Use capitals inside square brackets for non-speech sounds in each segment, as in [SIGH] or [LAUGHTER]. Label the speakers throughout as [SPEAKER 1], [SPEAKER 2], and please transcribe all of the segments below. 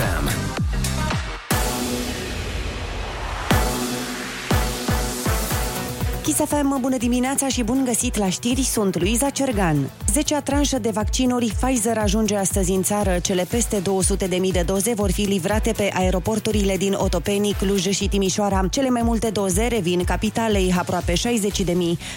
[SPEAKER 1] FM.
[SPEAKER 2] Kiss FM, bună dimineața și bun găsit la știri, sunt Luiza Cergan. Zecea tranșă de vaccinuri Pfizer ajunge astăzi în țară. Cele peste 200.000 de doze vor fi livrate pe aeroporturile din Otopeni, Cluj și Timișoara. Cele mai multe doze revin capitalei, aproape 60.000.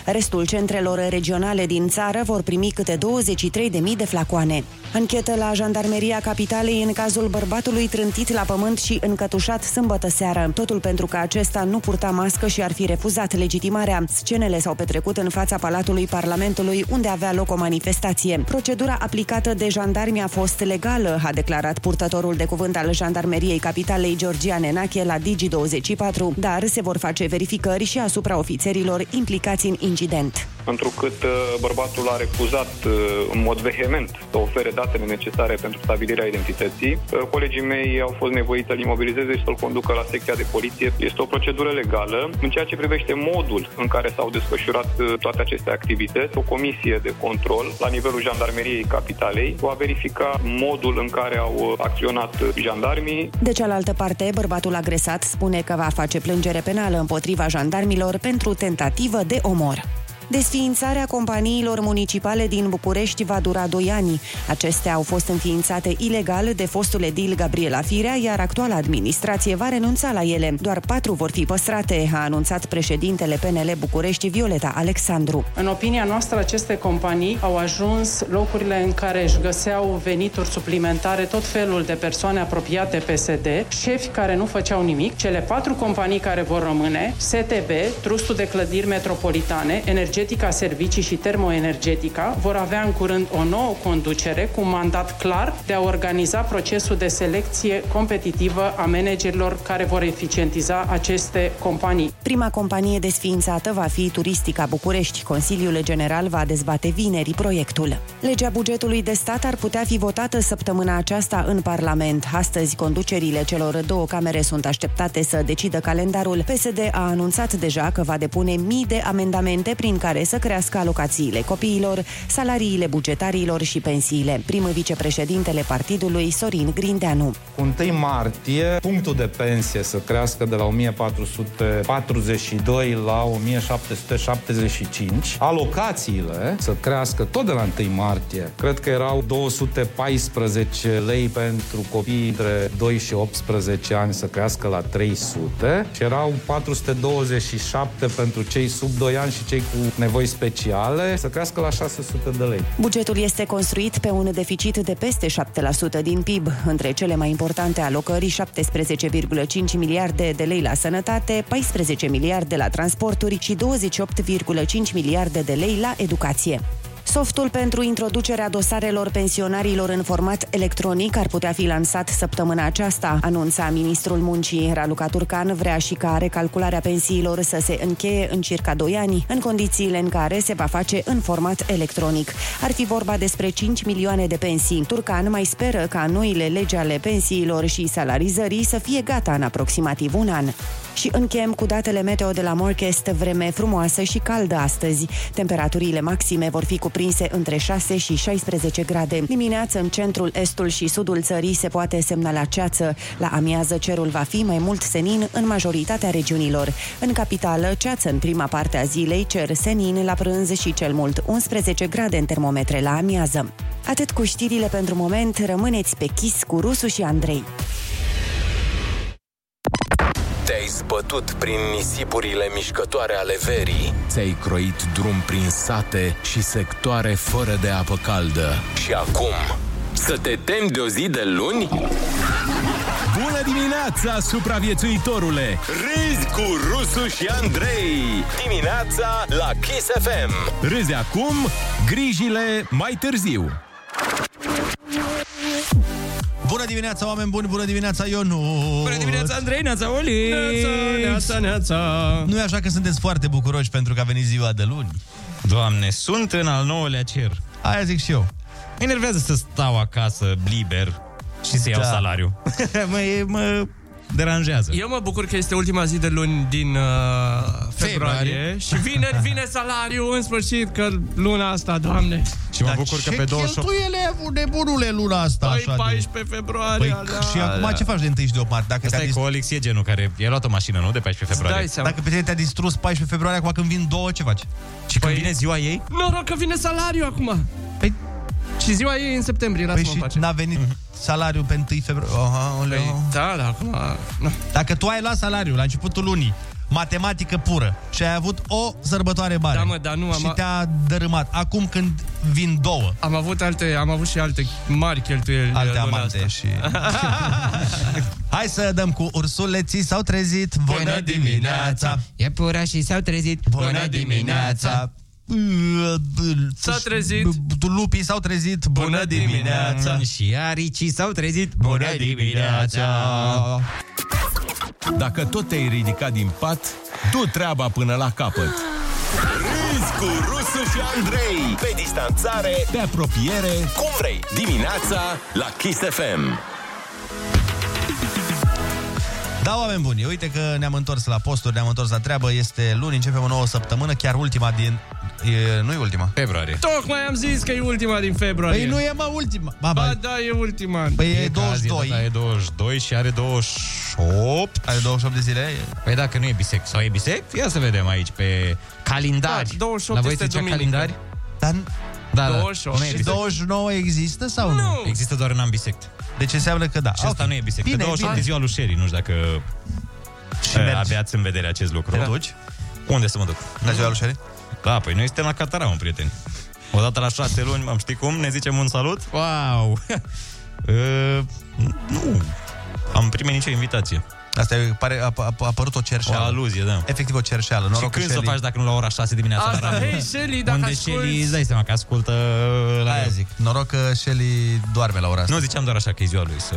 [SPEAKER 2] Restul centrelor regionale din țară vor primi câte 23.000 de flacoane. Anchetă la Jandarmeria Capitalei în cazul bărbatului trântit la pământ și încătușat sâmbătă seară. Totul pentru că acesta nu purta mască și ar fi refuzat legitimarea. Scenele s-au petrecut în fața Palatului Parlamentului, unde avea loc o manifestație. Procedura aplicată de jandarmi a fost legală, a declarat purtătorul de cuvânt al Jandarmeriei Capitalei Georgia Nenache la Digi24, dar se vor face verificări și asupra ofițerilor implicați în incident.
[SPEAKER 3] întrucât uh, bărbatul a refuzat uh, în mod vehement să ofere datele necesare pentru stabilirea identității. Uh, Colegii mei au fost nevoiți să-l imobilizeze și să-l conducă la secția de poliție. Este o procedură legală. În ceea ce privește modul în care s-au desfășurat uh, toate aceste activități, o comisie de control la nivelul Jandarmeriei Capitalei va verifica modul în care au uh, acționat uh, jandarmii,
[SPEAKER 2] De cealaltă parte, bărbatul agresat spune că va face plângere penală împotriva jandarmilor pentru tentativă de omor. Desființarea companiilor municipale din București va dura 2 ani. Acestea au fost înființate ilegal de fostul edil Gabriela Firea, iar actuala administrație va renunța la ele. Doar patru vor fi păstrate, a anunțat președintele PNL București Violeta Alexandru.
[SPEAKER 4] În opinia noastră, aceste companii au ajuns locurile în care își găseau venituri suplimentare tot felul de persoane apropiate PSD, șefi care nu făceau nimic. Cele patru companii care vor rămâne, STB, Trustul de Clădiri Metropolitane, Energetica Servicii și Termoenergetica, vor avea în curând o nouă conducere cu un mandat clar de a organiza procesul de selecție competitivă a managerilor care vor eficientiza aceste companii.
[SPEAKER 2] Prima companie desființată va fi Turistica București. Consiliul General va dezbate vineri proiectul. Legea bugetului de stat ar putea fi votată săptămâna aceasta în Parlament. Astăzi, conducerile celor două camere sunt așteptate să decidă calendarul. PSD a anunțat deja că va depune mii de amendamente prin care să crească alocațiile copiilor, salariile bugetarilor și pensiile. Primul vicepreședintele partidului, Sorin Grindeanu.
[SPEAKER 5] Cu 1 martie, punctul de pensie să crească de la 1442 la 1775, alocațiile să crească tot de la 1 martie. Cred că erau 214 lei pentru copii între 2 și 18 ani să crească la 300 și erau 427 pentru cei sub 2 ani și cei cu nevoi speciale să crească la 600 de lei.
[SPEAKER 2] Bugetul este construit pe un deficit de peste 7% din PIB. Între cele mai importante alocări, 17,5 miliarde de lei la sănătate, 14 miliarde la transporturi și 28,5 miliarde de lei la educație. Softul pentru introducerea dosarelor pensionarilor în format electronic ar putea fi lansat săptămâna aceasta, anunța ministrul muncii. Raluca Turcan vrea și ca recalcularea pensiilor să se încheie în circa 2 ani, în condițiile în care se va face în format electronic. Ar fi vorba despre 5 milioane de pensii. Turcan mai speră ca noile legi ale pensiilor și salarizării să fie gata în aproximativ un an. Și încheiem cu datele meteo de la Morchest, vreme frumoasă și caldă astăzi. Temperaturile maxime vor fi cuprinse între 6 și 16 grade. Dimineață în centrul, estul și sudul țării se poate semnala ceață. La amiază cerul va fi mai mult senin în majoritatea regiunilor. În capitală, ceață în prima parte a zilei, cer senin la prânz și cel mult 11 grade în termometre la amiază. Atât cu știrile pentru moment, rămâneți pe chis cu Rusu și Andrei.
[SPEAKER 1] Te-ai zbătut prin nisipurile mișcătoare ale verii. Ți-ai croit drum prin sate și sectoare fără de apă caldă. Și acum, să te temi de o zi de luni?
[SPEAKER 6] Bună dimineața, supraviețuitorule!
[SPEAKER 1] Râzi cu Rusu și Andrei. Dimineața la Kiss FM.
[SPEAKER 6] Râzi acum, grijile mai târziu!
[SPEAKER 7] Bună dimineața, oameni buni! Bună dimineața, Ionu! Bună
[SPEAKER 8] dimineața, Andrei, neața, Oli!
[SPEAKER 7] Neața, neața! Nu e așa că sunteți foarte bucuroși pentru că a venit ziua de luni?
[SPEAKER 8] Doamne, sunt în al nouălea cer.
[SPEAKER 7] Aia zic și eu.
[SPEAKER 8] Mă enervează să stau acasă liber și să iau [LAUGHS]
[SPEAKER 7] Da.
[SPEAKER 8] salariu. mă, e, mă, deranjează.
[SPEAKER 7] Exact.
[SPEAKER 9] Eu mă bucur că este ultima zi de luni din uh, februarie
[SPEAKER 8] Februarie.
[SPEAKER 9] și vineri vine salariul în sfârșit că luna asta, doamne.
[SPEAKER 7] Și mă bucur că pe 28...
[SPEAKER 9] cheltuiele,
[SPEAKER 7] nebunule, luna asta,
[SPEAKER 9] Păi,
[SPEAKER 7] așa
[SPEAKER 9] 14 februarie,
[SPEAKER 7] Păi,
[SPEAKER 9] alea,
[SPEAKER 7] și acum
[SPEAKER 9] alea.
[SPEAKER 7] ce faci de 1 și de 8 dacă
[SPEAKER 8] Asta
[SPEAKER 7] te-a
[SPEAKER 8] e
[SPEAKER 7] dis-
[SPEAKER 8] cu Olix, e genul care i-a luat o mașină, nu? De 14 februarie.
[SPEAKER 9] dai seama.
[SPEAKER 7] Dacă pe tine te-a distrus 14 februarie, acum când vin două, ce faci? Și
[SPEAKER 9] Păi-
[SPEAKER 7] când vine ziua ei?
[SPEAKER 9] Noroc că vine salariul acum.
[SPEAKER 7] Păi,
[SPEAKER 9] Și ziua ei e în septembrie,
[SPEAKER 7] păi
[SPEAKER 9] lasă-mă în
[SPEAKER 7] și
[SPEAKER 9] pace.
[SPEAKER 7] n-a venit salariul pe 1 februarie. Aha, oleo.
[SPEAKER 9] Mhm. Păi, da, da, acum... Na.
[SPEAKER 7] Dacă tu ai luat salariul la începutul lunii, matematică pură și ai avut o sărbătoare mare
[SPEAKER 9] Da, mă, dar nu am-
[SPEAKER 7] și te-a dărâmat. Acum când vin două,
[SPEAKER 9] Am avut alte, am avut și alte mari cheltuieli uh,
[SPEAKER 7] alte
[SPEAKER 9] luna
[SPEAKER 7] amante
[SPEAKER 9] asta.
[SPEAKER 7] și... Hai să dăm cu ursuleții s-au trezit. Bună dimineața!
[SPEAKER 8] Iepurașii s-au trezit.
[SPEAKER 7] Bună dimineața!
[SPEAKER 9] S-a trezit.
[SPEAKER 7] Lupii s-au trezit. Bună dimineața!
[SPEAKER 8] Și aricii s-au trezit.
[SPEAKER 1] Dacă tot te-ai ridicat din pat, du treaba până la capăt.
[SPEAKER 10] Râzi cu Rusu și Andrei Pe distanțare,
[SPEAKER 1] Pe apropiere,
[SPEAKER 10] cum vrei Dimineața la Kiss FM
[SPEAKER 7] Da, oameni buni, uite că ne-am întors la posturi, ne-am întors la treabă. Este luni, începem o nouă săptămână, chiar ultima din... E, nu e ultima.
[SPEAKER 8] Februarie.
[SPEAKER 9] [LAUGHS] Tocmai am zis că e ultima din februarie.
[SPEAKER 7] Păi nu e, mă, ultima. Ba,
[SPEAKER 9] Ba
[SPEAKER 7] ba,
[SPEAKER 9] da, e ultima.
[SPEAKER 7] păi e,
[SPEAKER 8] Fiecare zi,
[SPEAKER 7] 22.
[SPEAKER 8] Da, da, e 22 și are 28.
[SPEAKER 7] Are 28 de zile?
[SPEAKER 8] Păi dacă nu e bisex sau e bisex, ia să vedem aici pe calendar.
[SPEAKER 9] Da, 28
[SPEAKER 8] La voi
[SPEAKER 9] este
[SPEAKER 8] se zicea
[SPEAKER 9] duminică.
[SPEAKER 8] calendar?
[SPEAKER 7] Dar
[SPEAKER 8] Da, da.
[SPEAKER 9] 28.
[SPEAKER 8] Nu e
[SPEAKER 7] și
[SPEAKER 8] bisex.
[SPEAKER 7] 29 există sau nu?
[SPEAKER 9] Nu.
[SPEAKER 8] Există doar în ambisect.
[SPEAKER 7] Deci înseamnă că da.
[SPEAKER 8] Și asta
[SPEAKER 7] Ok.
[SPEAKER 8] nu e bisect. Bine,
[SPEAKER 7] Bine,
[SPEAKER 8] pe 28
[SPEAKER 7] bine.
[SPEAKER 8] de ziua lui Sherry, nu știu dacă uh,
[SPEAKER 7] Și mergi.
[SPEAKER 8] aveați în vedere acest lucru.
[SPEAKER 7] Te duci?
[SPEAKER 8] Unde să mă duc?
[SPEAKER 7] La ziua lui Șeri?
[SPEAKER 8] Da, păi noi suntem la Catara, un prieten. Odată la șase luni, am ști cum, ne zicem un salut. [LAUGHS] Wow! uh, nu, am primit nicio invitație.
[SPEAKER 7] Asta e, pare, a, a, a apărut o
[SPEAKER 8] O
[SPEAKER 7] cerșeală.
[SPEAKER 8] aluzie, da.
[SPEAKER 7] Efectiv o cerșeală. Noroc
[SPEAKER 8] și
[SPEAKER 7] că
[SPEAKER 8] când să o
[SPEAKER 7] Shelley-
[SPEAKER 8] faci dacă nu la ora 6 dimineața la
[SPEAKER 9] Asta,
[SPEAKER 8] radio?
[SPEAKER 9] hei, Shelly, dacă
[SPEAKER 8] Unde
[SPEAKER 9] asculti...
[SPEAKER 8] Shelly, îți dai seama că ascultă eh, la
[SPEAKER 7] Aia
[SPEAKER 8] radio.
[SPEAKER 7] zic. Noroc că Shelly doarme la ora asta.
[SPEAKER 8] Nu ziceam doar așa că e ziua lui, să...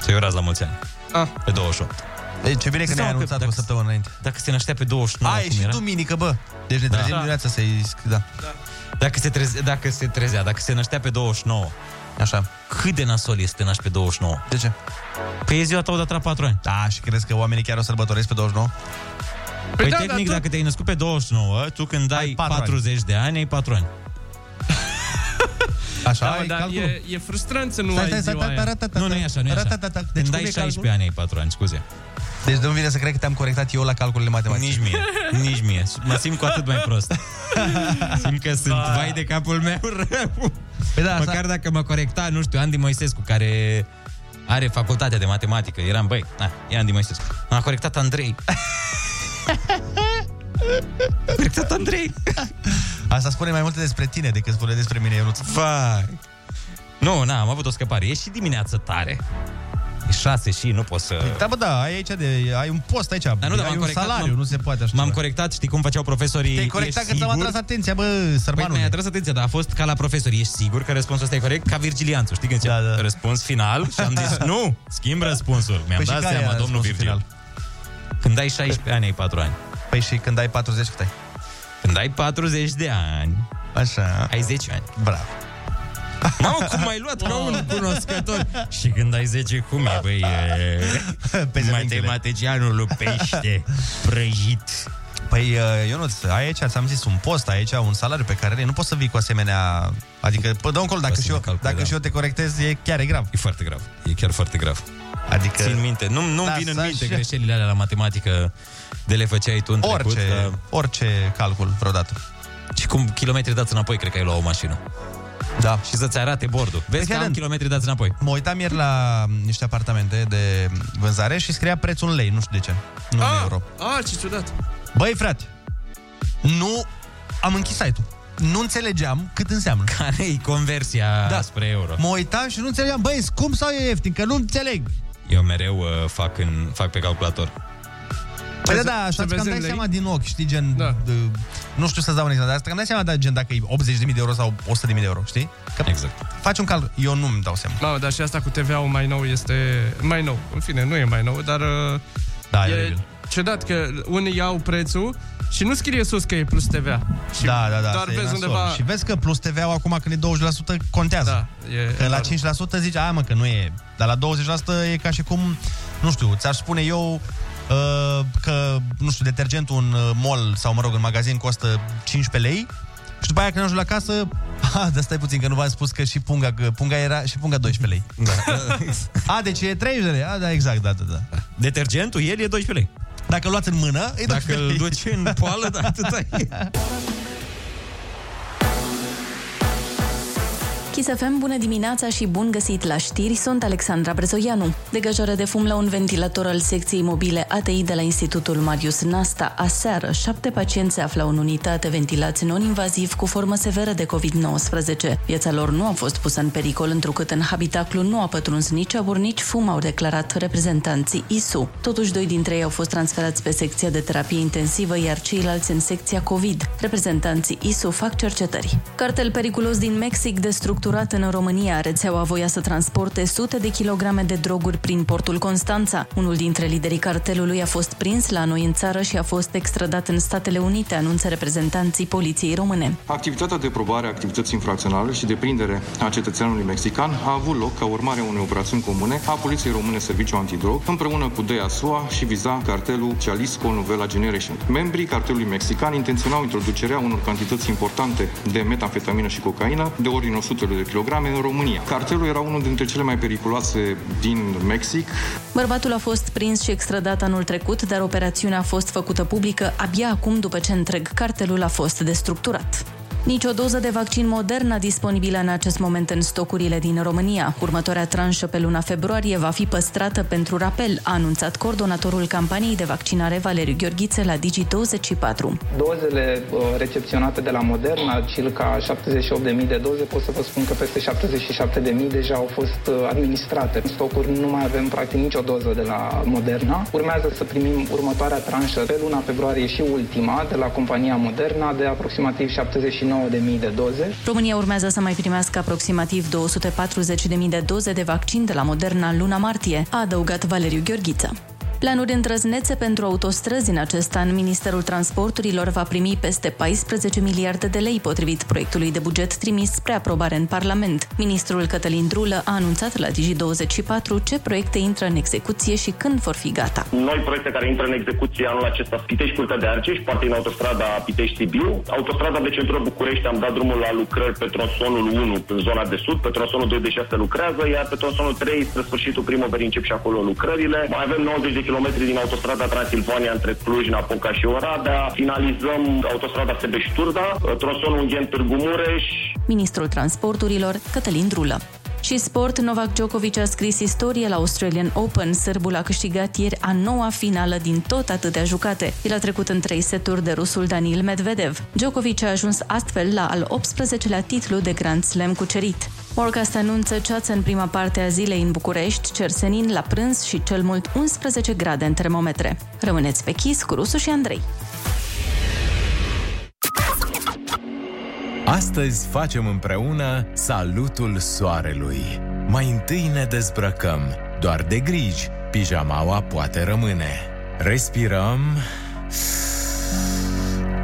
[SPEAKER 8] Să-i urați la mulți ani.
[SPEAKER 9] Ah.
[SPEAKER 8] Pe 28.
[SPEAKER 7] Ei, Deci, ce bine că
[SPEAKER 8] Stai,
[SPEAKER 7] ne-ai
[SPEAKER 8] mă, că
[SPEAKER 7] anunțat cu o
[SPEAKER 8] dacă-
[SPEAKER 7] săptămână înainte.
[SPEAKER 8] Dacă se năștea pe 29,
[SPEAKER 7] A,
[SPEAKER 8] cum
[SPEAKER 7] e și
[SPEAKER 8] era?
[SPEAKER 7] duminică, bă. Deci ne trezim
[SPEAKER 9] Da.
[SPEAKER 7] dimineața să-i... sc- Da,
[SPEAKER 8] Dacă se, treze, dacă se trezea, dacă se năștea pe 29,
[SPEAKER 7] așa.
[SPEAKER 8] cât de nasol este să te naști pe 29?
[SPEAKER 7] De ce?
[SPEAKER 8] Păi e ziua ta odată la 4 ani.
[SPEAKER 7] Da, și crezi că oamenii chiar o sărbătoresc pe 29?
[SPEAKER 8] Păi
[SPEAKER 9] da,
[SPEAKER 8] da, tehnic,
[SPEAKER 9] dar tu-
[SPEAKER 8] dacă te-ai născut pe 29, tu când ai,
[SPEAKER 7] patru ani.
[SPEAKER 8] 40 de ani, ai 4 ani.
[SPEAKER 7] Așa,
[SPEAKER 9] Da, mă,
[SPEAKER 7] ai
[SPEAKER 9] dar
[SPEAKER 7] calculul.
[SPEAKER 9] e, e frustrant să nu
[SPEAKER 7] Stai,
[SPEAKER 9] ai
[SPEAKER 7] stai, stai,
[SPEAKER 9] ziua
[SPEAKER 7] stai,
[SPEAKER 9] aia.
[SPEAKER 7] ratatata.
[SPEAKER 8] Nu, nu e așa, nu e așa.
[SPEAKER 7] Ratatata. Deci
[SPEAKER 8] Când
[SPEAKER 7] cum
[SPEAKER 8] ai
[SPEAKER 7] e
[SPEAKER 8] 16
[SPEAKER 7] calculul?
[SPEAKER 8] ani, ai 4 ani, scuze.
[SPEAKER 7] Deci nu-mi vine să cred că te-am corectat eu la calculele matematice.
[SPEAKER 8] Nici
[SPEAKER 7] [LAUGHS]
[SPEAKER 8] mie, nici mie. Mă simt cu atât mai prost. Simt că sunt vai de capul meu rău.
[SPEAKER 7] Păi da, asta-
[SPEAKER 8] Măcar dacă mă corecta, nu știu, Andy Moisescu, care are facultatea de matematică. Eram, băi, na, e Andy Moisescu. M-a corectat Andrei. M-a corectat Andrei.
[SPEAKER 7] Asta spune mai multe despre tine decât spune despre mine, Ionuț.
[SPEAKER 8] Vai. Nu, na, am avut o scăpare. E și dimineață tare. E șase și nu pot să...
[SPEAKER 7] Da, bă, da, ai aici de, ai un post aici, dar
[SPEAKER 8] nu, dar
[SPEAKER 7] ai
[SPEAKER 8] m-am
[SPEAKER 7] un
[SPEAKER 8] corectat,
[SPEAKER 7] salariu,
[SPEAKER 8] m-am-
[SPEAKER 7] nu se poate așa.
[SPEAKER 8] M-am
[SPEAKER 7] ceva.
[SPEAKER 8] corectat, știi cum făceau profesorii?
[SPEAKER 7] Te-ai corectat
[SPEAKER 8] Ești
[SPEAKER 7] că ți-am
[SPEAKER 8] sigur?
[SPEAKER 7] atras atenția, bă,
[SPEAKER 8] Păi mi-a
[SPEAKER 7] sărmanule.
[SPEAKER 8] atras atenția, dar a fost ca la profesori. Ești sigur că răspunsul ăsta e corect? Ca Virgilianțu, știi când
[SPEAKER 7] Da,
[SPEAKER 8] da,
[SPEAKER 7] da.
[SPEAKER 8] da. răspuns final și am zis nu, schimb răspunsul. Mi-am
[SPEAKER 7] Păi și
[SPEAKER 8] dat
[SPEAKER 7] care
[SPEAKER 8] seama,
[SPEAKER 7] era
[SPEAKER 8] domnul
[SPEAKER 7] răspunsul
[SPEAKER 8] Virgil. Final? Când ai 16 ani, ai 4 ani.
[SPEAKER 7] Păi și când ai 40, cât ai?
[SPEAKER 8] Când ai 40 de ani,
[SPEAKER 7] Așa,
[SPEAKER 8] ai 10 ani.
[SPEAKER 7] bravo.
[SPEAKER 8] Mamă, cum ai luat ca un cunoscător? Și când ai 10, cum e, băi? E...
[SPEAKER 7] Pe zemintele.
[SPEAKER 8] Păi, Matematicianul
[SPEAKER 7] [LAUGHS]
[SPEAKER 8] lupește prăjit.
[SPEAKER 7] Păi, uh, Ionuț, ai aici, ți-am zis, un post, ai aici un salariu pe care îl ai. nu poți să vii cu asemenea... Adică, pă, dă un col, dacă,
[SPEAKER 8] Poți
[SPEAKER 7] și
[SPEAKER 8] să
[SPEAKER 7] eu,
[SPEAKER 8] ne calcul,
[SPEAKER 7] dacă
[SPEAKER 8] da.
[SPEAKER 7] și eu te corectez, e chiar e grav.
[SPEAKER 8] E foarte grav. E chiar foarte grav.
[SPEAKER 7] Adică,
[SPEAKER 8] Țin minte. Nu, nu
[SPEAKER 7] Da,
[SPEAKER 8] vin în
[SPEAKER 7] să
[SPEAKER 8] minte
[SPEAKER 7] și-
[SPEAKER 8] greșelile alea la matematică de le făceai tu în
[SPEAKER 7] orice,
[SPEAKER 8] trecut. dar-
[SPEAKER 7] orice calcul vreodată.
[SPEAKER 8] Și cum kilometri dați înapoi, cred că ai luat o mașină.
[SPEAKER 7] Da. Păi
[SPEAKER 8] Și să-ți arate bordul. Vezi că am
[SPEAKER 7] Excelent.
[SPEAKER 8] kilometri dați înapoi.
[SPEAKER 7] Mă uitam ieri la mm, niște apartamente de vânzare și scria prețul în lei, nu știu de ce. Nu în
[SPEAKER 9] Ah,
[SPEAKER 7] euro.
[SPEAKER 9] ah, ce ciudat.
[SPEAKER 7] Băi, frate, nu am închis site-ul. Nu înțelegeam cât înseamnă.
[SPEAKER 8] Care-i conversia
[SPEAKER 7] Da.
[SPEAKER 8] da. spre euro?
[SPEAKER 7] Mă uitam și nu înțelegeam, băi, e scump sau e ieftin, că nu înțeleg.
[SPEAKER 8] Eu mereu uh, fac, în, fac pe calculator.
[SPEAKER 7] Păi da,
[SPEAKER 9] Să-
[SPEAKER 7] da,
[SPEAKER 9] să
[SPEAKER 7] așa, că
[SPEAKER 9] vezi
[SPEAKER 7] îmi dai
[SPEAKER 9] în lei.
[SPEAKER 7] seama din ochi, știi, gen, da.
[SPEAKER 9] Da.
[SPEAKER 7] de, nu știu să-ți dau un exemplu, dar asta îmi dai seama, da, gen, dacă e 80.000 de euro sau 100.000 de euro, știi? Că
[SPEAKER 8] Exact.
[SPEAKER 7] faci un calcul, eu nu-mi dau seama.
[SPEAKER 9] Mamă, dar și asta cu TVA-ul mai nou este... Mai nou, în fine, nu e mai nou, dar... uh,
[SPEAKER 7] Da, e
[SPEAKER 9] e
[SPEAKER 7] oribil.
[SPEAKER 9] ciudat că unii iau prețul și nu scrie sus că e plus TVA. Și
[SPEAKER 7] Da, da, da,
[SPEAKER 9] Doar
[SPEAKER 7] asta e
[SPEAKER 9] vezi
[SPEAKER 7] nasol.
[SPEAKER 9] undeva...
[SPEAKER 7] Și vezi că plus TVA-ul acum când e 20% contează.
[SPEAKER 9] Da, e...
[SPEAKER 7] Că la
[SPEAKER 9] dar-
[SPEAKER 7] 5% zici, a, mă, că nu e. Dar la 20% e ca și cum nu știu, ți-aș spune eu uh, că, nu știu, detergentul în uh, mall sau, mă rog, în magazin costă 15 lei și după aia când ajungi la casă, [LAUGHS] a, dar stai puțin că nu v-am spus că și punga, că punga era și punga 12 lei. Da. [LAUGHS] a, deci e 30 de lei. A, da, exact, da, da, da. Detergentul, el e 12 lei. Dacă îl luați în mână, e 12
[SPEAKER 4] Dacă îl
[SPEAKER 7] lei.
[SPEAKER 4] duci în poală, da, atâta e.
[SPEAKER 7] [LAUGHS]
[SPEAKER 11] Chisafem, bună dimineața și bun găsit la știri, sunt Alexandra Brezoianu. Degajare de fum la un ventilator al secției mobile ATI de la Institutul Marius Nasta. Aseară, șapte pacienți se aflau în unitate ventilați non-invaziv cu formă severă de COVID-19. Viața lor nu a fost pusă în pericol, întrucât în habitaclu nu a pătruns nici abur, nici fum, au declarat reprezentanții ISU. Totuși, doi dintre ei au fost transferați pe secția de terapie intensivă, iar ceilalți în secția COVID. Reprezentanții ISU fac cercetări. Cartel periculos din Mexic destructurat în România. Rețeaua voia să transporte sute de kilograme de droguri prin portul Constanța. Unul dintre liderii cartelului a fost prins la noi în țară și a fost extradat în Statele Unite, anunță reprezentanții poliției române.
[SPEAKER 12] Activitatea de probare a activității infracționale și de prindere a cetățeanului mexican a avut loc ca urmare a unei operațiuni comune a Poliției Române Serviciu Antidrog împreună cu DEA SUA și viza cartelul Jalisco Novela Generation. Membrii cartelului mexican intenționau introducerea unor cantități importante de metamfetamină și cocaină de ordin 100 de kilograme în România. Cartelul era unul dintre cele mai periculoase din Mexic.
[SPEAKER 11] Bărbatul a fost prins și extradat anul trecut, dar operațiunea a fost făcută publică abia acum după ce întreg cartelul a fost destructurat. Nici o doză de vaccin Moderna disponibilă în acest moment în stocurile din România. Următoarea tranșă pe luna februarie va fi păstrată pentru rapel, a anunțat coordonatorul campaniei de vaccinare Valeriu Gheorghiță la Digi24.
[SPEAKER 13] Dozele uh, recepționate de la Moderna, circa 78.000 de doze, pot să vă spun că peste 77.000 deja au fost uh, administrate. În stocuri nu mai avem practic nicio doză de la Moderna. Urmează să primim următoarea tranșă pe luna februarie și ultima de la compania Moderna de aproximativ 79.000 de doze.
[SPEAKER 11] România urmează să mai primească aproximativ 240.000 de doze de vaccin de la Moderna în luna martie, a adăugat Valeriu Gheorghiță. Planuri îndrăznețe pentru autostrăzi în acest an, Ministerul Transporturilor va primi peste 14 miliarde de lei potrivit proiectului de buget trimis spre aprobare în Parlament. Ministrul Cătălin Drulă a anunțat la Digi24 ce proiecte intră în execuție și când vor fi gata.
[SPEAKER 14] Noi proiecte care intră în execuție anul acesta, Pitești Curtea de Argeș, parte din autostrada Pitești Sibiu. Autostrada de centru București am dat drumul la lucrări pe tronsonul 1 în zona de sud, pe tronsonul 2 de 6 lucrează, iar pe tronsonul 3 spre sfârșitul primăverii încep și acolo lucrările. Mai avem 90 de kilometri din autostrada Transilvania între Cluj, Napoca și Oradea. Finalizăm autostrada Sebeș-Turda, tronsonul Unghien Târgu Mureș,
[SPEAKER 11] Ministrul Transporturilor, Cătălin Drulă. Și sport, Novak Djokovic a scris istorie la Australian Open. Sârbul a câștigat ieri a noua finală din tot atâtea jucate. El a trecut în trei seturi de rusul Daniil Medvedev. Djokovic a ajuns astfel la al 18-lea titlu de Grand Slam cucerit. Morcast anunță ceață în prima parte a zilei în București, cersenin la prânz și cel mult 11 grade în termometre. Rămâneți pe chis cu Rusu și Andrei.
[SPEAKER 1] Astăzi facem împreună salutul soarelui. Mai întâi ne dezbrăcăm, doar de griji, pijamaua poate rămâne. Respirăm,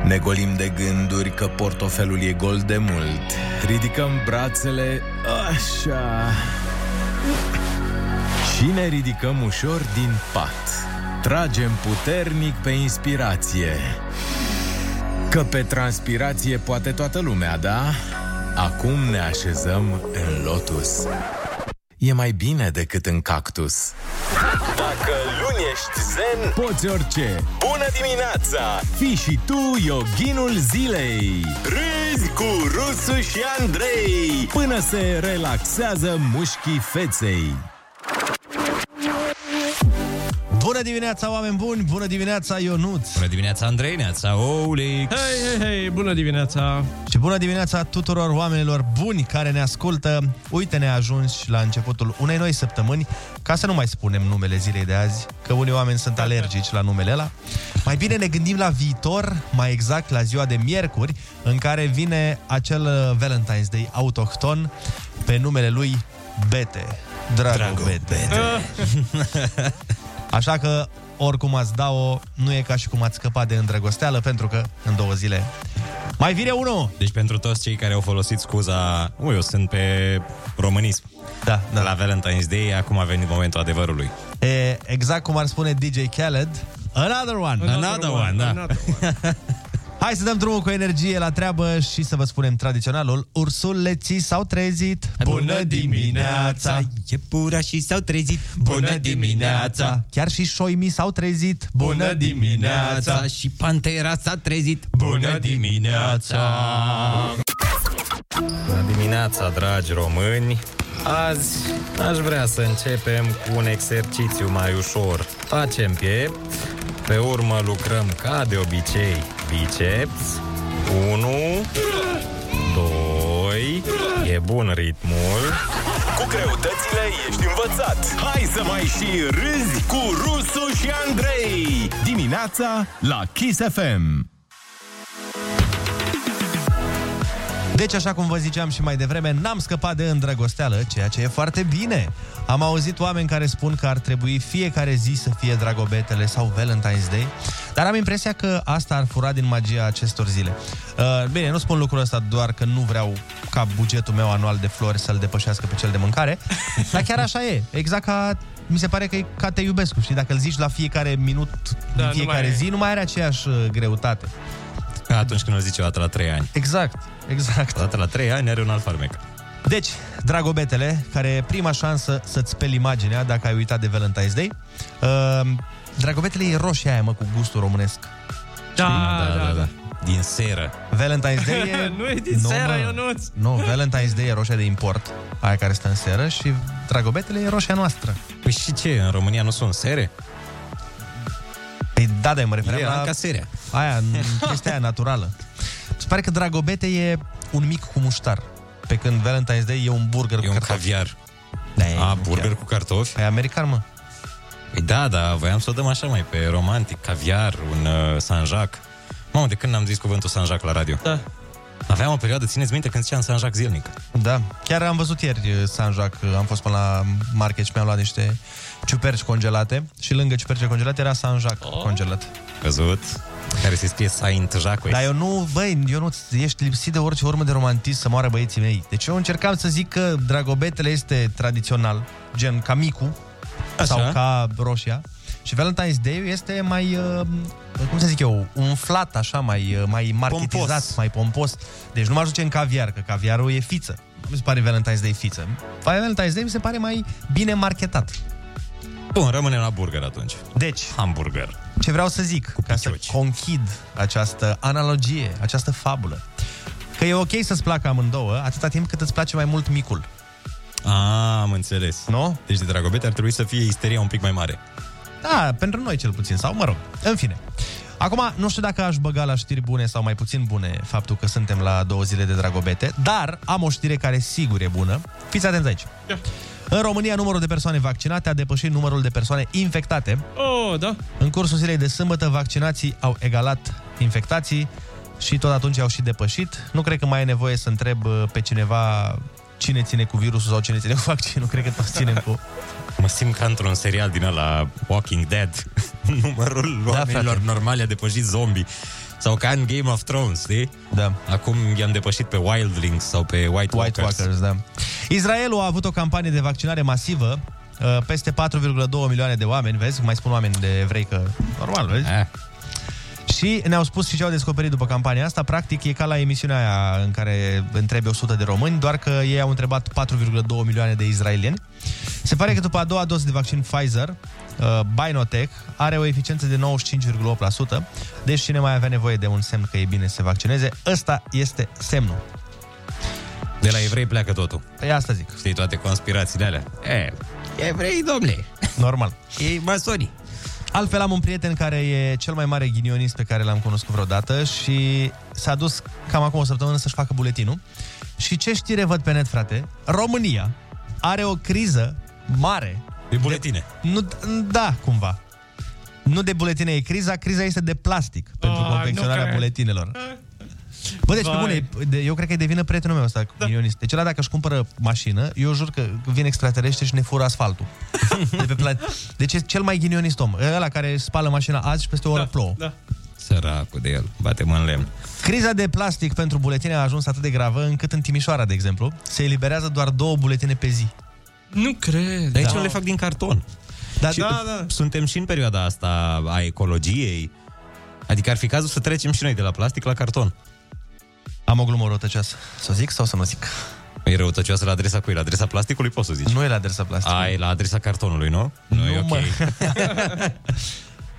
[SPEAKER 1] ne golim de gânduri că portofelul e gol de mult. Ridicăm brațele, așa, și ne ridicăm ușor din pat. Tragem puternic pe inspirație. Că pe transpirație poate toată lumea, da? Acum ne așezăm în lotus. E mai bine decât în cactus.
[SPEAKER 15] Dacă luni ești zen,
[SPEAKER 1] Poți orice!
[SPEAKER 15] bună dimineața!
[SPEAKER 1] Fii și tu yoghinul zilei!
[SPEAKER 15] Râzi cu Rusu și Andrei!
[SPEAKER 1] Până se relaxează mușchii feței.
[SPEAKER 7] Bună dimineața, oameni buni! Bună dimineața, Ionuț!
[SPEAKER 4] Bună dimineața, Andrei, neața, Olix!
[SPEAKER 9] Hei, hei, hei, bună dimineața!
[SPEAKER 7] Și bună dimineața tuturor oamenilor buni care ne ascultă. Uite, ne ajungi la începutul unei noi săptămâni, ca să nu mai spunem numele zilei de azi, că unii oameni sunt alergici la numele ăla. Mai bine ne gândim la viitor, mai exact la ziua de miercuri, în care vine acel uh, Valentine's Day autohton pe numele lui Bete. Drago, Drago Bete. Bete. [LAUGHS] Așa că, oricum ați da-o, nu e ca și cum ați scăpat de îndrăgosteală, pentru că în două zile Mai vine unul!
[SPEAKER 8] Deci pentru toți cei care au folosit scuza, ui, eu sunt pe românism.
[SPEAKER 7] Da, da.
[SPEAKER 8] La Valentine's Day, acum a venit momentul adevărului.
[SPEAKER 7] E, exact cum ar spune DJ Khaled, another one.
[SPEAKER 8] Another Another one, one, da. another
[SPEAKER 7] [LAUGHS] Hai să dăm drumul cu energie la treabă și să vă spunem tradiționalul Ursuleții s-au trezit
[SPEAKER 8] Iepurașii s-au trezit
[SPEAKER 7] Chiar și șoimii s-au trezit
[SPEAKER 8] Și pantera s-a trezit
[SPEAKER 7] Bună dimineața! Ah.
[SPEAKER 8] Bună dimineața, dragi români! Azi aș vrea să începem cu un exercițiu mai ușor. Facem piept, pe urmă lucrăm ca de obicei biceps. 1, 2, e bun ritmul.
[SPEAKER 1] Cu greutățile ești învățat. Hai să mai și râzi cu Rusu și Andrei.
[SPEAKER 16] Dimineața la Kiss FM.
[SPEAKER 7] Deci, așa cum vă ziceam și mai devreme, n-am scăpat de îndrăgosteală, ceea ce e foarte bine. Am auzit oameni care spun că ar trebui fiecare zi să fie dragobetele sau Valentine's Day, dar am impresia că asta ar fura din magia acestor zile. Uh, bine, nu spun lucrul ăsta doar că nu vreau ca bugetul meu anual de flori să-l depășească pe cel de
[SPEAKER 8] [LAUGHS]
[SPEAKER 7] mâncare, dar chiar așa e. Exact ca mi se pare că e ca te iubesc, știi? Dacă îl zici la fiecare minut, da,
[SPEAKER 8] nu
[SPEAKER 7] din fiecare
[SPEAKER 8] mai e.
[SPEAKER 7] zi, nu mai are aceeași uh, greutate.
[SPEAKER 8] Ca atunci când o zice o dată la 3 ani.
[SPEAKER 7] Exact, exact.
[SPEAKER 8] O dată la 3 ani are un alt farmec.
[SPEAKER 7] Deci, dragobetele, care e prima șansă să-ți speli imaginea dacă ai uitat de Valentine's Day, uh, dragobetele e roșia aia, mă, cu gustul românesc.
[SPEAKER 9] Da, da, da. da.
[SPEAKER 8] Din seră.
[SPEAKER 7] Valentine's Day
[SPEAKER 8] [LAUGHS]
[SPEAKER 7] e...
[SPEAKER 9] Nu e din seră, Ionuț.
[SPEAKER 7] Nu, Valentine's Day e roșia de import, aia care stă în seră, și dragobetele e roșia noastră.
[SPEAKER 8] Păi și ce, în România nu sunt sere?
[SPEAKER 7] Păi da, da, mă referam
[SPEAKER 8] E
[SPEAKER 7] la...
[SPEAKER 8] Anca Serea.
[SPEAKER 7] Aia,
[SPEAKER 8] [LAUGHS]
[SPEAKER 7] n- chestia aia naturală. Se pare că dragobete e un mic cu muștar, pe când Valentine's Day e un burger e cu un
[SPEAKER 8] caviar.
[SPEAKER 7] Da, e
[SPEAKER 8] A, burger cu cartofi?
[SPEAKER 7] Păi american, mă.
[SPEAKER 8] Păi da, da, voiam să o dăm așa mai pe romantic, caviar, un uh, Sanjac. Mamă, de când n-am zis cuvântul Sanjac la radio?
[SPEAKER 9] Da.
[SPEAKER 8] Aveam o perioadă, țineți minte, când ziceam Sanjac zilnic.
[SPEAKER 7] Da, chiar am văzut ieri eh, San Jacques, am fost până la market și mi-am luat niște ciuperci congelate și lângă ciupercile congelate era San Jacques oh. congelat.
[SPEAKER 8] Căzut, care se scrie Saint Jacques.
[SPEAKER 7] Dar eu nu, băi, eu nu ești lipsit de orice urmă de romantism să moară băieții mei. Deci eu încercam să zic că dragobetele este tradițional, gen ca micu
[SPEAKER 8] Așa.
[SPEAKER 7] sau ca roșia. Și Valentine's Day este mai, uh, cum să zic eu, umflat așa, mai, uh, mai marketizat, pompos. mai pompos. Deci nu mă ajunge în caviar, că caviarul e fiță. Nu mi se pare Valentine's Day fiță. Valentine's Day mi se pare mai bine marketat.
[SPEAKER 8] Bun, rămânem la burger atunci.
[SPEAKER 7] Deci,
[SPEAKER 8] Hamburger.
[SPEAKER 7] ce vreau să zic, ca să conchid această analogie, această fabulă, că e ok să-ți placă amândouă atâta timp cât îți place mai mult micul.
[SPEAKER 8] A, am înțeles.
[SPEAKER 7] Nu?
[SPEAKER 8] Deci de dragobete ar trebui să fie isteria un pic mai mare.
[SPEAKER 7] Da, pentru noi cel puțin, sau mă rog, în fine. Acum, nu știu dacă aș băga la știri bune sau mai puțin bune faptul că suntem la două zile de dragobete, dar am o știre care sigur e bună. Fiți atenți aici. În România, numărul de persoane vaccinate a depășit numărul de persoane infectate.
[SPEAKER 9] Oh, da.
[SPEAKER 7] În cursul zilei de sâmbătă, vaccinații au egalat infectații și tot atunci au și depășit. Nu cred că mai e nevoie să întreb uh, pe cineva cine ține cu virusul sau cine ține cu vaccinul. Cred că toți ținem cu...
[SPEAKER 8] Mă simt ca într-un serial din ăla Walking Dead. [LAUGHS] Numărul da, oamenilor
[SPEAKER 7] frate.
[SPEAKER 8] normali a depășit zombie. Sau ca în Game of Thrones, știi?
[SPEAKER 7] Da.
[SPEAKER 8] Acum i-am depășit pe Wildlings sau pe White, White Walkers.
[SPEAKER 7] Walkers, da. Israelul a avut o campanie de vaccinare masivă uh, peste 4,2 milioane de oameni, vezi? Mai spun oameni de evrei că normal, vezi?
[SPEAKER 8] Eh.
[SPEAKER 7] Și ne-au spus și ce au descoperit după campania asta. Practic e ca la emisiunea aia în care întrebi 100 de români, doar că ei au întrebat 4,2 milioane de israelieni. Se pare că după a doua doză de vaccin Pfizer, uh, Binotech are o eficiență de 95,8%, deci cine mai avea nevoie de un semn că e bine să se vaccineze, ăsta este semnul.
[SPEAKER 8] De la evrei pleacă totul.
[SPEAKER 7] Păi asta zic.
[SPEAKER 8] Știi toate conspirațiile alea. E, evrei, domne.
[SPEAKER 7] Normal.
[SPEAKER 8] Ei masonii.
[SPEAKER 7] Altfel am un prieten care e cel mai mare ghinionist pe care l-am cunoscut vreodată și s-a dus cam acum o săptămână să-și facă buletinul. Și ce știre văd pe net, frate? România are o criză mare.
[SPEAKER 8] De buletine.
[SPEAKER 7] Nu, da, cumva. Nu de buletine e criza, criza este de plastic pentru
[SPEAKER 9] Ah, nu
[SPEAKER 7] confecționarea
[SPEAKER 9] cred.
[SPEAKER 7] buletinelor. Bă, deci, pe
[SPEAKER 9] Vai.
[SPEAKER 7] bune, de- eu cred că e de vină prietenul meu ăsta, da. milionist. Deci ăla dacă își cumpără mașină, eu jur că vin extraterestre și ne fură asfaltul. de pe plan... Deci e cel mai ghinionist om. E Ăla care spală mașina azi și peste o oră da, plouă.
[SPEAKER 9] Da.
[SPEAKER 8] Săracul de el, batem în lemn.
[SPEAKER 7] Criza de plastic pentru buletine a ajuns atât de gravă încât în Timișoara, de exemplu, se eliberează doar două buletine pe zi.
[SPEAKER 17] Nu cred.
[SPEAKER 8] Dar aici le fac din carton.
[SPEAKER 7] Da,
[SPEAKER 8] și
[SPEAKER 7] da, da.
[SPEAKER 8] Suntem și în perioada asta a ecologiei. Adică ar fi cazul să trecem și noi de la plastic la carton.
[SPEAKER 7] Am o glumă rătăcioasă. Să o zic sau să nu zic?
[SPEAKER 8] E răutăcioasă la adresa cui? La adresa plasticului poți să zici.
[SPEAKER 7] Nu e la adresa plasticului.
[SPEAKER 8] Ai la adresa cartonului, nu? Nu, nu e ok.
[SPEAKER 7] mă. [LAUGHS]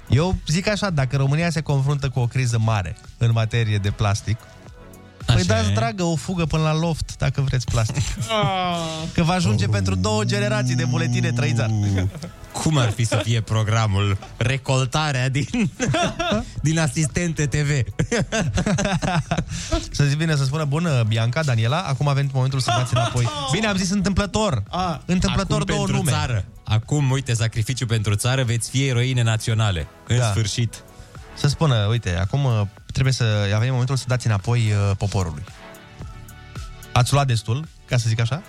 [SPEAKER 7] Eu zic așa, dacă România se confruntă cu o criză mare în materie de plastic, Așa păi dați, dragă, o fugă până la loft, dacă vreți plastic. Ah. Că va ajunge pentru două generații de buletine trăițar.
[SPEAKER 8] [LAUGHS] Cum ar fi să fie programul Recoltarea din, [LAUGHS] din Asistente TV?
[SPEAKER 7] Să zic bine, să spună bună Bianca, Daniela, acum avem momentul să dați înapoi. Bine, am zis întâmplător. A, întâmplător
[SPEAKER 8] Acum
[SPEAKER 7] două
[SPEAKER 8] pentru
[SPEAKER 7] nume.
[SPEAKER 8] Țară. Acum, uite, sacrificiu pentru țară, veți fi eroine naționale. În
[SPEAKER 7] Da.
[SPEAKER 8] da. sfârșit.
[SPEAKER 7] Să spună, uite, acum uh, trebuie să avem momentul să dați înapoi uh, poporului. Ați luat destul, ca să
[SPEAKER 8] [LAUGHS]
[SPEAKER 7] zic așa?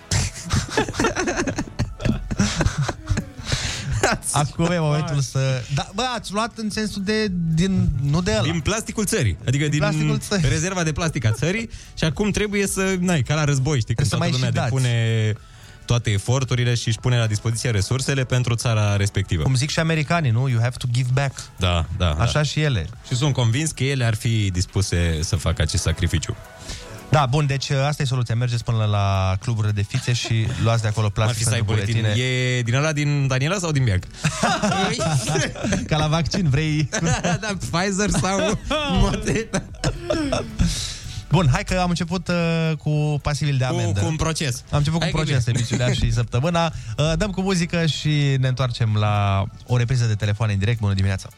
[SPEAKER 7] Acum e momentul să... Da, bă, ați luat în sensul de... Din, nu de ăla.
[SPEAKER 8] Din plasticul țării. Adică din,
[SPEAKER 7] plasticul țării.
[SPEAKER 8] rezerva de plastic a țării și acum trebuie să, nai, ca la război, știi, când toată
[SPEAKER 7] mai
[SPEAKER 8] lumea
[SPEAKER 7] și dați.
[SPEAKER 8] depune toate eforturile și își pune la dispoziție resursele pentru țara respectivă.
[SPEAKER 7] Cum zic și americanii, nu? You have to give back.
[SPEAKER 8] Da, da.
[SPEAKER 7] Așa
[SPEAKER 8] da.
[SPEAKER 7] și ele.
[SPEAKER 8] Și sunt convins că ele ar fi dispuse să facă acest sacrificiu.
[SPEAKER 7] Da, bun, deci uh, asta e soluția. Mergeți până la cluburile de fițe și luați de acolo
[SPEAKER 8] ar fi
[SPEAKER 7] plastic
[SPEAKER 8] să ai
[SPEAKER 7] pentru
[SPEAKER 8] buletin.
[SPEAKER 7] buletine.
[SPEAKER 8] E din ăla din Daniela sau din Bianca?
[SPEAKER 7] [LAUGHS] Ca la vaccin, vrei...
[SPEAKER 8] [LAUGHS] da, Pfizer sau Moderna.
[SPEAKER 7] Bun, hai că am început uh, cu pasibil de amendă.
[SPEAKER 8] cu un proces.
[SPEAKER 7] Am început cu
[SPEAKER 8] Hai
[SPEAKER 7] un
[SPEAKER 8] că
[SPEAKER 7] proces
[SPEAKER 8] bine.
[SPEAKER 7] emisiunea
[SPEAKER 8] [LAUGHS]
[SPEAKER 7] și săptămâna. Uh, dăm cu muzică și ne întoarcem la o repriză de telefon în direct. Bună dimineața!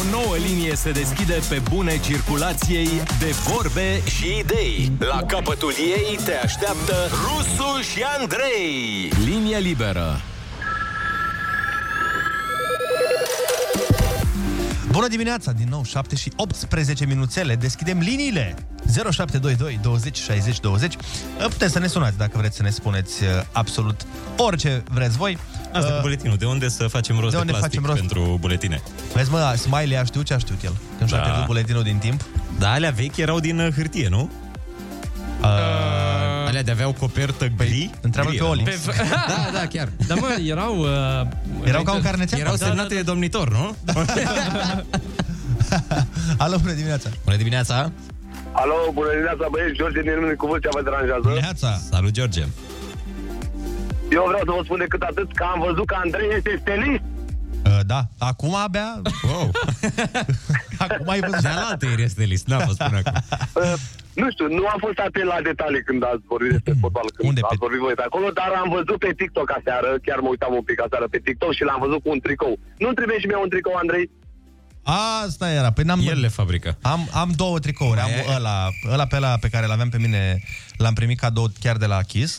[SPEAKER 1] O nouă linie se deschide pe bune circulației de vorbe și idei. La capătul ei te așteaptă Rusu și Andrei. Linie liberă.
[SPEAKER 7] Bună dimineața! Din nou 7 și 18 minuțele. Deschidem liniile! 0722 20 60 20. Uh, Puteți să ne sunați dacă vreți să ne spuneți uh, absolut orice vreți voi.
[SPEAKER 8] Asta
[SPEAKER 7] Uh,
[SPEAKER 8] cu buletinul. De unde să facem rost
[SPEAKER 7] de
[SPEAKER 8] de,
[SPEAKER 7] unde
[SPEAKER 8] plastic
[SPEAKER 7] facem rost?
[SPEAKER 8] pentru buletine?
[SPEAKER 7] Vezi, mă, Smiley a știut ce a știut el. Când și-a
[SPEAKER 8] Da.
[SPEAKER 7] pierdut buletinul din timp.
[SPEAKER 8] Da, alea vechi erau din uh, hârtie, nu?
[SPEAKER 7] Uh,
[SPEAKER 8] alea de aveau copertă gri?
[SPEAKER 7] Întreabă
[SPEAKER 8] Gri
[SPEAKER 7] pe
[SPEAKER 8] erau,
[SPEAKER 7] Oli.
[SPEAKER 8] nu? [LAUGHS] da, da, chiar.
[SPEAKER 17] Dar mă, erau... Uh,
[SPEAKER 7] Erau ca un carnețel?
[SPEAKER 8] Erau
[SPEAKER 7] Da,
[SPEAKER 8] semnate de domnitor, nu?
[SPEAKER 7] [LAUGHS] Alo, bună dimineața!
[SPEAKER 8] Bună dimineața!
[SPEAKER 18] Alo, bună dimineața, băieți, George din Râmnicu Vâlcea vă deranjează.
[SPEAKER 7] Neața!
[SPEAKER 8] Salut, George!
[SPEAKER 18] Eu vreau să vă spun decât atât că am văzut că Andrei este stilist.
[SPEAKER 7] Uh, da, acum abia...
[SPEAKER 8] Wow!
[SPEAKER 7] [LAUGHS] acum ai văzut...
[SPEAKER 8] Dar la tăieri este list, n-am văzut până acum.
[SPEAKER 18] Uh, nu știu, nu am fost atent la detalii când ați vorbit despre fotbal, când Unde ați vorbit voi de acolo, dar am văzut pe TikTok aseară, chiar mă uitam un pic aseară pe TikTok și l-am văzut cu un tricou. Nu-mi trebuie și mie un tricou, Andrei?
[SPEAKER 7] Asta era, păi n-am... El Eh.
[SPEAKER 8] le fabrică.
[SPEAKER 7] Am, am două tricouri, am ăla, ăla pe ăla pe care l-aveam pe mine, l-am primit cadou chiar de la Kiss.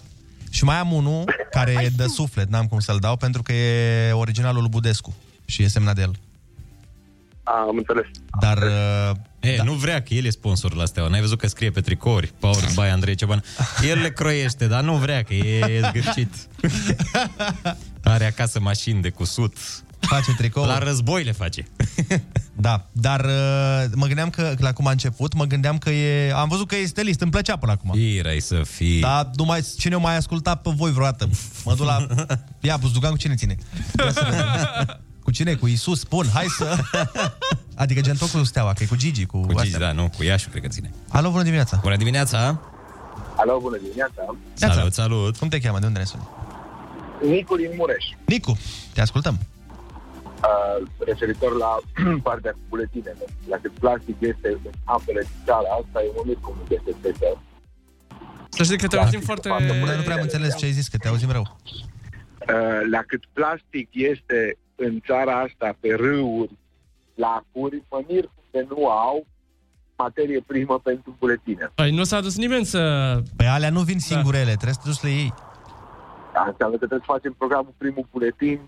[SPEAKER 7] Și mai am unul care e de suflet, n-am cum să-l dau, pentru că e originalul lui Budescu și e semnat de el.
[SPEAKER 18] am înțeles.
[SPEAKER 7] Dar... Uh,
[SPEAKER 8] e, da. nu vrea că el e sponsor la Steaua. N-ai văzut că scrie pe tricouri, Power by Andrei Cioban. El le croiește, dar nu vrea că e zgârcit. Are acasă mașini de cusut.
[SPEAKER 7] Face tricou.
[SPEAKER 8] La război le face.
[SPEAKER 7] Da, dar uh, mă gândeam că la cum a început, mă gândeam că e... Am văzut că e stelist, îmi plăcea până acum.
[SPEAKER 8] Irai să fii.
[SPEAKER 7] Dar nu mai, cine o mai asculta pe voi vreodată? Mă duc
[SPEAKER 8] [LAUGHS]
[SPEAKER 7] la... Ia, Buzdugan, cu cine ține? Ia să vedem. Cu cine? Cu Isus? Bun, hai
[SPEAKER 8] [LAUGHS]
[SPEAKER 7] să... Adică gen tot cu Steaua, că e cu Gigi, cu...
[SPEAKER 8] Cu Gigi, da, nu, cu Iașu, cred că ține.
[SPEAKER 7] Alo, bună dimineața!
[SPEAKER 8] Bună dimineața!
[SPEAKER 18] Alo, bună dimineața.
[SPEAKER 8] Salut, salut!
[SPEAKER 7] Cum te cheamă? De unde ne suni?
[SPEAKER 18] Nicu din Mureș,
[SPEAKER 7] Nicu, te ascultăm.
[SPEAKER 18] uh, referitor la [CLEARS THROAT] partea cu buletine, dacă plastic este în apele digitale, asta e un lucru cum este special.
[SPEAKER 17] Să știi că
[SPEAKER 8] Da.
[SPEAKER 17] te auzim foarte...
[SPEAKER 7] Dar nu prea am înțeles ce ai zis, că te auzim rău.
[SPEAKER 18] Uh, la cât plastic este în țara asta, pe râuri, lacuri, mă mir că nu au materie primă pentru buletine.
[SPEAKER 17] Păi nu s-a dus nimeni să...
[SPEAKER 7] Păi alea nu vin singurele, da. trebuie să te duci la ei.
[SPEAKER 18] Asta înseamnă că trebuie să facem programul primul buletin,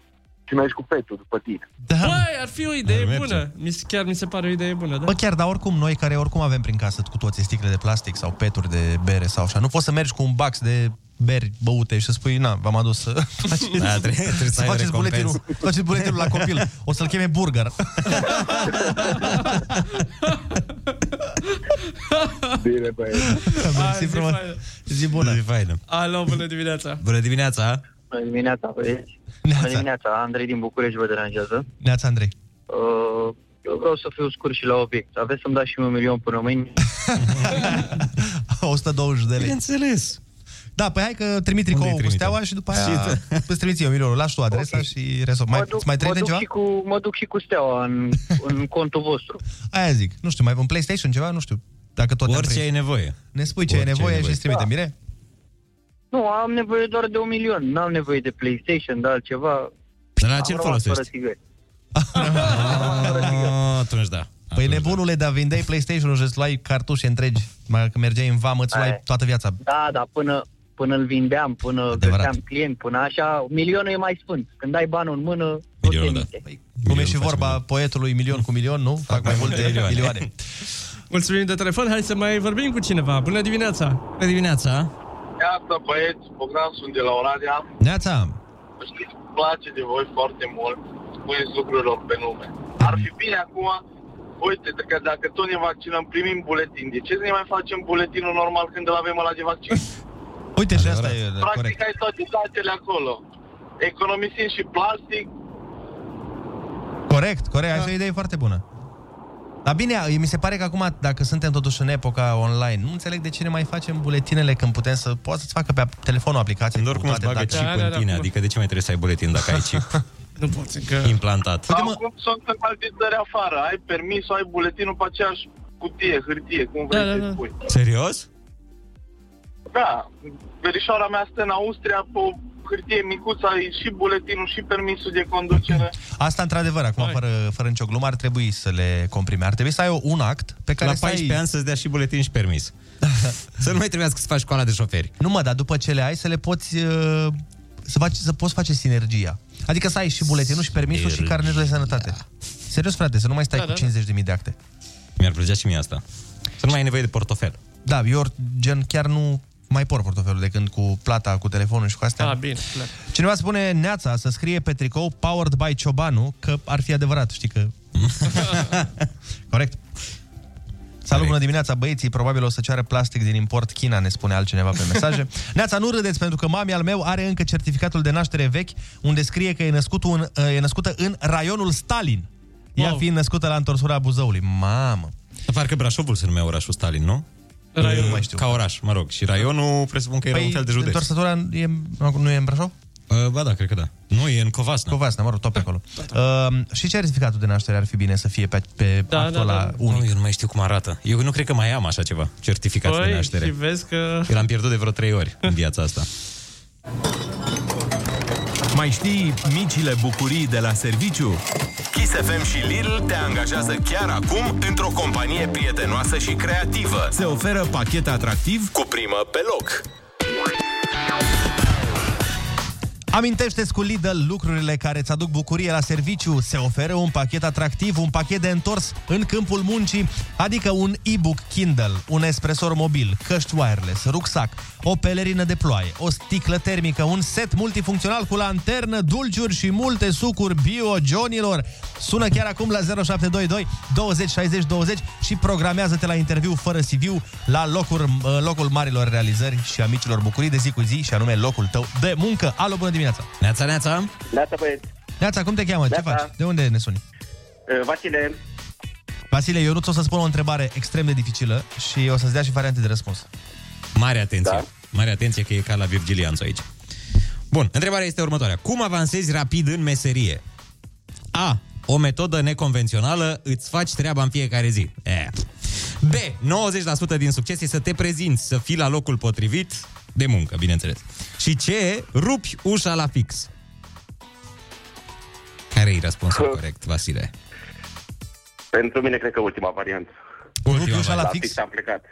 [SPEAKER 18] și mergi cu fetul după
[SPEAKER 8] [LAUGHS]
[SPEAKER 18] tine.
[SPEAKER 9] Da. Băi, ar fi o idee bună. Mi se, chiar mi se pare o idee bună, da?
[SPEAKER 7] Bă, chiar, dar oricum, noi care oricum avem prin casă cu toții sticle de plastic sau peturi de bere sau așa, nu poți să mergi cu un bax de beri băute și să spui, na, v-am adus să faceți,
[SPEAKER 8] Da, trebuie- trebuie să
[SPEAKER 7] să
[SPEAKER 8] ai o
[SPEAKER 7] faceți
[SPEAKER 8] recompensă.
[SPEAKER 7] buletinul, faceți buletinul la
[SPEAKER 9] [LAUGHS]
[SPEAKER 7] copil. O să-l cheme burger.
[SPEAKER 18] Bine, băieți.
[SPEAKER 7] Mersi frumos. Zi bună.
[SPEAKER 8] Zi faină.
[SPEAKER 9] Alo, bună dimineața.
[SPEAKER 8] Bună dimineața.
[SPEAKER 19] Bună dimineața, băieți. Bună dimineața, Andrei din București vă deranjează.
[SPEAKER 7] Neața, Andrei. [LAUGHS]
[SPEAKER 19] Uh, Eu vreau să fiu scurt și la obiect. Aveți să-mi dați și mie un milion până mâine?
[SPEAKER 7] 120 de lei. Bineînțeles. Da, păi hai că trimit tricoul cu steaua și după aia îți trimiți eu milionul. Lași tu adresa și resol. Mai, duc, mai
[SPEAKER 19] mă,
[SPEAKER 7] trimite
[SPEAKER 19] duc
[SPEAKER 7] ceva?
[SPEAKER 19] și cu, mă duc și cu steaua
[SPEAKER 8] [LAUGHS]
[SPEAKER 19] în, în contul vostru.
[SPEAKER 7] Aia zic. Nu știu, mai un PlayStation ceva? Nu știu. Dacă tot
[SPEAKER 19] Orice ai
[SPEAKER 7] nevoie. Ne spui ce ai
[SPEAKER 19] Orice ai
[SPEAKER 7] nevoie, și
[SPEAKER 19] nevoie.
[SPEAKER 7] îți trimitem,
[SPEAKER 19] Da.
[SPEAKER 7] bine?
[SPEAKER 19] Nu, am nevoie doar de un milion. N-am nevoie de PlayStation, de altceva.
[SPEAKER 8] Dar la
[SPEAKER 19] Am
[SPEAKER 8] ce îl
[SPEAKER 19] rămas
[SPEAKER 8] folosești?
[SPEAKER 19] fără țigări.
[SPEAKER 8] Ah, Atunci da.
[SPEAKER 7] Păi nebunule, dar vindeai PlayStation-ul și îți luai cartușe întregi. Mai că mergeai în vamă, îți luai
[SPEAKER 19] Aia.
[SPEAKER 7] toată viața.
[SPEAKER 19] Da, da, până, până îl vindeam, până găseam client, până așa. Milionul e mai sfânt. Când ai banul în mână,
[SPEAKER 7] Milionul, da. Cum e și vorba poetului milion cu milion, nu? Fac mai
[SPEAKER 9] [LAUGHS]
[SPEAKER 7] multe milioane.
[SPEAKER 9] Mulțumim de telefon, hai să mai vorbim cu cineva. Bună dimineața. Bună dimineața.
[SPEAKER 20] Iată, băieți, Bogdan sunt de la Oradea.
[SPEAKER 7] Neața.
[SPEAKER 20] Știți, îmi place de voi foarte mult. Spuneți lucrurilor pe nume. Ar fi bine acum, uite, că dacă tot ne vaccinăm, primim buletin. De ce să ne mai facem buletinul normal când îl avem la de vaccin?
[SPEAKER 7] Uite și asta e
[SPEAKER 20] Practic
[SPEAKER 7] corect.
[SPEAKER 20] ai toate datele acolo. Economisim și plastic,
[SPEAKER 7] Corect, corect,
[SPEAKER 8] Da.
[SPEAKER 7] așa e o idee foarte bună. Dar bine, mi se pare că acum, dacă suntem totuși în epoca online, nu înțeleg de ce ne mai facem buletinele când putem să poți să-ți facă pe telefon o aplicație. Doar
[SPEAKER 8] Oricum îți bagă
[SPEAKER 9] Da,
[SPEAKER 7] Da,
[SPEAKER 8] chip în tine, adică de ce mai trebuie să ai buletin dacă ai chip?
[SPEAKER 9] [LAUGHS] nu poți că...
[SPEAKER 8] Implantat.
[SPEAKER 20] Uite, cum sunt în alte țări afară. Ai permis, ai buletinul pe aceeași cutie, hârtie, cum vrei să-i spui.
[SPEAKER 8] Serios?
[SPEAKER 20] Da, verișoara mea stă în Austria, pe o hârtie micuță, ai și buletinul, și permisul de conducere.
[SPEAKER 7] Asta, într-adevăr, acum, fără, fără nicio glumă, ar trebui să le comprime. Ar trebui să ai o- un act pe care
[SPEAKER 8] La
[SPEAKER 7] să ai...
[SPEAKER 8] 14 ani să-ți dea și buletin și
[SPEAKER 7] [LAUGHS]
[SPEAKER 8] permis. Să nu mai trebuiască să faci școala de șoferi.
[SPEAKER 7] Nu mă, dar după ce le ai, să le poți... uh, Să, faci, să poți face sinergia. Adică să ai și buletinul și permisul și
[SPEAKER 8] Sinergia.
[SPEAKER 7] carnetul de sănătate. Serios, frate, să nu mai stai
[SPEAKER 8] Da,
[SPEAKER 7] da,
[SPEAKER 8] da,
[SPEAKER 7] cu
[SPEAKER 8] da.
[SPEAKER 7] 50.000 de acte.
[SPEAKER 8] Mi-ar plăcea și mie asta. Să nu mai ai nevoie de portofel.
[SPEAKER 7] Da, eu or- gen chiar nu mai por portofelul de când cu plata, cu telefonul și cu astea.
[SPEAKER 9] Ah, bine, clar.
[SPEAKER 7] Cineva spune Neața să scrie pe tricou Powered by Ciobanu, că ar fi adevărat, știi că... Corect. Salut, bună dimineața, băieții, probabil o să ceară plastic din import China, ne spune altcineva pe
[SPEAKER 8] [LAUGHS]
[SPEAKER 7] mesaje. Neața, nu râdeți, pentru că mami al meu are încă certificatul de naștere vechi, unde scrie că e, născut un, uh, e născută în raionul Stalin. Ea
[SPEAKER 8] Wow.
[SPEAKER 7] fiind născută la întorsura Buzăului. Mamă!
[SPEAKER 8] Parcă Brașovul se numea orașul Stalin, nu?
[SPEAKER 7] Raionul.
[SPEAKER 8] Nu mai știu. Ca oraș, mă rog. Și raionul presupun că era
[SPEAKER 7] Păi,
[SPEAKER 8] un fel de județ.
[SPEAKER 7] Întorsătura e, nu e în Brașov?
[SPEAKER 8] Uh, ba da, cred că da. Nu, e în Covasna. Da.
[SPEAKER 7] Covasna, mă rog, tot pe acolo. Uh, și certificatul de naștere ar fi bine să fie pe, pe da, actul ăla unic.
[SPEAKER 8] Nu, eu nu mai știu cum arată. Eu nu cred că mai am așa ceva, certificat de
[SPEAKER 9] Păi,
[SPEAKER 8] naștere.
[SPEAKER 9] și vezi că...
[SPEAKER 8] Eu l-am pierdut de vreo trei ori în viața asta.
[SPEAKER 21] Mai știi micile bucurii de la serviciu?
[SPEAKER 1] Kiss FM și Lidl te angajează chiar acum într-o companie prietenoasă și creativă.
[SPEAKER 21] Se oferă pachet atractiv
[SPEAKER 1] Cu primă pe loc.
[SPEAKER 7] Amintește-ți cu Lidl lucrurile care îți aduc bucurie la serviciu. Se oferă un pachet atractiv, un pachet de întors în câmpul muncii, adică un e-book Kindle, un espresor mobil, căști wireless, rucsac, o pelerină de ploaie, o sticlă termică, un set multifuncțional cu lanternă, dulciuri și multe sucuri bio Johnilor. Sună chiar acum la 0722 20 60 20 și programează-te la interviu fără CV la locul, uh, locul marilor realizări și a micilor bucurii de zi cu zi și anume locul tău de muncă. Alo, bună dimineața!
[SPEAKER 8] Neața, neața!
[SPEAKER 14] Neața, băieți.
[SPEAKER 7] Neața, cum te cheamă? Ce
[SPEAKER 14] Neața.
[SPEAKER 7] faci? De unde ne suni?
[SPEAKER 14] Uh, Vasile,
[SPEAKER 7] Vasile, eu nu o să spun o întrebare extrem de dificilă și o să-ți dea și variante de răspuns.
[SPEAKER 8] Mare atenție. Da. Mare atenție că e ca la Virgilianțu aici. Bun, întrebarea este următoarea. Cum avansezi rapid în meserie? A. O metodă neconvențională, îți faci treaba în fiecare zi. E. B. 90% din succes e să te prezinți, să fii la locul potrivit de muncă, bineînțeles. Și C. Rupi ușa la fix. Care e răspunsul corect, Vasile?
[SPEAKER 14] pentru mine cred că ultima variantă.
[SPEAKER 8] Ultima
[SPEAKER 14] variantă.
[SPEAKER 8] la
[SPEAKER 14] la
[SPEAKER 8] fix?
[SPEAKER 14] fix am plecat.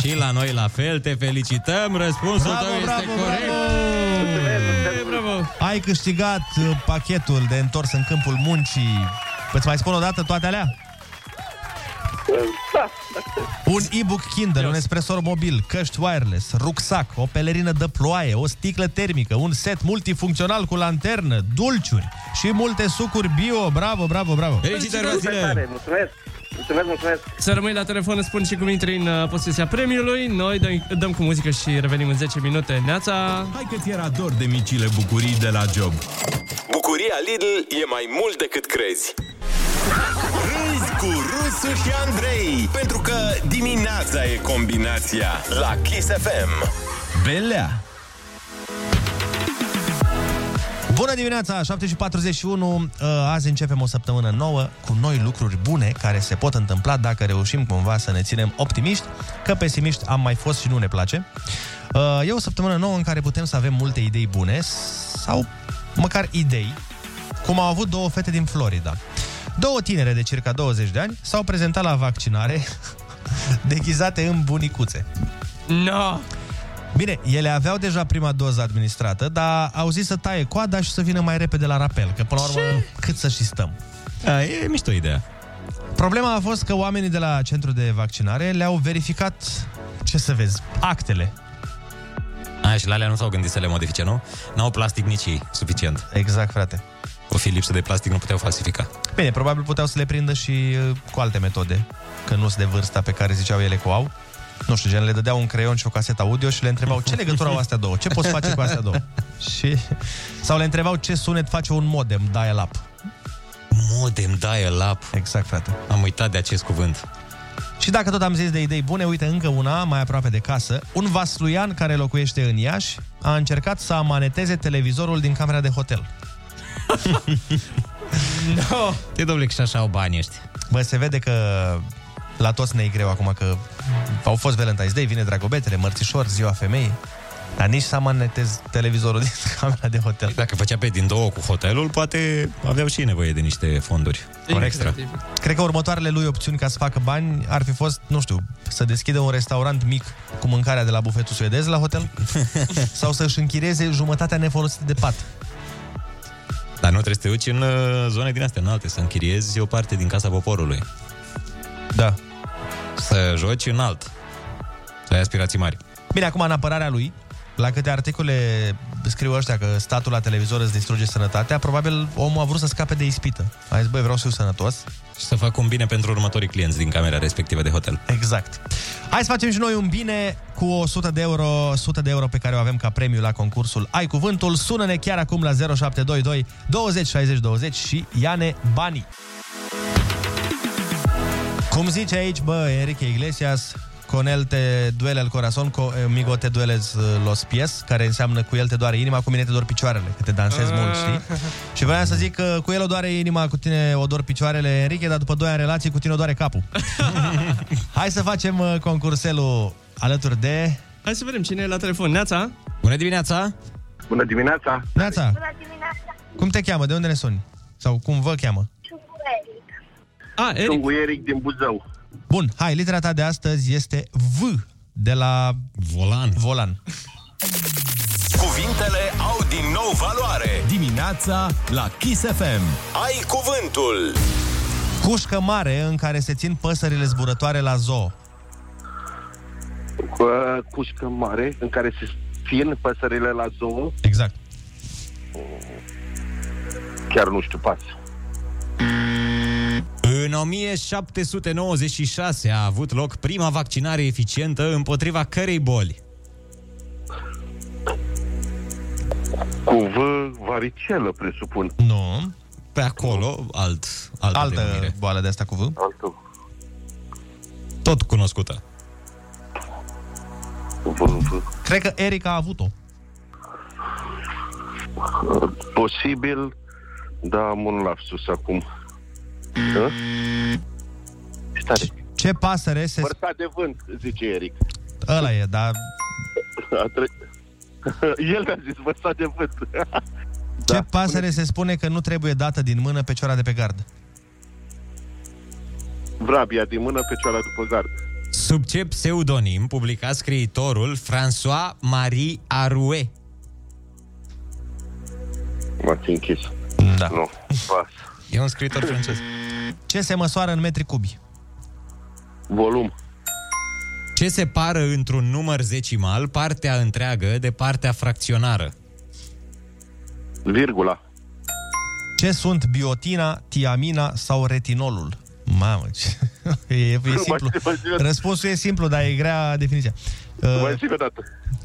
[SPEAKER 8] Și la noi la fel, te felicităm, răspunsul tău este corect.
[SPEAKER 7] Bravo!
[SPEAKER 9] Bravo!
[SPEAKER 7] Ai Ai câștigat uh, pachetul de întors în câmpul muncii. Îți mai spun o dată toate alea?
[SPEAKER 22] Da,
[SPEAKER 7] Un e-book Kindle, un espresor mobil, căști wireless, rucsac, o pelerină de ploaie, o sticlă termică, un set multifuncțional cu lanternă, dulciuri și multe sucuri bio. Bravo, bravo, bravo!
[SPEAKER 23] Mulțumesc! Mulțumesc, mulțumesc!
[SPEAKER 9] Să rămâi la telefon, îți spun și cum intri în uh, posesia premiului. Noi dăm, dăm cu muzică și revenim în 10 minute. Neața!
[SPEAKER 6] Hai că ți era dor de micile bucurii de la job.
[SPEAKER 1] Bucuria Lidl e mai mult decât crezi. Râzi cu Rusu și Andrei, pentru că dimineața e combinația la Kiss FM.
[SPEAKER 7] Belea! Bună dimineața, 7.41, uh, azi începem o săptămână nouă cu noi lucruri bune care se pot întâmpla dacă reușim cumva să ne ținem optimiști, că pesimiști am mai fost și nu ne place. Uh, E o săptămână nouă în care putem să avem multe idei bune sau măcar idei, cum au avut două fete din Florida. Două tinere de circa 20 de ani s-au prezentat la vaccinare [LAUGHS] deghizate în bunicuțe.
[SPEAKER 9] No!
[SPEAKER 7] Bine, ele aveau deja prima doză administrată, dar au zis să taie coada și să vină mai repede la rapel, că până la urmă cât să și stăm.
[SPEAKER 8] A, e mișto ideea.
[SPEAKER 7] Problema a fost că oamenii de la centru de vaccinare le-au verificat, ce să vezi, actele.
[SPEAKER 8] A, și la alea nu s-au gândit să le modifice, nu? N-au plastic nici ei, suficient.
[SPEAKER 7] Exact, frate.
[SPEAKER 8] O fi lipsă de plastic, nu puteau falsifica.
[SPEAKER 7] Bine, probabil puteau să le prindă și uh, cu alte metode, că nu sunt de vârsta pe care ziceau ele că o au. Nu știu, gen, le dădeau un creion și o casetă audio și le întrebau ce legătură au astea două, ce poți face cu astea două. Și... Sau le întrebau ce sunet face un modem dial-up.
[SPEAKER 8] Modem dial-up.
[SPEAKER 7] Exact, frate.
[SPEAKER 8] Am uitat de acest cuvânt.
[SPEAKER 7] Și dacă tot am zis de idei bune, uite încă una mai aproape de casă. Un vasluian care locuiește în Iași a încercat să amaneteze televizorul din camera de hotel.
[SPEAKER 9] no.
[SPEAKER 8] Te domnule, că și așa au bani ăștia.
[SPEAKER 7] Bă, se vede că la toți ne e greu acum că au fost Valentine's Day, vine Dragobetele, Mărțișor, Ziua Femeii. Dar nici să amanetez televizorul din [LAUGHS] camera de hotel.
[SPEAKER 8] Dacă făcea pe din două cu hotelul, poate aveau și ei nevoie de niște fonduri.
[SPEAKER 7] Exact,
[SPEAKER 8] Extra.
[SPEAKER 7] Cred că următoarele lui opțiuni ca să facă bani ar fi fost, nu știu, să deschidă un restaurant mic cu mâncarea de la bufetul suedez la hotel sau să-și închireze jumătatea nefolosită de pat.
[SPEAKER 8] Dar nu trebuie să te duci în uh, zone din astea înalte, să închiriezi o parte din Casa Poporului.
[SPEAKER 7] Da.
[SPEAKER 8] Să joci în alt. Să ai aspirații mari.
[SPEAKER 7] Bine, acum în apărarea lui, la câte articole scriu ăștia că statul la televizor îți distruge sănătatea, probabil omul a vrut să scape de ispită. A zis, băi, vreau să fiu sănătos.
[SPEAKER 8] Și să fac un bine pentru următorii clienți din camera respectivă de hotel.
[SPEAKER 7] Exact. Hai să facem și noi un bine cu 100 de euro, 100 de euro pe care o avem ca premiu la concursul Ai Cuvântul. Sună-ne chiar acum la 0722 20 60 20 și ia-ne banii. Cum zice aici, bă, Enrique Iglesias, con el te duele el corazon, conmigo te dueles uh, los pies, care înseamnă cu el te doare inima, cu mine te dor picioarele, că te
[SPEAKER 8] Ah.
[SPEAKER 7] dansez
[SPEAKER 9] Ah.
[SPEAKER 7] mult, știi? Și vreau să zic că cu el o doare inima, cu tine o dor picioarele, Enrique, dar după 2 ani relații, cu tine o doare
[SPEAKER 8] [LAUGHS]
[SPEAKER 7] capul. Hai să facem uh, concurselul alături de...
[SPEAKER 9] Hai să vedem cine e la telefon. Neața?
[SPEAKER 8] Bună dimineața!
[SPEAKER 7] Bună dimineața! Neața! Bună dimineața! Cum te cheamă? De unde ne suni? Sau cum vă cheamă?
[SPEAKER 9] A, Eric.
[SPEAKER 24] Sunt cu Eric din Buzău.
[SPEAKER 7] Bun, hai, litera ta de astăzi este V de la...
[SPEAKER 8] Volan.
[SPEAKER 7] Volan.
[SPEAKER 1] Cuvintele au din nou valoare.
[SPEAKER 6] Dimineața la Kiss FM.
[SPEAKER 1] Ai cuvântul.
[SPEAKER 7] Cușcă mare în care se țin păsările zburătoare la zoo.
[SPEAKER 24] Cu uh, cușcă mare în care se țin păsările la zoo.
[SPEAKER 7] Exact.
[SPEAKER 24] Chiar nu știu, pas.
[SPEAKER 8] În 1796 a avut loc prima vaccinare eficientă împotriva cărei boli?
[SPEAKER 24] Cu V, varicelă, presupun.
[SPEAKER 7] Nu.
[SPEAKER 8] Pe acolo, alt, altă,
[SPEAKER 7] Altă
[SPEAKER 8] denumire.
[SPEAKER 7] boală de asta cu V.
[SPEAKER 24] Altul.
[SPEAKER 8] Tot cunoscută.
[SPEAKER 7] Cred că Eric a avut-o.
[SPEAKER 24] Uh, Posibil, dar am un lapsus acum. Da? Stare.
[SPEAKER 7] Ce pasăre se...
[SPEAKER 24] Părta de vânt, zice Eric.
[SPEAKER 7] Ăla e, dar
[SPEAKER 24] A tre- [LAUGHS] El mi-a zis vărsa de vânt. [LAUGHS]
[SPEAKER 7] da. ce pasăre se spune că nu trebuie dată din mână pe ciora de pe gard?
[SPEAKER 24] Vrabia din mână pe ceala după gard.
[SPEAKER 8] Sub ce pseudonim publica scriitorul François-Marie Arouet?
[SPEAKER 22] m-ați închis.
[SPEAKER 8] Da.
[SPEAKER 22] Nu. Pas.
[SPEAKER 8] E un scriitor francez.
[SPEAKER 7] Ce se măsoară în metri cubi?
[SPEAKER 8] Volum. Ce separă într-un număr zecimal partea întreagă de partea fracționară?
[SPEAKER 22] Virgula.
[SPEAKER 7] Ce sunt biotina, tiamina sau retinolul? Mamă, ce... [LAUGHS] e, e simplu. Răspunsul e simplu, dar e grea definiția.
[SPEAKER 22] Mai
[SPEAKER 7] Uh,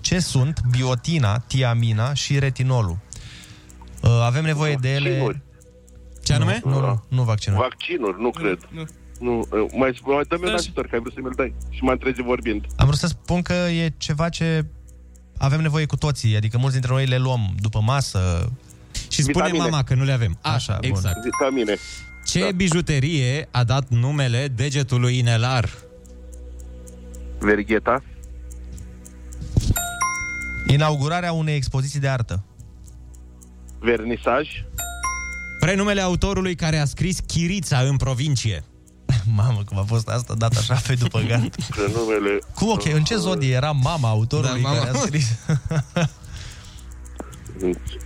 [SPEAKER 7] ce sunt biotina, tiamina și retinolul? Uh, avem nevoie de ele...
[SPEAKER 8] Ce anume?
[SPEAKER 7] Nu, nu, nu vaccinul.
[SPEAKER 22] Vaccinuri, nu cred. Nu,
[SPEAKER 24] ă,
[SPEAKER 22] nu. mai spune, mai dă-mi un ajutor, că ai vrut să mi-l dai. Și m-am trezit vorbind.
[SPEAKER 7] Am vrut să spun că e ceva ce avem nevoie cu toții, adică mulți dintre noi le luăm după masă.
[SPEAKER 8] Și spune Vitamine. mama că nu le avem. Așa,
[SPEAKER 7] bun.
[SPEAKER 8] exact.
[SPEAKER 22] Vitamine.
[SPEAKER 8] Ce da. bijuterie a dat numele degetului inelar?
[SPEAKER 22] Vergheta.
[SPEAKER 7] Inaugurarea unei expoziții de artă.
[SPEAKER 22] Vernisaj.
[SPEAKER 8] Prenumele autorului care a scris Chirița în provincie.
[SPEAKER 7] [LAUGHS] Mamă, cum a fost asta dat așa pe după gard.
[SPEAKER 22] Prenumele...
[SPEAKER 7] Cu ok, în ce zodie era mama autorului da,
[SPEAKER 8] Da,
[SPEAKER 7] mama.
[SPEAKER 8] mama.
[SPEAKER 7] care a
[SPEAKER 8] [LAUGHS]
[SPEAKER 7] scris?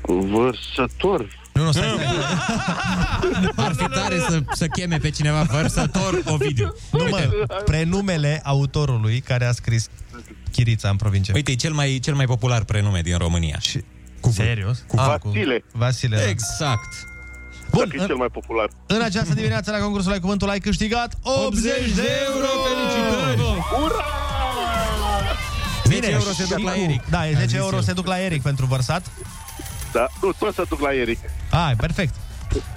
[SPEAKER 22] Vărsător.
[SPEAKER 8] Nu, nu, stai, stai. Ar fi tare să, să cheme pe cineva vărsător Ovidiu.
[SPEAKER 7] nu mă,
[SPEAKER 8] da.
[SPEAKER 7] prenumele autorului care a scris Chirița în provincie.
[SPEAKER 8] Uite, e cel mai, cel mai popular prenume din România.
[SPEAKER 7] Și...
[SPEAKER 8] Cu
[SPEAKER 7] Serios?
[SPEAKER 8] Cu
[SPEAKER 7] Ah,
[SPEAKER 8] ah,
[SPEAKER 7] cu-
[SPEAKER 8] Vasile.
[SPEAKER 7] Vasile. da.
[SPEAKER 8] Exact.
[SPEAKER 7] Bun,
[SPEAKER 22] e cel mai popular.
[SPEAKER 7] În această dimineață la concursul Ai Cuvântul ai câștigat 80 de euro! Felicitări!
[SPEAKER 22] Ura!
[SPEAKER 8] 10 euro se duc la Eric.
[SPEAKER 7] Da, e
[SPEAKER 8] Am
[SPEAKER 7] 10
[SPEAKER 8] zis
[SPEAKER 7] euro
[SPEAKER 8] eu.
[SPEAKER 7] se duc la Eric pentru vărsat.
[SPEAKER 22] Da, nu, tot să duc la Eric.
[SPEAKER 7] Ai, perfect.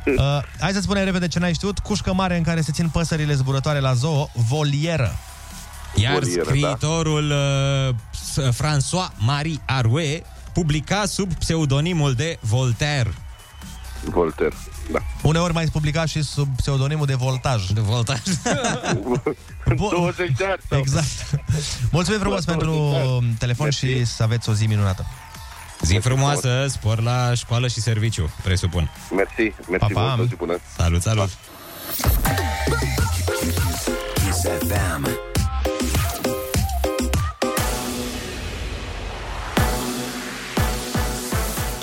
[SPEAKER 7] Uh, hai să spunem repede ce n-ai știut. Cușcă mare în care se țin păsările zburătoare la zoo, volieră.
[SPEAKER 8] Iar
[SPEAKER 7] Volieră, da.
[SPEAKER 8] scriitorul da. François Marie Arouet publica sub pseudonimul de Voltaire.
[SPEAKER 22] Voltaire, da.
[SPEAKER 7] Uneori mai publicat și sub pseudonimul de voltaj.
[SPEAKER 8] De voltaj.
[SPEAKER 22] [LAUGHS] 20 de ani. sau-
[SPEAKER 7] Exact. Mulțumim frumos pentru telefon și să aveți o zi minunată.
[SPEAKER 8] Zi frumoasă, spor la școală și serviciu, presupun.
[SPEAKER 22] Mersi, mersi
[SPEAKER 8] pa.
[SPEAKER 22] mult, o zi bună.
[SPEAKER 8] Salut, salut.
[SPEAKER 15] Kiss FM.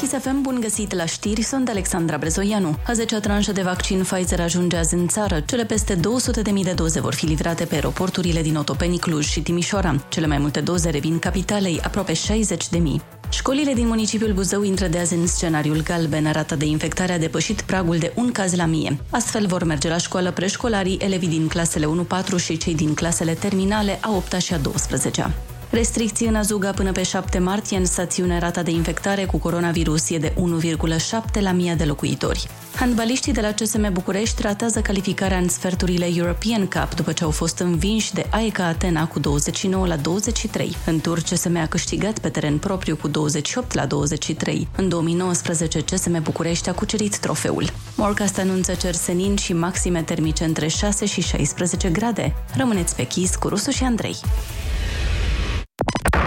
[SPEAKER 11] Chisafem, bun găsit la știri, sunt Alexandra Brezoianu. A 10-a tranșă de vaccin Pfizer ajunge azi în țară. Cele peste 200.000 de doze vor fi livrate pe aeroporturile din Otopeni, Cluj și Timișoara. Cele mai multe doze revin capitalei, aproape 60.000. Școlile din municipiul Buzău intră de azi în scenariul galben. Rata de infectare a depășit pragul de un caz la mie. Astfel vor merge la școală preșcolarii, elevii din clasele 1-4 și cei din clasele terminale a 8 și a 12 Restricții în Azuga până pe 7 martie în stațiune rata de infectare cu coronavirus e de 1,7 la 1000 de locuitori. Handbaliștii de la CSM București ratează calificarea în sferturile European Cup după ce au fost învinși de AEK Atena cu 29 la 23. În tur CSM a câștigat pe teren propriu cu 28 la 23. În 2019 CSM București a cucerit trofeul. Morcast anunță cer senin și maxime termice între 6 și 16 grade. Rămâneți pe chis cu Rusu și Andrei.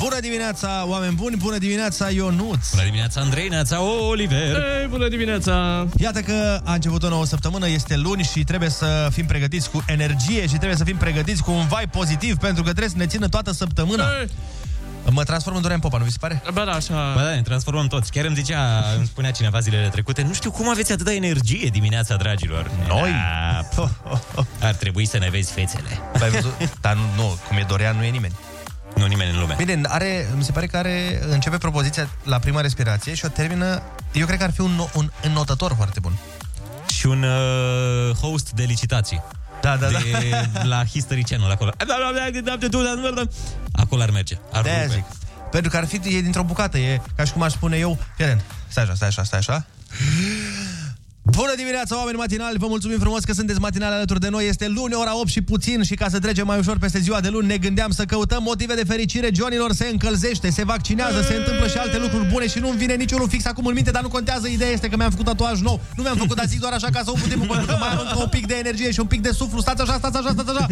[SPEAKER 7] Bună dimineața, oameni buni! Bună dimineața, Ionuț!
[SPEAKER 8] Bună dimineața, Andrei, neața, Oliver!
[SPEAKER 9] Ei, bună dimineața!
[SPEAKER 7] Iată că a început o nouă săptămână, este luni și trebuie să fim pregătiți cu energie și trebuie să fim pregătiți cu un vibe pozitiv pentru că trebuie să ne țină toată săptămâna. Mă transform în Dorian Popa, nu vi se pare?
[SPEAKER 9] Ba da, așa...
[SPEAKER 8] Bă, da, ne transformăm toți. Chiar îmi zicea, îmi spunea cineva zilele trecute, nu știu cum aveți atâta energie dimineața, dragilor. Noi? Da, ar trebui să ne vezi fețele.
[SPEAKER 7] L-ai văzut? Dar nu, nu, cum e Dorian, nu e nimeni.
[SPEAKER 8] Nu nimeni în lume.
[SPEAKER 7] Bine, are, mi se pare că are, începe propoziția la prima respirație și o termină, eu cred că ar fi un, no- un înnotător foarte bun.
[SPEAKER 8] Și un uh, host de licitații.
[SPEAKER 7] Da, da,
[SPEAKER 8] de, da. La History Channel, acolo. Acolo ar merge. Ar
[SPEAKER 7] de
[SPEAKER 8] rupe.
[SPEAKER 7] zic. Pentru că ar fi, e dintr-o bucată, e ca și cum aș spune eu, fii atent, stai așa, stai așa, stai așa. Bună dimineața, oameni matinali! Vă mulțumim frumos că sunteți matinali alături de noi. Este luni, ora 8 și puțin și ca să trecem mai ușor peste ziua de luni, ne gândeam să căutăm motive de fericire. Johnilor se încălzește, se vaccinează, se întâmplă și alte lucruri bune și nu-mi vine niciunul fix acum în minte, dar nu contează. Ideea este că mi-am făcut tatuaj nou. Nu mi-am făcut, dar zic doar așa ca să o putem cu pentru că mai am încă un pic de energie și un pic de suflu. Stați așa, stați așa, stați așa.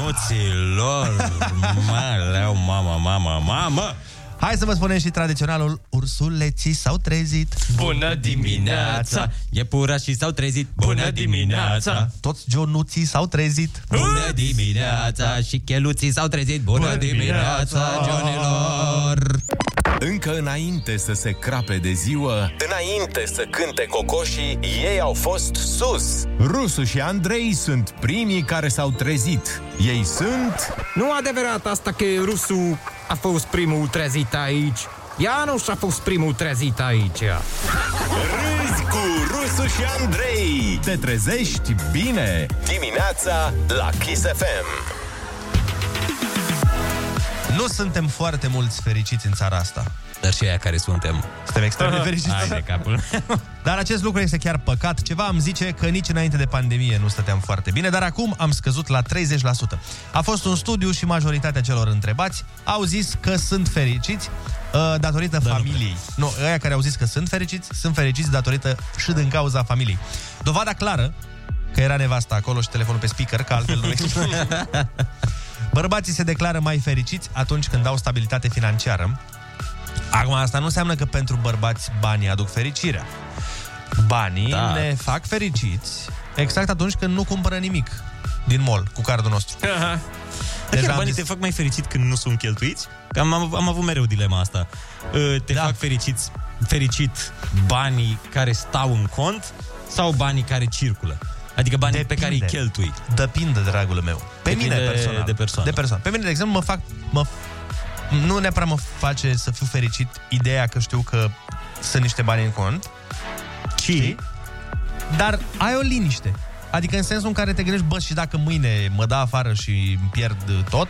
[SPEAKER 8] Jonuților, maleu, mama, mama, mama!
[SPEAKER 7] Hai să vă spunem și tradiționalul Ursuleții s-au trezit
[SPEAKER 8] Bună dimineața! Iepurașii s-au trezit Bună dimineața!
[SPEAKER 7] Toți Jonuții s-au trezit
[SPEAKER 8] Bună dimineața! Și cheluții s-au trezit Bună dimineața, Johnilor!
[SPEAKER 1] Încă înainte să se crape de ziua, înainte să cânte cocoșii, ei au fost sus.
[SPEAKER 6] Rusu și Andrei sunt primii care s-au trezit. Ei sunt...
[SPEAKER 25] Nu adevărat asta că rusul a fost primul trezit aici. Ea nu și-a fost primul trezit aici.
[SPEAKER 1] Râzi cu Rusu și Andrei!
[SPEAKER 6] Te trezești bine!
[SPEAKER 1] Dimineața la Kiss FM.
[SPEAKER 7] Nu suntem foarte mulți fericiți în țara [LAUGHS] asta.
[SPEAKER 8] Dar și aia care suntem.
[SPEAKER 7] Suntem extrem de fericiți.
[SPEAKER 8] Hai
[SPEAKER 7] [LAUGHS]
[SPEAKER 8] de capul.
[SPEAKER 7] Dar acest lucru este chiar păcat. Ceva îmi zice că nici înainte de pandemie nu stăteam foarte bine, dar acum am scăzut la 30%. A fost un studiu și majoritatea celor întrebați au zis că sunt fericiți uh, datorită da, familiei. Nu, nu, aia care au zis că sunt fericiți, sunt fericiți datorită și din cauza familiei. Dovada clară că era nevasta acolo și telefonul pe speaker, că altfel [LAUGHS] nu Bărbații se declară mai fericiți atunci când au stabilitate financiară. Acum, asta nu înseamnă că pentru bărbați banii aduc fericirea. Banii da.
[SPEAKER 8] Da.
[SPEAKER 7] ne fac fericiți exact atunci când nu cumpără nimic din mall cu cardul nostru.
[SPEAKER 8] Aha.
[SPEAKER 7] Deja
[SPEAKER 8] Deci
[SPEAKER 7] am
[SPEAKER 8] banii
[SPEAKER 7] zis-
[SPEAKER 8] te fac mai fericit când nu sunt cheltuiți? Că am, am avut mereu dilema asta. Uh, Te da. fac fericit, fericit banii care stau în cont sau banii care circulă? Adică banii pe care îi
[SPEAKER 7] Depinde.
[SPEAKER 8] cheltui.
[SPEAKER 7] Depinde, dragul meu. Pe
[SPEAKER 8] Depinde
[SPEAKER 7] mine personal.
[SPEAKER 8] de persoană.
[SPEAKER 7] De persoană. Pe mine, de exemplu, mă fac... Mă, nu neapărat mă face să fiu fericit ideea că știu că sunt niște bani în cont. Ci? Dar ai o liniște. Adică în sensul în care te gândești, bă, și dacă mâine mă dă afară și îmi pierd tot,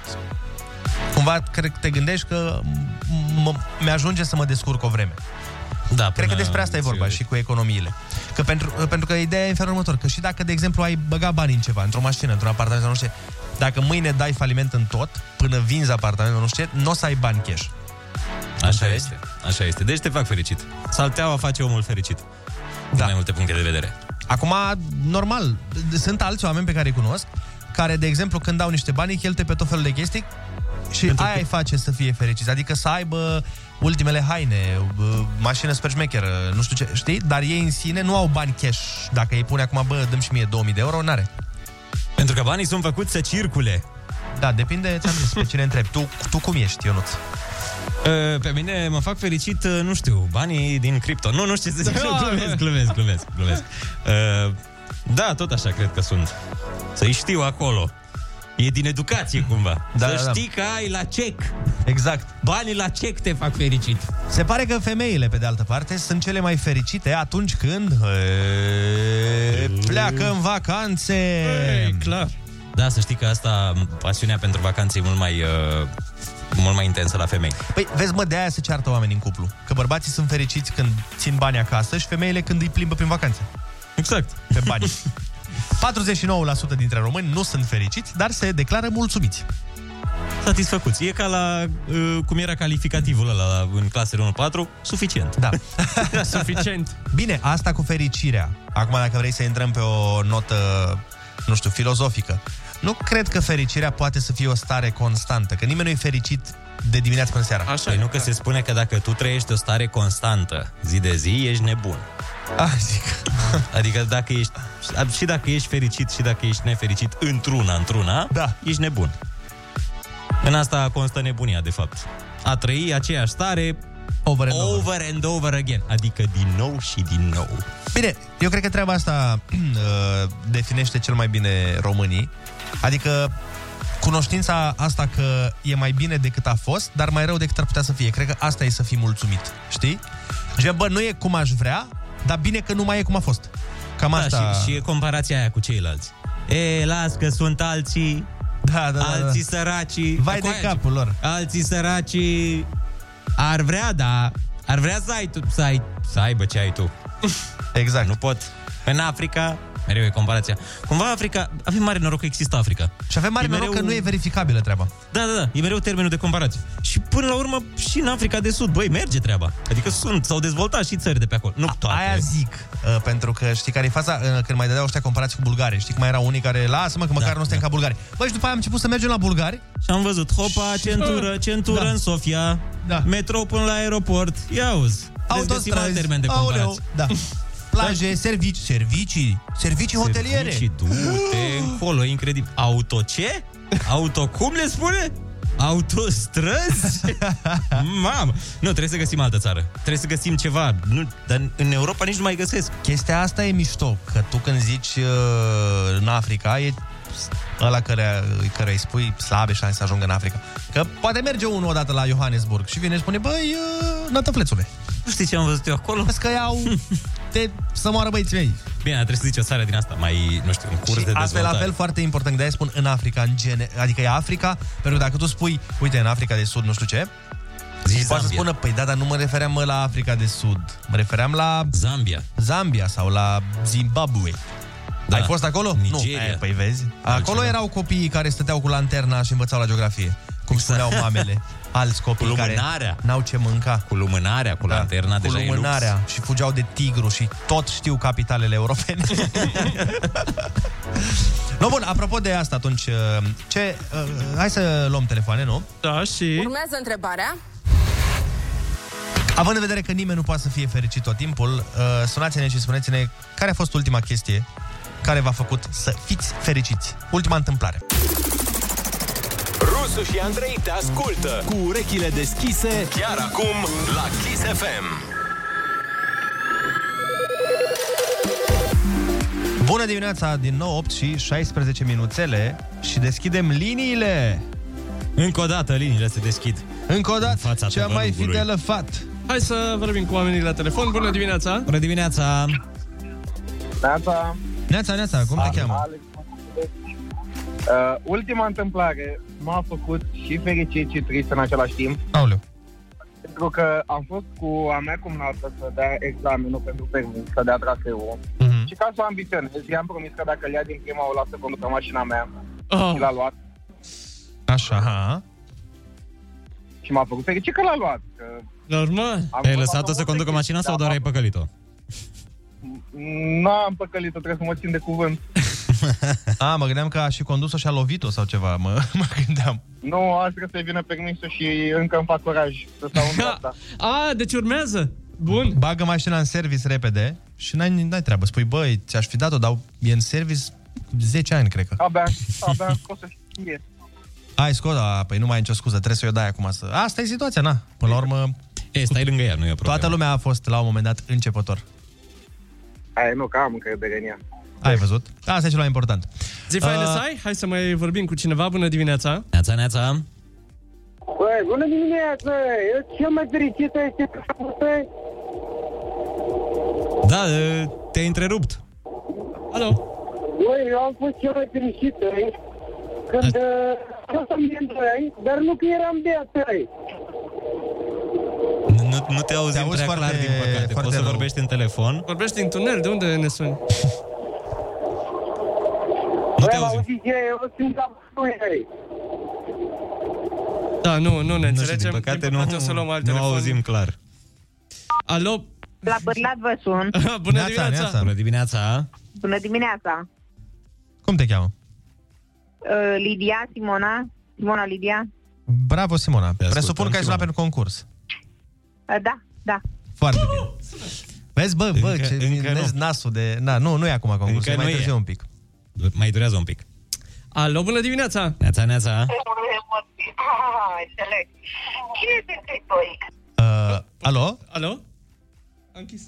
[SPEAKER 7] cumva cred că te gândești că m- m- mi-ajunge să mă descurc o vreme.
[SPEAKER 8] Da,
[SPEAKER 7] Cred că despre asta e vorba și cu economiile. Că pentru, pentru că ideea e în felul următor, că și dacă, de exemplu, ai băga bani în ceva, într-o mașină, într-un apartament sau nu știu ce, dacă mâine dai faliment în tot, până vinzi apartamentul, nu știu ce, nu o să ai bani cash.
[SPEAKER 8] Așa este. Așa este. Deci te fac fericit.
[SPEAKER 7] Da.
[SPEAKER 8] Salteaua face omul fericit. Da. mai multe puncte de vedere.
[SPEAKER 7] Acum, normal, sunt alți oameni pe care îi cunosc, care, de exemplu, când dau niște bani, îi cheltuie pe tot felul de chestii și Pentru aia îi face să fie fericiți. Adică să aibă ultimele haine, bă, mașină sperșmecheră, nu știu ce, știi? Dar ei în sine nu au bani cash. Dacă ei pune acum, bă, dăm și mie 2000 de euro, n-are.
[SPEAKER 8] Pentru că banii sunt făcuți să circule.
[SPEAKER 7] Da, depinde, ți-am zis, pe cine întrebi. Tu, tu cum ești, Ionuț?
[SPEAKER 8] Uh, Pe mine mă fac fericit, uh, nu știu, banii din cripto. Nu, nu
[SPEAKER 7] [LAUGHS]
[SPEAKER 8] știu [LAUGHS] ce să zic.
[SPEAKER 7] Da.
[SPEAKER 8] Glumesc, glumesc, glumesc, glumesc. Uh, Da, tot așa cred că sunt. Să-i știu acolo. E din educație cumva.
[SPEAKER 7] [LAUGHS] Da,
[SPEAKER 8] Da, să
[SPEAKER 7] da, da.
[SPEAKER 8] știi că ai la cec.
[SPEAKER 7] Exact.
[SPEAKER 8] Banii la cec te fac fericit.
[SPEAKER 7] Se pare că femeile, pe de altă parte, sunt cele mai fericite atunci când e, pleacă în vacanțe. E,
[SPEAKER 8] clar. Da, să știi că asta, m, pasiunea pentru vacanțe e mult mai, uh, mult mai intensă la femei.
[SPEAKER 7] Păi, vezi, mă, de aia se ceartă oamenii în cuplu. Că bărbații sunt fericiți când țin bani acasă și femeile când îi plimbă prin vacanțe.
[SPEAKER 8] Exact.
[SPEAKER 7] Pe bani. 49% dintre români nu sunt fericiți, dar se declară mulțumiți.
[SPEAKER 8] Satisfăcuți. E ca la uh, cum era calificativul ăla la, în clasele 1-4, suficient.
[SPEAKER 7] Da.
[SPEAKER 8] [LAUGHS] suficient.
[SPEAKER 7] Bine, asta cu fericirea. Acum, dacă vrei să intrăm pe o notă, nu știu, filozofică, nu cred că fericirea poate să fie o stare constantă, că nimeni nu e fericit de dimineață până seara.
[SPEAKER 8] Așa păi nu că se spune că dacă tu trăiești o stare constantă, zi de zi, ești nebun.
[SPEAKER 7] Adică,
[SPEAKER 8] [LAUGHS] adică dacă ești, și dacă ești fericit și dacă ești nefericit într-una, într-una, da. ești nebun. În asta constă nebunia, de fapt. A trăi aceeași stare
[SPEAKER 7] over
[SPEAKER 8] and over, over, and over again. Adică din nou și din nou.
[SPEAKER 7] Bine, eu cred că treaba asta [CLEARS THROAT] uh, definește cel mai bine românii. Adică cunoștința asta că e mai bine decât a fost, dar mai rău decât ar putea să fie. Cred că asta e să fii mulțumit, știi? Gen, bă, nu e cum aș vrea, dar bine că nu mai e cum a fost. Cam asta.
[SPEAKER 8] Da, și, și e comparația aia cu ceilalți. E, las că sunt alții,
[SPEAKER 7] da, da, da.
[SPEAKER 8] alții săracii.
[SPEAKER 7] Vai
[SPEAKER 8] Cu
[SPEAKER 7] de
[SPEAKER 8] aia
[SPEAKER 7] capul lor.
[SPEAKER 8] Alții săraci ar vrea, da, ar vrea să ai tu, să, ai, să aibă ce ai tu.
[SPEAKER 7] [LAUGHS] Exact.
[SPEAKER 8] Nu pot. În Africa, mereu e comparația. Cumva Africa, avem mare noroc că există Africa.
[SPEAKER 7] Și avem mare noroc că nu e verificabilă treaba.
[SPEAKER 8] Da, da, da, e mereu termenul de comparație. Și până la urmă, și în Africa de Sud, băi, merge treaba. Adică sunt, s-au dezvoltat și țări de pe acolo. Nu toate.
[SPEAKER 7] Aia zic, uh, pentru că știi care e faza uh, când mai dădeau ăștia comparații cu bulgari. Știi că mai erau unii care, lasă-mă că măcar da, nu suntem da. ca bulgari. Băi, și după aia am început să mergem la bulgari.
[SPEAKER 8] Și am văzut, hopa, centură, centură da. în Sofia, da. metrou până la aeroport. Ia uzi, dezgăsim alt termen de comparație.
[SPEAKER 7] Aoleu, da. Plaje, servici, servicii, servicii hoteliere.
[SPEAKER 8] Servicii, du-te
[SPEAKER 7] [GASPS]
[SPEAKER 8] încolo, incredibil. Auto ce? Auto cum le spune? Autostrăzi?
[SPEAKER 7] [LAUGHS]
[SPEAKER 8] Mamă! Nu, trebuie să găsim altă țară. Trebuie să găsim ceva. Nu, dar în Europa nici nu mai găsesc.
[SPEAKER 7] Chestia asta e mișto, că tu când zici uh, în Africa, e ăla care, care îi spui slabe șanse să ajungă în Africa. Că poate merge unul odată la Johannesburg și vine și spune, băi, uh, nătăflețule.
[SPEAKER 8] Nu știi ce am văzut eu acolo?
[SPEAKER 7] Vezi că
[SPEAKER 8] [LAUGHS]
[SPEAKER 7] iau te, să moară băieții mei.
[SPEAKER 8] Bine, trebuie să zici o țară din asta, mai, nu știu, în curs
[SPEAKER 7] și
[SPEAKER 8] de
[SPEAKER 7] asta e la
[SPEAKER 8] dezvoltare.
[SPEAKER 7] fel foarte important, de-aia spun în Africa, în gene, adică e Africa, pentru că dacă tu spui, uite, în Africa de Sud, nu știu ce, Zici poate
[SPEAKER 8] Zambia.
[SPEAKER 7] să spună, păi da, dar nu mă refeream mă, la Africa de Sud, mă refeream la
[SPEAKER 8] Zambia.
[SPEAKER 7] Zambia sau la Zimbabwe. Da.
[SPEAKER 8] Da.
[SPEAKER 7] Ai fost acolo?
[SPEAKER 8] Nigeria.
[SPEAKER 7] Nu. E, păi vezi. Acolo erau copiii care stăteau cu lanterna și învățau la geografie, cum spuneau
[SPEAKER 8] [LAUGHS]
[SPEAKER 7] mamele. Alți
[SPEAKER 8] Exact.
[SPEAKER 7] copii
[SPEAKER 8] Cu
[SPEAKER 7] care
[SPEAKER 8] lumânarea.
[SPEAKER 7] n-au ce mânca. Da.
[SPEAKER 8] Cu lumânarea, cu lanterna,
[SPEAKER 7] cu
[SPEAKER 8] deja e lux.
[SPEAKER 7] lumânarea și fugeau de tigru și tot știu capitalele europene. [LAUGHS] no, bun, apropo de asta atunci, ce, uh, hai să luăm telefoane, nu?
[SPEAKER 9] Da,
[SPEAKER 12] [LAUGHS]
[SPEAKER 9] și...
[SPEAKER 3] Urmează întrebarea.
[SPEAKER 7] Având în vedere că nimeni nu poate să fie fericit tot timpul, uh, sunați-ne și spuneți-ne care a fost ultima chestie care v-a făcut să fiți fericiți. Ultima întâmplare.
[SPEAKER 15] Rusu și Andrei te ascultă cu urechile deschise chiar acum la Kiss FM.
[SPEAKER 7] Bună dimineața, din nou 8 și 16 minuțele și deschidem liniile.
[SPEAKER 8] Încă o dată liniile se deschid.
[SPEAKER 7] Încă o dată, fața cea mai
[SPEAKER 9] tăvărugului.
[SPEAKER 7] fidelă fat.
[SPEAKER 9] Hai să vorbim cu oamenii la telefon. Bună dimineața!
[SPEAKER 8] Bună dimineața!
[SPEAKER 18] Neața.
[SPEAKER 7] Neața, neața, cum te cheamă?
[SPEAKER 18] Da, Alex. Uh, ultima întâmplare m-a făcut și fericit și trist în același timp.
[SPEAKER 7] Aoleu.
[SPEAKER 18] Pentru că am fost cu a mea cumnată să dea examenul pentru permis, să dea traseul. Mm-hmm. Și ca să o ambiționez, i-am promis că dacă le ia din prima o las să conducă mașina mea.
[SPEAKER 7] Oh.
[SPEAKER 18] Și l-a luat.
[SPEAKER 7] Așa. Aha.
[SPEAKER 18] Și m-a făcut fericit că l-a luat. Că
[SPEAKER 9] Normal.
[SPEAKER 18] Am
[SPEAKER 8] Ai
[SPEAKER 18] fost
[SPEAKER 8] lăsat-o
[SPEAKER 18] acolo
[SPEAKER 8] să conducă mașina
[SPEAKER 18] Da,
[SPEAKER 8] sau doar ai păcălit-o?
[SPEAKER 18] n-am păcălit-o, trebuie să mă țin de cuvânt.
[SPEAKER 7] A, mă gândeam că a și condus-o și a lovit-o sau ceva, mă, mă gândeam.
[SPEAKER 18] Nu, azi trebuie să-i vină permisul și încă îmi fac curaj să stau în dreapta.
[SPEAKER 9] A, deci urmează. Bun.
[SPEAKER 7] Bagă mașina în service repede și n-ai, n-ai treabă. Spui, băi, ți-aș fi dat-o, dar e în service 10 ani, cred că.
[SPEAKER 18] Abia,
[SPEAKER 7] [LAUGHS]
[SPEAKER 18] abia o să știe.
[SPEAKER 7] Ai scos, a, păi nu mai ai nicio scuză, trebuie să o dai acum să... Asta e situația, na. Până la urmă...
[SPEAKER 8] E, stai lângă ea, nu e o
[SPEAKER 7] Toată lumea a fost la un moment dat începător.
[SPEAKER 18] Aia nu, că am încredere în ea.
[SPEAKER 7] Ai văzut? Asta e cel mai important.
[SPEAKER 9] Zi faină
[SPEAKER 7] Ah.
[SPEAKER 9] să ai? Hai să mai vorbim cu cineva. Bună dimineața!
[SPEAKER 8] Neața, neața!
[SPEAKER 26] Băi, bună dimineața! Eu cel mai fericită este că am avut pe...
[SPEAKER 8] Da, e, te-ai întrerupt.
[SPEAKER 9] Alo?
[SPEAKER 26] Băi, eu am fost cel mai fericită când uh, am doi, dar nu că eram beată.
[SPEAKER 8] Nu, nu te auzim prea foarte, clar, din păcate. Poți să vorbești în telefon?
[SPEAKER 9] Vorbești din tunel, de unde ne suni?
[SPEAKER 8] Nu te auzim.
[SPEAKER 26] Auzi, eu sunt absolut.
[SPEAKER 9] Da, nu, nu ne înțelegem.
[SPEAKER 8] din păcate,
[SPEAKER 9] Din
[SPEAKER 8] nu,
[SPEAKER 9] o să luăm alt
[SPEAKER 8] nu
[SPEAKER 9] telefon.
[SPEAKER 8] auzim clar.
[SPEAKER 9] Alo?
[SPEAKER 27] La Bârlat vă
[SPEAKER 7] [LAUGHS]
[SPEAKER 27] sun.
[SPEAKER 9] Bună dimineața!
[SPEAKER 8] Bună dimineața!
[SPEAKER 27] Bună dimineața.
[SPEAKER 7] Cum te cheamă?
[SPEAKER 27] Uh, Lidia, Simona, Simona Lidia.
[SPEAKER 7] Bravo, Simona. Presupun că ai sunat pentru concurs.
[SPEAKER 27] Uh, da, da.
[SPEAKER 7] Foarte
[SPEAKER 3] [LAUGHS]
[SPEAKER 7] bine. Vezi, bă, bă,
[SPEAKER 8] Încă-
[SPEAKER 7] ce
[SPEAKER 8] încă
[SPEAKER 7] vezi nasul de... Na, nu, nu e acum concurs,
[SPEAKER 8] Încă
[SPEAKER 7] e mai
[SPEAKER 8] nu e.
[SPEAKER 7] târziu un pic.
[SPEAKER 8] Mai durează un pic.
[SPEAKER 9] Alo, bună dimineața!
[SPEAKER 8] Neața, neața!
[SPEAKER 27] Ah, înțeleg. Cine sunteți voi?
[SPEAKER 7] Uh, alo?
[SPEAKER 9] Alo? Am închis.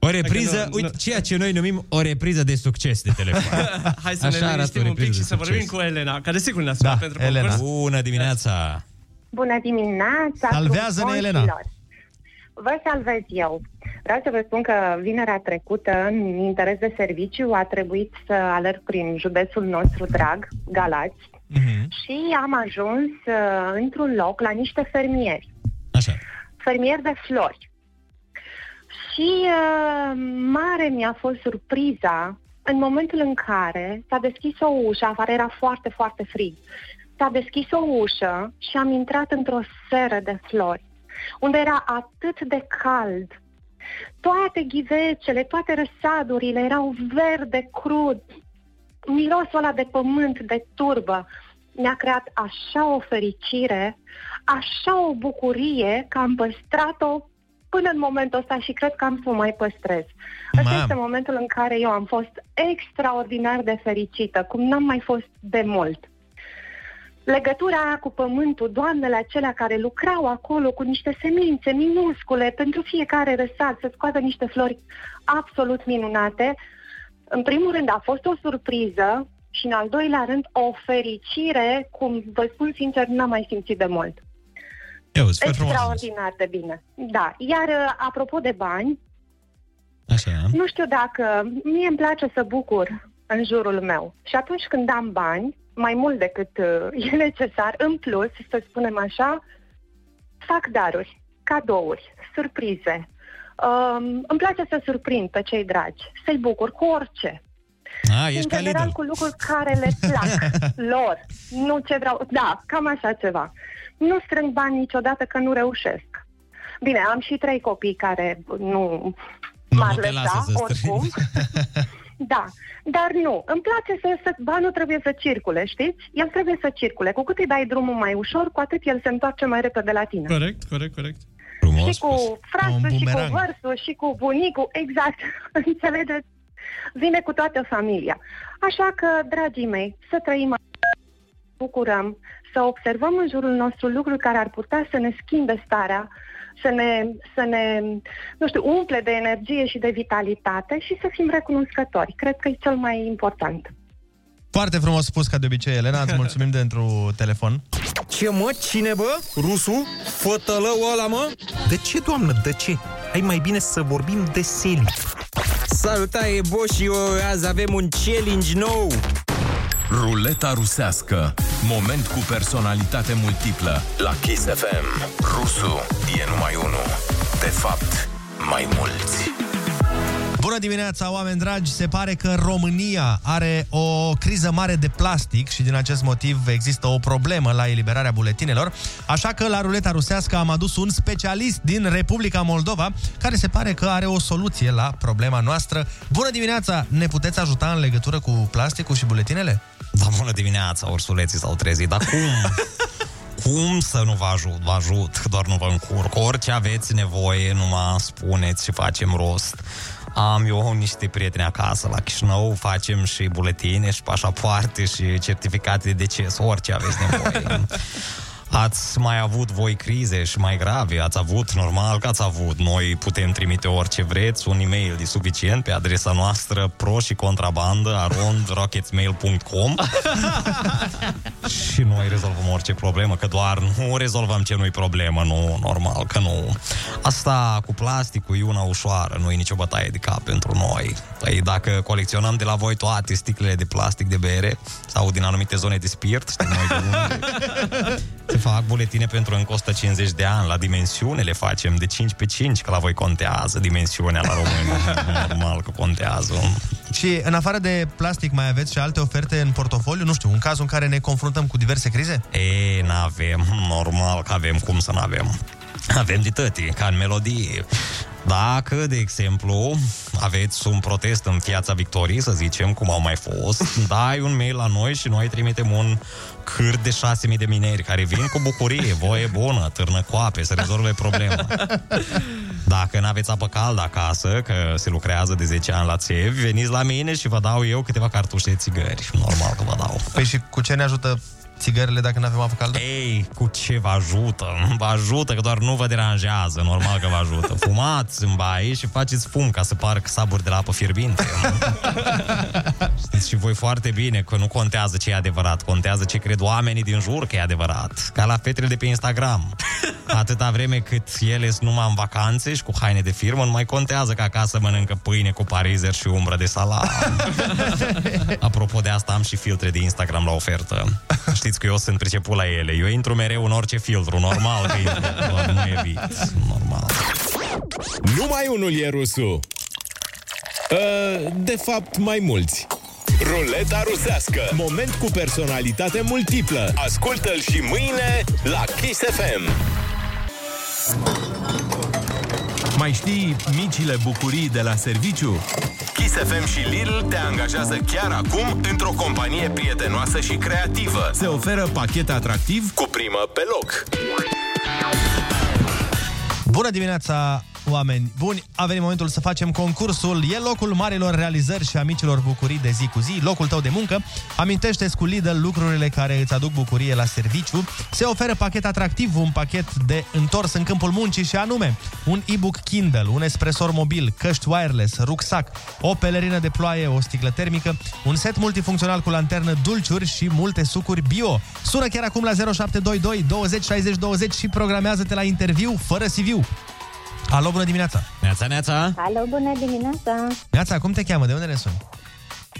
[SPEAKER 8] O repriză, uite, ceea ce noi numim o repriză de succes de telefon.
[SPEAKER 9] [LAUGHS] Hai să
[SPEAKER 8] Așa
[SPEAKER 9] ne
[SPEAKER 8] arată o
[SPEAKER 9] liniștim un pic
[SPEAKER 8] repriză
[SPEAKER 9] și
[SPEAKER 8] de
[SPEAKER 9] să vorbim
[SPEAKER 8] succes. Da,
[SPEAKER 9] cu Elena, care sigur ne-a sunat pentru concurs.
[SPEAKER 8] Bună dimineața!
[SPEAKER 28] Bună dimineața!
[SPEAKER 8] Salvează-ne,
[SPEAKER 28] frumoșilor!
[SPEAKER 8] Elena.
[SPEAKER 28] Vă salvez eu. Vreau să vă spun că vinerea trecută, în interes de serviciu, a trebuit să alerg prin județul nostru drag, Galați,
[SPEAKER 8] Mhm.
[SPEAKER 28] și am ajuns uh, într-un loc la niște fermieri. Așa. Fermieri de flori. Și uh, mare mi-a fost surpriza în momentul în care s-a deschis o ușă, afară era foarte, foarte frig, s-a deschis o ușă și am intrat într-o seră de flori, unde era atât de cald. Toate ghivecele, toate răsadurile erau verde crud, mirosul ăla de pământ, de turbă, mi-a creat așa o fericire, așa o bucurie că am păstrat-o până în momentul ăsta și cred că am să o mai păstrez. Ăsta este momentul în care eu am fost extraordinar de fericită, cum n-am mai fost de mult. Legătura aia cu pământul, doamnele acelea care lucrau acolo cu niște semințe minuscule pentru fiecare răsad să scoată niște flori absolut minunate, în primul rând a fost o surpriză și în al doilea rând o fericire, cum vă spun sincer, n-am mai simțit de mult.
[SPEAKER 8] Eu, super frumos.
[SPEAKER 28] Extraordinar de bine. Da. Iar uh, apropo de bani,
[SPEAKER 8] Așa,
[SPEAKER 28] nu știu dacă mie îmi place să bucur în jurul meu. Și atunci când am bani, mai mult decât uh, e necesar, în plus, să spunem așa, fac daruri, cadouri, surprize. Um, îmi place să surprind pe cei dragi, să-i bucur cu orice.
[SPEAKER 8] A, ești
[SPEAKER 28] în
[SPEAKER 8] ca
[SPEAKER 28] general
[SPEAKER 8] Lidl.
[SPEAKER 28] cu lucruri care le plac
[SPEAKER 8] [LAUGHS]
[SPEAKER 28] lor. Nu ce vreau... Da, cam așa ceva. Nu strâng bani niciodată că nu reușesc. Bine, am și trei copii care nu,
[SPEAKER 8] nu
[SPEAKER 28] m-ar
[SPEAKER 8] te
[SPEAKER 28] lăsa,
[SPEAKER 8] lasă să strângi.
[SPEAKER 28] oricum. Da, dar nu. Îmi place să, să banul trebuie să circule, știți? El trebuie să circule. Cu cât îi dai drumul mai ușor, cu atât el se întoarce mai repede la tine.
[SPEAKER 9] Corect, corect, corect.
[SPEAKER 28] și cu frasul, și cu
[SPEAKER 9] bumerang.
[SPEAKER 28] vărsul, și cu bunicul, exact, [LAUGHS] înțelegeți? Vine cu toată familia. Așa că, dragii mei, să trăim, bucurăm, să observăm în jurul nostru lucruri care ar putea să ne schimbe starea, să ne, să ne, nu știu, umple de energie și de vitalitate și să fim recunoscători. Cred că e cel mai important.
[SPEAKER 7] Foarte frumos spus, ca de obicei, Elena. Îți mulțumim pentru telefon.
[SPEAKER 25] Ce mă? Cine bă? Rusul? Fătălău ăla mă? De ce, doamnă, de ce? Hai mai bine să vorbim de seli. Salutare, Bo și eu, azi avem un challenge nou.
[SPEAKER 1] Ruleta rusească. Moment cu personalitate multiplă. La Kiss FM. Rusu e numai unul. De fapt, mai mulți.
[SPEAKER 7] Bună dimineața, oameni dragi! Se pare că România are o criză mare de plastic și din acest motiv există o problemă la eliberarea buletinelor, așa că la ruleta rusească am adus un specialist din Republica Moldova care se pare că are o soluție la problema noastră. Bună dimineața! Ne puteți ajuta în legătură cu plasticul și buletinele?
[SPEAKER 8] Da, bună dimineața, ursuleții s-au trezit, dar cum? cum să nu vă ajut? Vă ajut, doar nu vă încurc. Orice aveți nevoie, numai spuneți și facem rost. Am eu niște prieteni acasă la Chișinău, facem și buletine și pașapoarte și certificate de deces, orice aveți nevoie. Ați mai avut voi crize și mai grave, ați avut, normal că ați avut. Noi putem trimite orice vreți, un e-mail e suficient pe adresa noastră pro și contrabandă [LAUGHS] arondrocketmail.com și noi rezolvăm orice problemă, că doar nu rezolvăm ce nu-i problemă, nu, normal că nu. Asta cu plasticul e una ușoară, nu e nicio bătaie de cap pentru noi. Păi dacă colecționăm de la voi toate sticlele de plastic de bere sau din anumite zone de spirit, știm noi de unde, se fac buletine pentru încă 150 de ani, la dimensiune le facem de 5 pe 5, că la voi contează dimensiunea la români, normal că contează.
[SPEAKER 7] Și în afară de plastic mai aveți și alte oferte în portofoliu? Nu știu, un caz în care ne confruntăm cu diverse crize?
[SPEAKER 8] E, n-avem, normal că avem, cum să n-avem. Avem de tăti, ca în melodie. Dacă, de exemplu, aveți un protest în Piața Victoriei, să zicem, cum au mai fost, dai un mail la noi și noi trimitem un câr de 6.000 de mineri care vin cu bucurie, voie bună, târnă coape, să rezolve problema. Dacă n-aveți apă caldă acasă, că se lucrează de 10 ani la țevi, veniți la mine și vă dau eu câteva cartușe de țigări. Normal că vă dau.
[SPEAKER 7] Păi și cu ce ne ajută țigările dacă nu avem apă caldă?
[SPEAKER 8] Ei, cu ce vă ajută? Vă ajută, că doar nu vă deranjează, normal că vă
[SPEAKER 7] [LAUGHS]
[SPEAKER 8] ajută. Fumați în baie și faceți fum ca să pară că saburi de la apă
[SPEAKER 7] [LAUGHS]
[SPEAKER 8] fierbinte. Știți și voi foarte bine că nu contează ce e adevărat, contează ce cred oamenii din jur că e adevărat. Ca la fetele de pe Instagram. Atâta vreme cât ele sunt numai în vacanțe și cu haine de firmă, nu mai contează că acasă mănâncă pâine cu parizer și umbră de salam. Apropo de asta, am și filtre de Instagram la ofertă. Știți că eu sunt priceput la
[SPEAKER 7] da,
[SPEAKER 8] ele. Eu intru mereu în orice filtru, normal că intru, doar nu evit.
[SPEAKER 1] Numai unul e rusul. Uh, De fapt, mai mulți. Ruleta rusească. Moment cu personalitate multiplă. Ascultă-l și mâine la Kiss FM.
[SPEAKER 6] Mai știi micile bucurii de la serviciu?
[SPEAKER 1] Kiss FM și Lidl te angajează chiar acum într-o companie prietenoasă și creativă.
[SPEAKER 6] Se oferă pachet atractiv
[SPEAKER 1] Cu primă pe loc.
[SPEAKER 7] Bună dimineața, oameni buni! A venit momentul să facem concursul. E locul marilor realizări și amicilor bucurii de zi cu zi, locul tău de muncă. Amintește-ți cu Lidl lucrurile care îți aduc bucurie la serviciu. Se oferă pachet atractiv, un pachet de întors în câmpul muncii și anume un e-book Kindle, un espresor mobil, căști wireless, rucsac, o pelerină de ploaie, o sticlă termică, un set multifuncțional cu lanternă, dulciuri și multe sucuri bio. Sună chiar acum la 0722 20 60 20 și programează-te la interviu fără CV. Alo, bună dimineața!
[SPEAKER 8] Neața, neața!
[SPEAKER 2] Alo, bună dimineața!
[SPEAKER 7] Neața, cum te cheamă? De unde ne suni?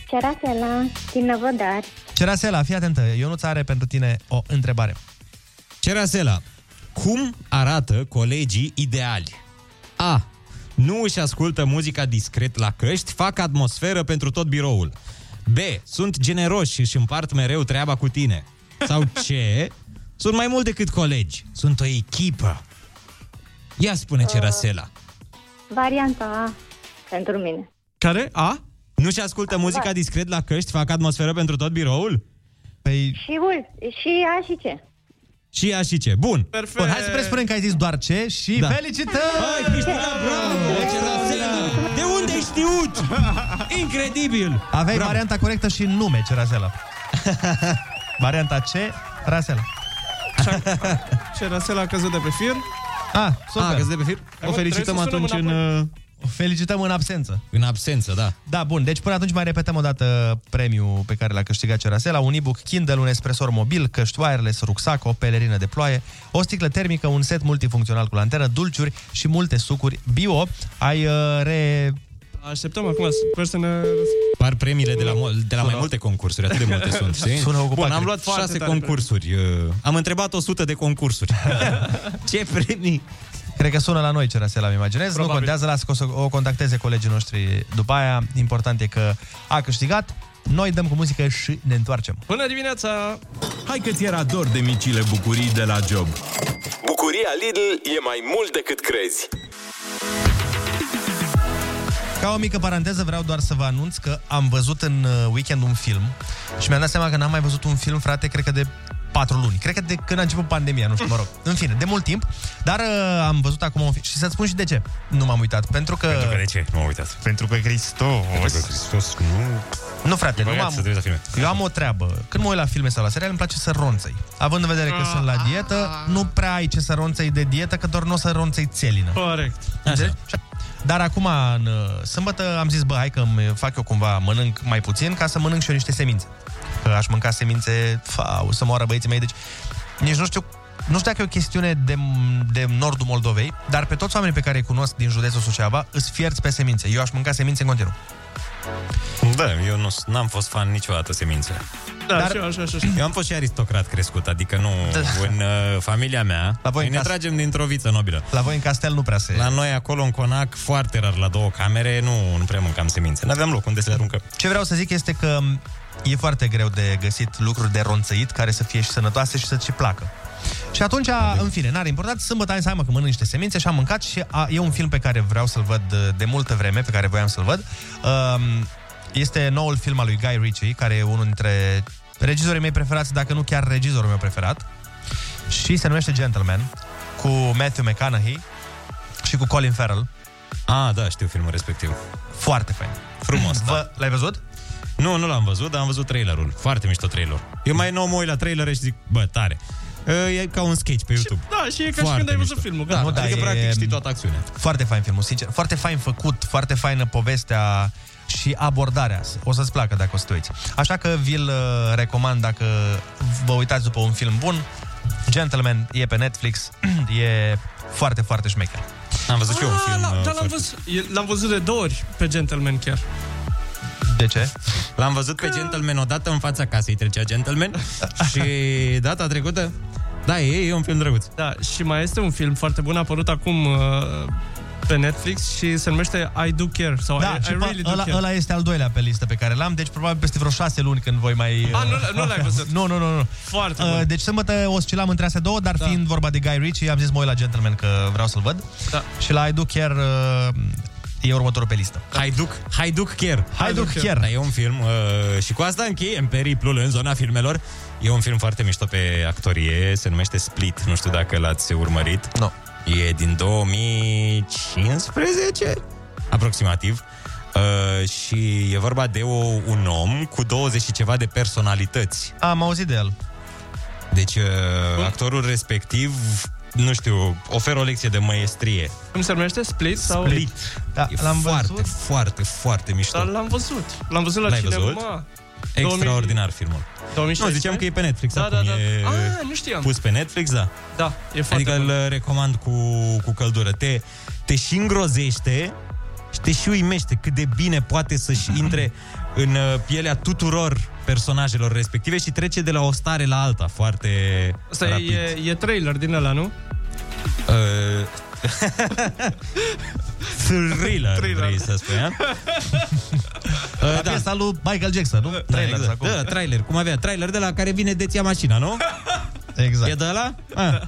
[SPEAKER 2] Cerasela, din Năvodari.
[SPEAKER 7] Cerasela, fii atentă, Ionuț are pentru tine o întrebare.
[SPEAKER 8] Cerasela, cum arată colegii ideali? A. Nu își ascultă muzica discret la căști, fac atmosferă pentru tot biroul. B. Sunt generoși și își împart mereu treaba cu tine. Sau C. Sunt mai mult decât colegi, sunt o echipă. Ia spune Cerasela.
[SPEAKER 2] Varianta A pentru mine.
[SPEAKER 8] Care? A? Nu și ascultă muzica discret la căști, fac atmosferă pentru tot biroul? Păi...
[SPEAKER 2] Și ul, și A și ce?
[SPEAKER 8] Și ea și ce. Bun.
[SPEAKER 7] Perfect. Bun, hai să presupunem că ai zis doar ce și da. felicitări!
[SPEAKER 8] Hai, Cristina, bravo! Cerasela! De unde ai știut? Incredibil!
[SPEAKER 7] Aveai
[SPEAKER 8] Bravo.
[SPEAKER 7] varianta corectă și nume
[SPEAKER 9] [LAUGHS]
[SPEAKER 7] Cerasela. varianta C, Rasela.
[SPEAKER 9] Și Rasela a căzut de pe fir.
[SPEAKER 7] Ah,
[SPEAKER 8] A, căzut de pe fir? O felicităm atunci în,
[SPEAKER 7] O felicităm în absență.
[SPEAKER 8] În absență, da.
[SPEAKER 7] Da, bun. Deci până atunci mai repetăm o dată premiul pe care l-a câștigat Cerasela, un e-book Kindle, un espresor mobil, căști wireless, rucsac, o pelerină de ploaie, o sticlă termică, un set multifuncțional cu lanternă, dulciuri și multe sucuri bio. Ai uh, re...
[SPEAKER 9] Așteptăm acum să ne...
[SPEAKER 8] Par premiile de la, mo- de la mai multe concursuri, atât de multe [LAUGHS] sunt, știi?
[SPEAKER 9] Sună ocupat,
[SPEAKER 8] Bun, am
[SPEAKER 9] cred.
[SPEAKER 8] luat
[SPEAKER 9] Foarte
[SPEAKER 8] șase
[SPEAKER 9] tare
[SPEAKER 8] concursuri. uh, Am întrebat 100 de concursuri. [LAUGHS] Ce premii?
[SPEAKER 7] Cred că sună la noi Cerasela, îmi imaginez. Nu contează, las că o să o contacteze colegii noștri după aia. Important e că a câștigat. Noi dăm cu muzică și ne întoarcem.
[SPEAKER 9] Bună dimineața!
[SPEAKER 6] Hai că ți era dor de micile bucurii de la job.
[SPEAKER 1] Bucuria Lidl e mai mult decât crezi.
[SPEAKER 7] Ca o mică paranteză vreau doar să vă anunț că am văzut în uh, weekend un film și mi-am dat seama că n-am mai văzut un film, frate, cred că de patru luni. Cred că de când a început pandemia, nu știu,
[SPEAKER 3] [LAUGHS]
[SPEAKER 7] mă rog. În fine, de mult timp, dar uh, am văzut acum un film. Și să-ți spun și de ce. Nu m-am uitat. Pentru că... Pentru că de ce? Nu m-am uitat. Pentru că Cristo.
[SPEAKER 3] Pentru că Hristos nu...
[SPEAKER 7] Nu, frate,
[SPEAKER 3] E
[SPEAKER 7] nu
[SPEAKER 3] băiat
[SPEAKER 7] am...
[SPEAKER 3] să te uiți la filme.
[SPEAKER 7] Eu am o treabă. Când mă uit la filme sau la seriale, îmi place să ronțăi. Având în vedere că sunt la dietă,
[SPEAKER 3] Ah.
[SPEAKER 7] nu prea ai ce să ronțăi de dietă, că doar nu o să ronțăi țelină.
[SPEAKER 9] Corect.
[SPEAKER 7] Înțelegi? Și- Dar acum, în uh, sâmbătă, am zis, bă, hai că îmi fac eu cumva, mănânc mai puțin ca să mănânc și eu niște semințe. Că aș mânca semințe, fa, o să moară băieții mei, deci nici nu știu nu știu dacă e o chestiune de, de nordul Moldovei, dar pe toți oamenii pe care îi cunosc din județul Suceava îs fierți pe semințe. Eu aș mânca semințe în continuu.
[SPEAKER 8] Da, eu nu, n-am fost fan niciodată semințe.
[SPEAKER 9] Da, și eu, așa, așa, așa.
[SPEAKER 8] Eu am fost și aristocrat crescut, adică nu
[SPEAKER 7] Da.
[SPEAKER 8] în uh, familia mea. La
[SPEAKER 7] voi în
[SPEAKER 8] ne
[SPEAKER 7] casă.
[SPEAKER 8] tragem dintr-o viță nobilă.
[SPEAKER 7] La voi în castel nu prea se...
[SPEAKER 8] La noi acolo în conac, foarte rar la două camere, nu, nu prea mâncam semințe. N-aveam loc unde să le aruncăm.
[SPEAKER 7] Ce vreau să zic este că e foarte greu de găsit lucruri de ronțăit care să fie și sănătoase și să ți placă. Și atunci, în fine, n-are important, sâmbătă am zis, hai mă, că mănânc niște semințe și am mâncat și a, e un film pe care vreau să-l văd uh, de multă vreme, pe care voiam să-l văd. Um, este noul film al lui Guy Ritchie, care e unul dintre regizorii mei preferați, dacă nu chiar regizorul meu preferat. Și se numește Gentleman, cu Matthew McConaughey și cu Colin Farrell.
[SPEAKER 8] Ah, da, știu filmul respectiv.
[SPEAKER 7] Foarte fain.
[SPEAKER 8] Frumos, da. Vă,
[SPEAKER 7] l-ai văzut?
[SPEAKER 8] Nu, nu l-am văzut, dar am văzut trailerul. Foarte mișto trailer. Eu mai nou mă uit la trailer și zic, bă, tare. E ca un sketch pe YouTube.
[SPEAKER 9] Da, și e ca și
[SPEAKER 8] Foarte
[SPEAKER 9] când ai văzut
[SPEAKER 8] mișto.
[SPEAKER 9] filmul.
[SPEAKER 8] Da,
[SPEAKER 9] gata.
[SPEAKER 8] nu, adică, practic, știi toată acțiunea.
[SPEAKER 7] Foarte fain filmul, sincer. Foarte fain făcut, foarte faină povestea și abordarea. O să-ți placă dacă o să te uiți. Așa că vi-l uh, recomand dacă vă uitați după un film bun. Gentleman e pe Netflix, [CLEARS THROAT] e foarte, foarte șmecher.
[SPEAKER 8] Am văzut și eu un film. uh,
[SPEAKER 9] Da, dar l-am văzut, e- l-am văzut de două ori pe Gentleman chiar.
[SPEAKER 7] De ce?
[SPEAKER 8] L-am văzut pe Gentleman odată în fața casei trecea
[SPEAKER 9] [LAUGHS]
[SPEAKER 8] Gentleman și data trecută da, e, e un film drăguț.
[SPEAKER 9] Da, și mai este un film foarte bun, a apărut acum uh, pe Netflix și se numește I Do Care sau
[SPEAKER 7] Da,
[SPEAKER 9] Oh, I, I
[SPEAKER 7] și
[SPEAKER 9] Really
[SPEAKER 7] really
[SPEAKER 9] Do
[SPEAKER 7] ăla,
[SPEAKER 9] Care.
[SPEAKER 7] ăla este al doilea pe listă pe care l-am, deci probabil peste vreo șase luni când voi mai...
[SPEAKER 9] A, Ah, nu- nu l-ai văzut.
[SPEAKER 7] [LAUGHS] Nu, nu, nu. nu.
[SPEAKER 9] Foarte
[SPEAKER 7] Uh,
[SPEAKER 9] bun.
[SPEAKER 7] Deci sâmbătă oscilam între astea două, dar da. fiind vorba de Guy Ritchie, am zis mă uit la Gentleman că vreau să-l văd. Da. Și la I Do Care uh, e următorul pe listă.
[SPEAKER 8] Haiduc, Haiduc Chier.
[SPEAKER 7] Haiduc Chiar.
[SPEAKER 8] Da, e un film uh, și cu asta încheiem periplul în zona filmelor. E un film foarte mișto pe actorie, se numește Split, nu știu dacă l-ați urmărit.
[SPEAKER 7] Nu.
[SPEAKER 8] E din 2015, aproximativ. Uh, și e vorba de o, un om cu 20 și ceva de personalități.
[SPEAKER 7] Am auzit de el.
[SPEAKER 8] Deci uh, actorul respectiv, nu știu, oferă o lecție de maestrie.
[SPEAKER 9] Cum se numește? Split? Sau...
[SPEAKER 8] Split.
[SPEAKER 7] Da,
[SPEAKER 8] e l-am foarte, văzut. foarte, foarte mișto.
[SPEAKER 9] Dar l-am văzut. L-am văzut la
[SPEAKER 8] L-ai
[SPEAKER 9] cinema.
[SPEAKER 8] văzut? Extraordinar filmul.
[SPEAKER 9] 2016?
[SPEAKER 8] Nu, ziceam că e pe Netflix
[SPEAKER 9] Da,
[SPEAKER 8] acum.
[SPEAKER 9] da, da.
[SPEAKER 8] E
[SPEAKER 9] Ah, nu știam.
[SPEAKER 8] Pus pe Netflix, da.
[SPEAKER 9] Da, e
[SPEAKER 8] Adică îl recomand cu, cu căldură. Te, te și îngrozește și te și uimește cât de bine poate să-și intre în uh, pielea tuturor personajelor respective și trece de la o stare la alta foarte
[SPEAKER 9] Asta
[SPEAKER 8] rapid.
[SPEAKER 9] e, e trailer din ăla, [LAUGHS] nu?
[SPEAKER 8] Uh, [LAUGHS] thriller, thriller, vrei să spui, a?
[SPEAKER 9] [LAUGHS]
[SPEAKER 7] Uh, da. Piesa lui Michael Jackson, nu?
[SPEAKER 8] Da, trailer, exact. da, trailer, cum avea trailer de la care vine de ți mașina, nu?
[SPEAKER 7] [LAUGHS] Exact.
[SPEAKER 8] E de la? Ah.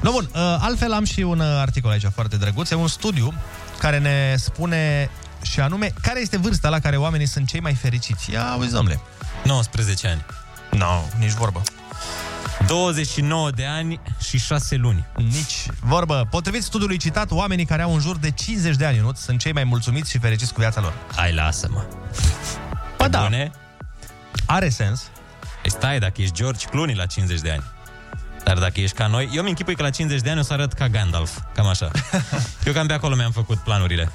[SPEAKER 7] No, bun, uh, altfel am și un uh, articol aici foarte drăguț, e un studiu care ne spune și anume care este vârsta la care oamenii sunt cei mai fericiți. Ia uite, domnule.
[SPEAKER 8] 19 ani.
[SPEAKER 7] Nu, no, nici vorbă.
[SPEAKER 8] 29 de ani și 6 luni.
[SPEAKER 7] Nici vorbă. Potrivit studiului citat, oamenii care au în jur de 50 de ani, nu, sunt cei mai mulțumiți și fericiți cu viața lor.
[SPEAKER 8] Hai, lasă-mă.
[SPEAKER 7] Ba da.
[SPEAKER 8] Bune?
[SPEAKER 7] Are sens.
[SPEAKER 8] Păi Stai, dacă ești George Clooney la 50 de ani. Dar dacă ești ca noi, eu mi închipui că la 50 de ani o să arăt ca Gandalf, cam
[SPEAKER 7] [LAUGHS]
[SPEAKER 8] așa. eu cam de acolo mi-am făcut planurile.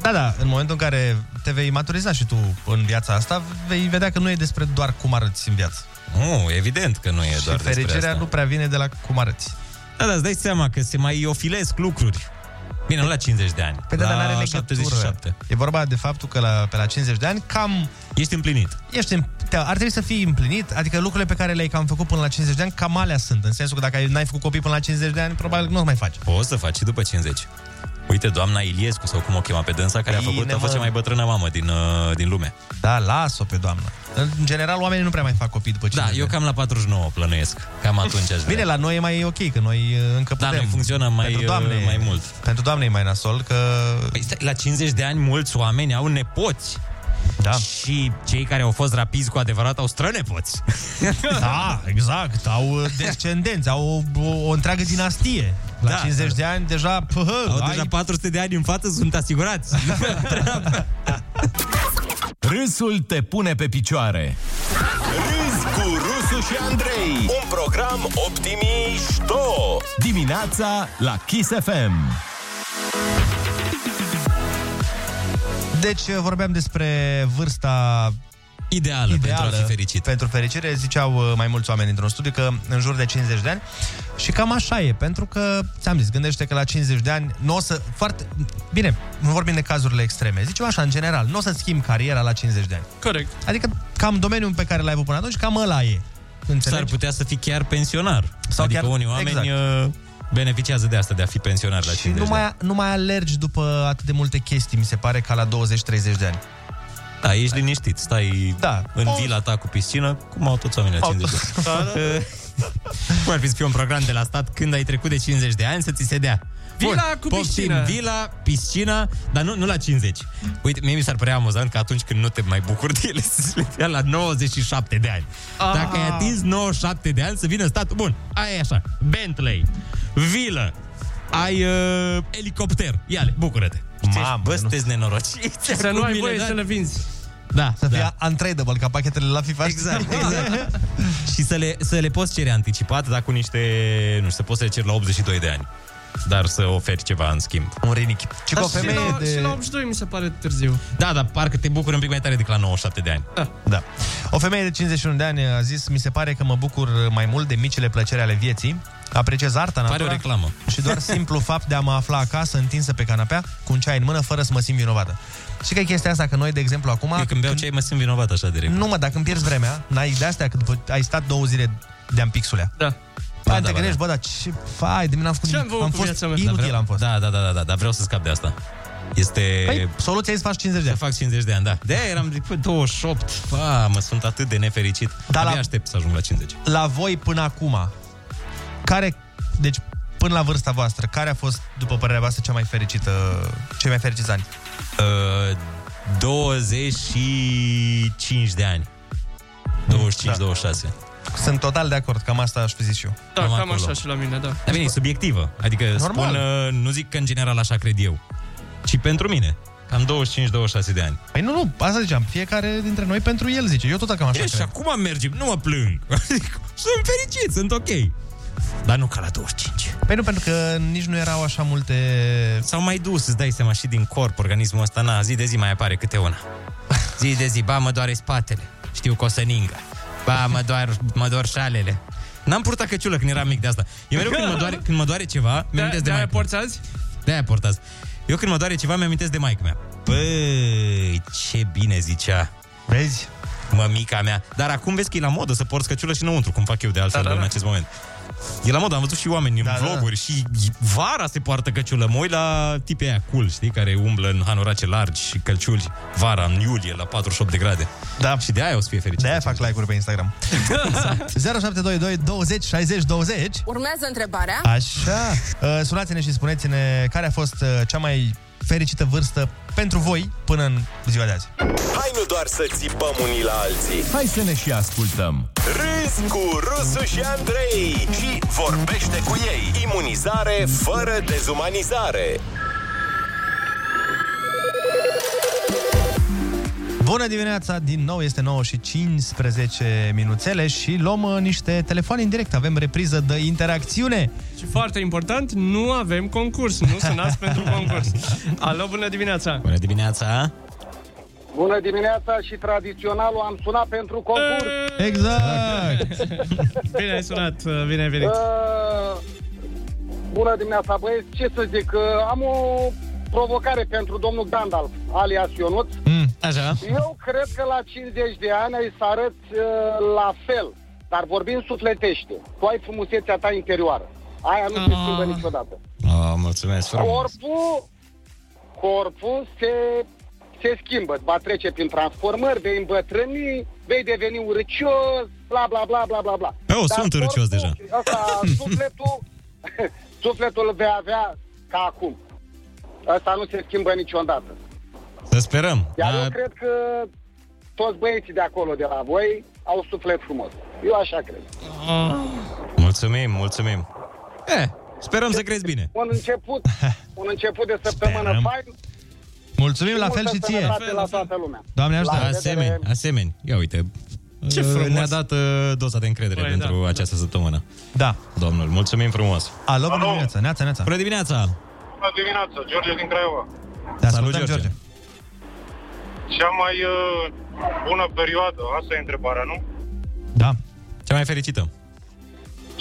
[SPEAKER 7] Da, da, în momentul în care te vei maturiza și tu în viața asta, vei vedea că nu e despre doar cum arăți în viață.
[SPEAKER 8] Nu, evident că nu e
[SPEAKER 7] și
[SPEAKER 8] doar
[SPEAKER 7] fericirea
[SPEAKER 8] despre asta.
[SPEAKER 7] nu prea vine de la cum arăți.
[SPEAKER 8] Da, dar îți dai seama că se mai ofilesc lucruri. Bine, nu la 50 de ani,
[SPEAKER 7] Pe
[SPEAKER 8] la
[SPEAKER 7] da, dar n-are legătură.
[SPEAKER 8] 77.
[SPEAKER 7] E vorba de faptul că la, pe la 50 de ani cam...
[SPEAKER 8] Ești împlinit.
[SPEAKER 7] Ești, în- te- ar trebui să fii împlinit, adică lucrurile pe care le-ai cam făcut până la 50 de ani, cam alea sunt. În sensul că dacă ai- n-ai făcut copii până la 50 de ani, probabil că nu o mai faci.
[SPEAKER 8] Poți să faci și după 50. Uite, doamna Iliescu, sau cum o chema pe dânsa, care a făcut,
[SPEAKER 7] Bine,
[SPEAKER 8] a fost
[SPEAKER 7] mă.
[SPEAKER 8] cea mai bătrână mamă din, uh, din lume.
[SPEAKER 7] Da, las-o pe doamna. În general, oamenii nu prea mai fac copii după 50
[SPEAKER 8] Da, eu cam la 49 plănuiesc. Cam atunci aș vrea.
[SPEAKER 7] Bine, la noi e mai ok, că noi uh, încă
[SPEAKER 8] Da,
[SPEAKER 7] putem.
[SPEAKER 8] noi funcționăm mai,
[SPEAKER 7] Pentru
[SPEAKER 8] doamne,
[SPEAKER 7] doamne,
[SPEAKER 8] mai mult.
[SPEAKER 7] Pentru doamne e mai nasol că...
[SPEAKER 8] Păi stai, la 50 de ani mulți oameni au nepoți.
[SPEAKER 7] Da.
[SPEAKER 8] Și cei care au fost rapizi cu adevărat au strănepoți.
[SPEAKER 7] [LAUGHS]
[SPEAKER 8] [LAUGHS]
[SPEAKER 7] Da, exact. Au uh, descendenți, au o, o, o întreagă dinastie. La
[SPEAKER 8] Da.
[SPEAKER 7] da, 50 de ani deja... Pă,
[SPEAKER 8] Au deja 400 de ani în față, sunt asigurați.
[SPEAKER 1] Râsul te pune pe picioare. Râzi cu Rusu și Andrei. Un program optimișto. Dimineața la Kiss FM.
[SPEAKER 7] Deci uh, vorbeam despre vârsta
[SPEAKER 8] Ideală,
[SPEAKER 7] ideală
[SPEAKER 8] pentru a fi fericit.
[SPEAKER 7] Pentru fericire, ziceau uh, mai mulți oameni dintr-un studiu că în jur de 50 de ani și cam așa e, pentru că, ți-am zis, gândește că la 50 de ani nu o să... Foarte, bine, nu vorbim de cazurile extreme, zicem așa, în general, nu o să schimbi cariera la 50 de ani.
[SPEAKER 9] Corect.
[SPEAKER 7] Adică cam domeniul pe care l-ai avut până atunci, cam ăla e.
[SPEAKER 8] S-ar
[SPEAKER 7] Înțelegi?
[SPEAKER 8] putea să fii chiar pensionar.
[SPEAKER 7] Sau
[SPEAKER 8] adică
[SPEAKER 7] chiar-
[SPEAKER 8] unii oameni
[SPEAKER 7] exact.
[SPEAKER 8] uh, beneficiază de asta, de a fi pensionar la 50
[SPEAKER 7] Și nu
[SPEAKER 8] de ani.
[SPEAKER 7] mai, nu mai alergi după atât de multe chestii, mi se pare, ca la 20-30 de ani.
[SPEAKER 8] Da, ești liniștit, stai
[SPEAKER 7] da.
[SPEAKER 8] în vila ta cu piscină, cum au toți oamenii la
[SPEAKER 7] Au
[SPEAKER 8] 50 de ani.
[SPEAKER 7] toți. Da, da.
[SPEAKER 8] [LAUGHS] Cum ar fi să fie un program de la stat când ai trecut de 50 de ani să ți se dea?
[SPEAKER 9] Vila cu piscină.
[SPEAKER 8] vila, piscina, dar nu, nu la 50. Uite, mie mi s-ar părea amuzant că atunci când nu te mai bucuri de ele, [LAUGHS] să le dea la 97 de ani.
[SPEAKER 9] Ah.
[SPEAKER 8] Dacă ai atins 97 de ani, să vină statul. Bun, aia e așa. Bentley, vilă, ai uh, elicopter. Ia-le, bucură-te. Mamă, Bă, sunteți nenorociți.
[SPEAKER 9] Să nu
[SPEAKER 8] Cu
[SPEAKER 9] ai
[SPEAKER 8] mine,
[SPEAKER 9] voie
[SPEAKER 8] da?
[SPEAKER 9] să le vinzi.
[SPEAKER 8] Da,
[SPEAKER 7] Să fie untradable, ca pachetele la FIFA. [LAUGHS]
[SPEAKER 8] Exact, exact. și să le, să le poți cere anticipat, dar cu niște, nu știu, să poți să le ceri la 82 de ani. Dar să oferi ceva în schimb.
[SPEAKER 7] Un rinichi.
[SPEAKER 9] Și, Dar și, la, și la 82 mi se pare târziu.
[SPEAKER 8] Da, dar parcă te bucuri un pic mai tare decât la 97 de ani.
[SPEAKER 7] Da. O femeie de 51 de ani a zis, mi se pare că mă bucur mai mult de micile plăceri ale vieții, apreciez arta,
[SPEAKER 8] Pare
[SPEAKER 7] natura
[SPEAKER 8] o reclamă.
[SPEAKER 7] și
[SPEAKER 8] [LAUGHS]
[SPEAKER 7] doar simplu fapt de a mă afla acasă, întinsă pe canapea, cu un ceai în mână, fără să mă simt vinovată. Și că e chestia asta, că noi, de exemplu, acum...
[SPEAKER 8] Eu când beau ceai mă simt vinovat așa direct.
[SPEAKER 7] Nu mă, dacă îmi pierzi vremea, n-ai de astea, că după, ai stat două zile de-am pixulea.
[SPEAKER 9] Da.
[SPEAKER 7] După aia te gândești, bă, dar ce fai, de mine am făcut,
[SPEAKER 8] Ce-am
[SPEAKER 7] am fost inutil am fost.
[SPEAKER 8] Da, da, da, da, da, dar vreau să scap de asta. Este... Păi,
[SPEAKER 7] soluția e să faci 50 de ani.
[SPEAKER 8] Să fac 50 de ani, da. de eram zic, păi, 28, pa, mă, sunt atât de nefericit. Dar Abia
[SPEAKER 7] la-
[SPEAKER 8] aștept să ajung la 50.
[SPEAKER 7] La voi până acum, care, deci până la vârsta voastră, care a fost, după părerea voastră, cea mai fericită, cei mai fericiți ani?
[SPEAKER 8] Uh, 25 de ani. 25-26.
[SPEAKER 7] Da. Sunt total de acord, cam asta aș fi zis și eu.
[SPEAKER 9] Da, cam, așa și la mine, da.
[SPEAKER 8] Dar bine, e subiectivă. Adică
[SPEAKER 9] Normal.
[SPEAKER 8] Normal. spun, uh, nu zic că în general așa cred eu, ci pentru mine. Cam 25-26 de ani.
[SPEAKER 7] Păi nu, nu, asta ziceam, fiecare dintre noi pentru el zice, eu tot cam așa
[SPEAKER 8] e, și
[SPEAKER 7] cred.
[SPEAKER 8] acum mergem, nu mă plâng. [LAUGHS] Adică, sunt fericit, sunt ok. Dar nu ca la 25.
[SPEAKER 7] Păi nu, pentru că nici nu erau așa
[SPEAKER 8] [LAUGHS]
[SPEAKER 7] multe...
[SPEAKER 8] S-au mai dus, îți dai seama, și din corp organismul ăsta, na, zi de zi mai apare câte una. Zi de zi, ba, mă doare spatele, știu că o să ningă. Ba, mă doar, mă doar șalele. N-am purtat căciulă când eram mic de asta. Eu mereu când mă doare, când mă doare ceva, mi-am de, de mai porți
[SPEAKER 9] azi?
[SPEAKER 8] De-aia port azi. Eu când mă doare ceva, mi-am de maică mea. Băi, ce bine zicea.
[SPEAKER 7] Vezi?
[SPEAKER 8] Mămica mea. Dar acum vezi că e la modă să porți căciulă și înăuntru, cum fac eu de altfel da, da, da. în acest moment. E la modă, am văzut și oameni da, în
[SPEAKER 7] da, da.
[SPEAKER 8] vloguri și vara se poartă căciulă. Mă uit la tipi aia cool, știi, care umblă în hanorace largi și căciuli vara, în iulie, la 48 de grade.
[SPEAKER 7] Da.
[SPEAKER 8] Și de aia o să fie fericit.
[SPEAKER 7] De-aia fac like-uri pe Instagram. 0722 20 60 20
[SPEAKER 3] Urmează întrebarea.
[SPEAKER 7] Așa. Uh, Sunați-ne și spuneți-ne care a fost uh, cea mai fericită vârstă pentru voi până în ziua de azi.
[SPEAKER 15] Hai nu doar să țipăm unii la alții
[SPEAKER 6] Hai să ne și ascultăm.
[SPEAKER 15] Râzi cu Rusu și Andrei Și vorbește cu ei Imunizare fără dezumanizare
[SPEAKER 7] Bună dimineața, din nou este 9 și 15 minuțele și luăm uh, niște telefoane în direct. Avem repriză de interacțiune.
[SPEAKER 9] Și foarte important, nu avem concurs, nu
[SPEAKER 8] [LAUGHS]
[SPEAKER 9] sunați pentru concurs. Alo, bună dimineața! Bună
[SPEAKER 8] dimineața!
[SPEAKER 29] Bună dimineața și tradiționalul am sunat pentru concurs.
[SPEAKER 7] Exact!
[SPEAKER 9] Bine ai sunat, bine ai venit.
[SPEAKER 29] Uh, bună dimineața, băieți. Ce să zic, uh, am o provocare pentru domnul Gandalf, alias Ionuț.
[SPEAKER 8] Așa.
[SPEAKER 29] Eu cred că la 50 de ani ai să arăți uh, la fel, dar vorbim sufletește. Tu ai frumusețea ta interioară. Aia nu se schimbă niciodată.
[SPEAKER 8] Oh, mulțumesc frumos.
[SPEAKER 29] Corpul, corpul se, se schimbă, va trece prin transformări, vei îmbătrâni, vei deveni urâcios, bla bla bla bla bla bla.
[SPEAKER 8] Eu sunt
[SPEAKER 29] corpul,
[SPEAKER 8] urâcios deja.
[SPEAKER 7] [LAUGHS]
[SPEAKER 29] Asta, sufletul, [LAUGHS] sufletul îl vei avea ca acum. Asta nu se schimbă niciodată.
[SPEAKER 8] Să sperăm.
[SPEAKER 29] Iar
[SPEAKER 7] Da.
[SPEAKER 8] Dar
[SPEAKER 29] eu cred că toți băieții de acolo, de la voi, au suflet frumos. Eu așa cred.
[SPEAKER 8] Ah. Mulțumim, mulțumim. Eh, sperăm să crezi bine.
[SPEAKER 29] Un
[SPEAKER 7] [LAUGHS]
[SPEAKER 29] început, un început de săptămână fain.
[SPEAKER 7] Mulțumim la fel
[SPEAKER 29] multă
[SPEAKER 7] și ție.
[SPEAKER 29] sănătate La toată lumea.
[SPEAKER 7] Doamne ajută.
[SPEAKER 29] La revedere.
[SPEAKER 8] Asemeni, asemeni. Ia uite.
[SPEAKER 29] Ce
[SPEAKER 8] uh,
[SPEAKER 29] frumos.
[SPEAKER 8] Ne-a dat uh, doza de încredere
[SPEAKER 7] Păi,
[SPEAKER 8] pentru
[SPEAKER 7] da,
[SPEAKER 8] această săptămână.
[SPEAKER 7] Da.
[SPEAKER 8] Domnul, mulțumim frumos.
[SPEAKER 7] Alo, bună dimineața, neața, neața.
[SPEAKER 8] Bună dimineața.
[SPEAKER 20] Bună dimineața, George din Craiova.
[SPEAKER 7] Te Salut, George. George.
[SPEAKER 20] Cea mai uh, bună perioadă, asta e întrebarea, nu?
[SPEAKER 7] Da.
[SPEAKER 8] Cea mai fericită.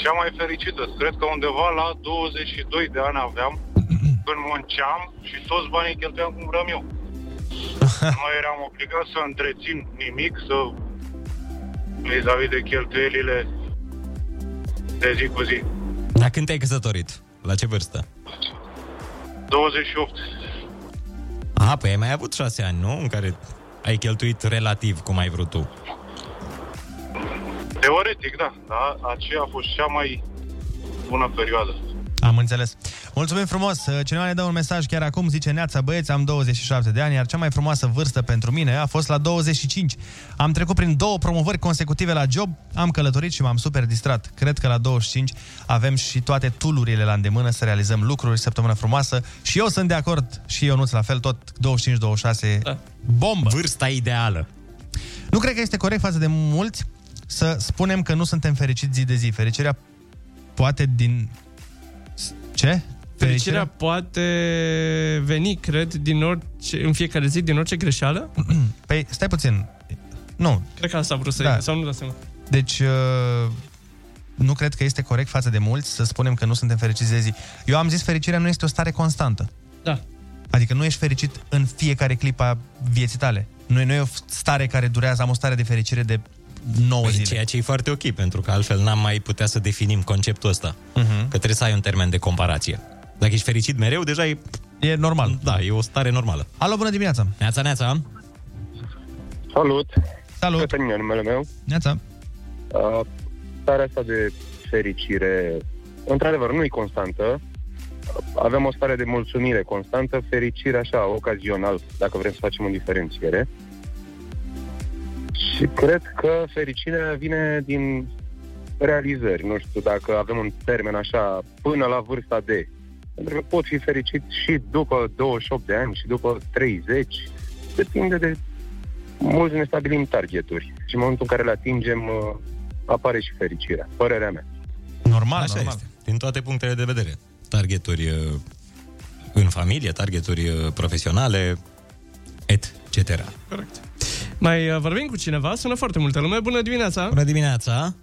[SPEAKER 20] Cea mai fericită, cred că undeva la 22 de ani
[SPEAKER 7] [CLEARS THROAT]
[SPEAKER 20] aveam, când munceam și toți banii cheltuiam cum vreau
[SPEAKER 7] [LAUGHS]
[SPEAKER 20] eu. Nu mai eram obligat să întrețin nimic, să vis-a-vis de cheltuielile de zi cu zi.
[SPEAKER 8] Dar când te-ai căsătorit? La ce vârstă?
[SPEAKER 20] 28.
[SPEAKER 8] A, păi ai mai avut șase ani, nu? În care ai cheltuit relativ cum ai vrut tu.
[SPEAKER 20] Teoretic, da, dar aceea a fost cea mai bună perioadă.
[SPEAKER 7] Am înțeles. Mulțumim frumos. Uh, Cineva ne dă un mesaj chiar acum, zice Neața, băieți, am 27 de ani, iar cea mai frumoasă vârstă pentru mine a fost la 25. Am trecut prin două promovări consecutive la job, am călătorit și m-am super distrat. Cred că la 25 avem și toate tulurile la îndemână să realizăm lucruri, săptămână frumoasă și eu sunt de acord și eu nu la fel, tot 25-26, bombă.
[SPEAKER 8] Da. Vârsta ideală.
[SPEAKER 7] Nu cred că este corect față de mulți să spunem că nu suntem fericiți zi de zi. Fericirea poate din... Ce?
[SPEAKER 9] Fericirea poate veni, cred, din orice, în fiecare zi, din orice greșeală?
[SPEAKER 7] Păi, stai puțin. [CLEARS THROAT] Nu.
[SPEAKER 9] Cred că asta a vrut să
[SPEAKER 7] Da.
[SPEAKER 9] da. sau nu da seama.
[SPEAKER 7] Deci, uh, nu cred că este corect față de mulți să spunem că nu suntem fericiți de zi. Eu am zis fericirea nu este o stare constantă.
[SPEAKER 9] Da.
[SPEAKER 7] Adică nu ești fericit în fiecare clip a vieții tale. Nu e, nu e o stare care durează, am o stare de fericire de 9
[SPEAKER 8] păi, zile. Ceea ce e foarte ok, pentru că altfel n-am mai putea să definim conceptul ăsta. Uh-huh. Că trebuie să ai un termen de comparație. Dacă ești fericit mereu, deja e...
[SPEAKER 7] E normal.
[SPEAKER 8] Da, e o stare normală.
[SPEAKER 7] Alo, bună dimineața!
[SPEAKER 8] Neața, neața!
[SPEAKER 3] Salut!
[SPEAKER 7] Salut!
[SPEAKER 3] Cătălin, e numele meu.
[SPEAKER 7] Neața!
[SPEAKER 3] Uh, starea asta de fericire, într-adevăr, nu e constantă. Avem o stare de mulțumire constantă, fericire așa, ocazional, dacă vrem să facem o diferențiere. Și cred că fericirea vine din realizări. Nu știu dacă avem un termen așa, până la vârsta de. Pentru că pot fi fericit și după 28 de ani, și după 30. Depinde de... Mulți ne stabilim targeturi. Și în momentul în care le atingem, uh, apare și fericirea. Părerea mea.
[SPEAKER 7] Normal,
[SPEAKER 8] Așa
[SPEAKER 7] normal.
[SPEAKER 8] este. Din toate punctele de vedere. Targeturi uh, în familie, targeturi uh, profesionale, etc.
[SPEAKER 9] Corect. Mai uh, vorbim cu cineva? Sună foarte multă lume. Bună dimineața!
[SPEAKER 8] Bună dimineața!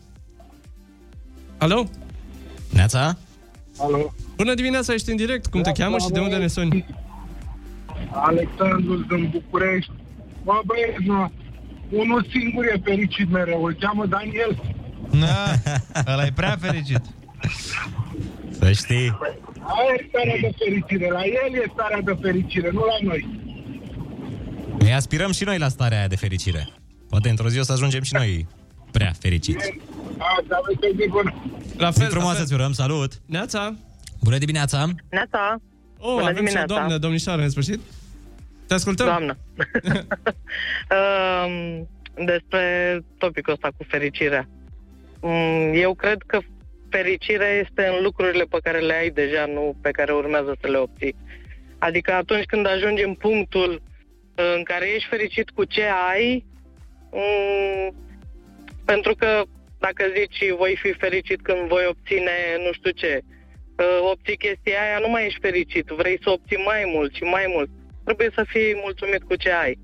[SPEAKER 9] Alo?
[SPEAKER 8] Neața?
[SPEAKER 9] Alo? Bună dimineața, ești în direct. Cum te
[SPEAKER 18] Neața,
[SPEAKER 9] cheamă și de
[SPEAKER 18] băi.
[SPEAKER 9] unde ne suni?
[SPEAKER 18] Alexandru din București. Bă, băieți, mă, unul singur e fericit mereu, îl cheamă Daniel.
[SPEAKER 7] Na, Da. ăla e prea fericit.
[SPEAKER 8] Să știi.
[SPEAKER 18] Aia e starea de fericire, la el e starea de fericire, nu la noi.
[SPEAKER 8] Ne aspirăm și noi la starea aia de fericire. Poate într-o zi o să ajungem și noi prea fericiți.
[SPEAKER 20] Da,
[SPEAKER 18] Asta aveți o zi bună.
[SPEAKER 9] La
[SPEAKER 8] fel, frumos să-ți urăm, salut!
[SPEAKER 9] Neața!
[SPEAKER 8] Bună dimineața!
[SPEAKER 17] Neața.
[SPEAKER 9] Oh, avem și o doamnă, domnișoară, în sfârșit. Te ascultăm?
[SPEAKER 17] Doamnă. Um, Despre topicul ăsta cu fericirea. Mm, Eu cred că fericirea este în lucrurile pe care le ai deja, nu pe care urmează să le obții. Adică atunci când ajungi în punctul uh, în care ești fericit cu ce ai, mm, pentru că dacă zici voi fi fericit când voi obține nu știu ce, uh, obții chestia aia, nu mai ești fericit, vrei să obții mai mult și mai mult. Trebuie să fii mulțumit cu ce ai.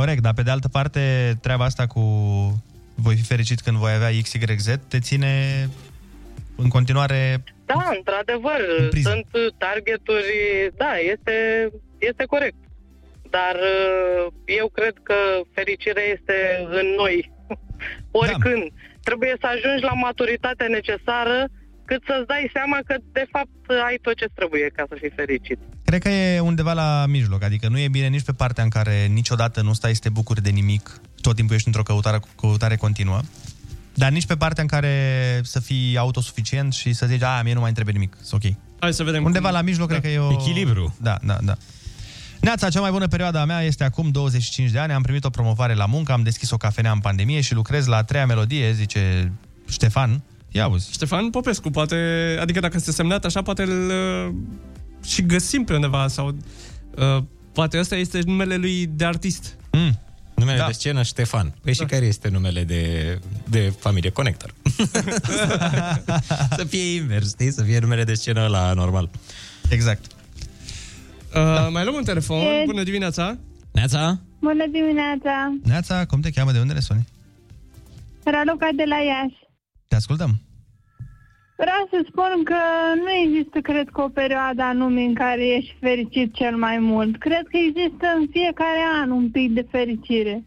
[SPEAKER 7] Corect, dar pe de altă parte, treaba asta cu voi fi fericit când voi avea XYZ te ține în continuare...
[SPEAKER 17] Da, într-adevăr, sunt uh, targeturi, da, este, este corect. Dar uh, eu cred că fericirea este în noi, [LAUGHS] oricând. Da. Trebuie să ajungi la maturitatea necesară cât să-ți dai seama că, de fapt, ai tot ce trebuie ca să fii fericit.
[SPEAKER 7] Cred că e undeva la mijloc, adică nu e bine nici pe partea în care niciodată nu stai să te bucuri de nimic, tot timpul ești într-o căutare, căutare continuă, dar nici pe partea în care să fii autosuficient și să zici, a, mie nu mai îmi trebuie nimic, sunt ok.
[SPEAKER 9] Hai să vedem
[SPEAKER 7] Undeva
[SPEAKER 9] cum...
[SPEAKER 7] la mijloc,
[SPEAKER 9] da.
[SPEAKER 7] cred că e o...
[SPEAKER 8] Echilibru.
[SPEAKER 7] Da, da, da. Neața, cea mai bună perioadă a mea este acum 25 de ani, am primit o promovare la muncă, am deschis o cafenea în pandemie și lucrez la a treia melodie, zice Ștefan. Ia uzi.
[SPEAKER 9] Ștefan Popescu, poate... Adică dacă este semnat așa, poate îl uh, și găsim pe undeva sau... uh, Poate ăsta este numele lui de artist.
[SPEAKER 7] Mm.
[SPEAKER 8] Numele da. de scenă Ștefan. Păi da. și care este numele de, de familie [LAUGHS] Connector? să fie invers, știi? Să fie numele de scenă la normal.
[SPEAKER 7] Exact.
[SPEAKER 9] Da. Uh, Mai luăm un telefon. Bună dimineața!
[SPEAKER 8] Neața!
[SPEAKER 12] Bună dimineața!
[SPEAKER 7] Neața, cum te cheamă? De unde ne suni?
[SPEAKER 12] Raluca de la Iași.
[SPEAKER 7] Te ascultăm.
[SPEAKER 12] Vreau să spun că nu există, cred că, o perioadă anume în care ești fericit cel mai mult. Cred că există în fiecare an un pic de fericire.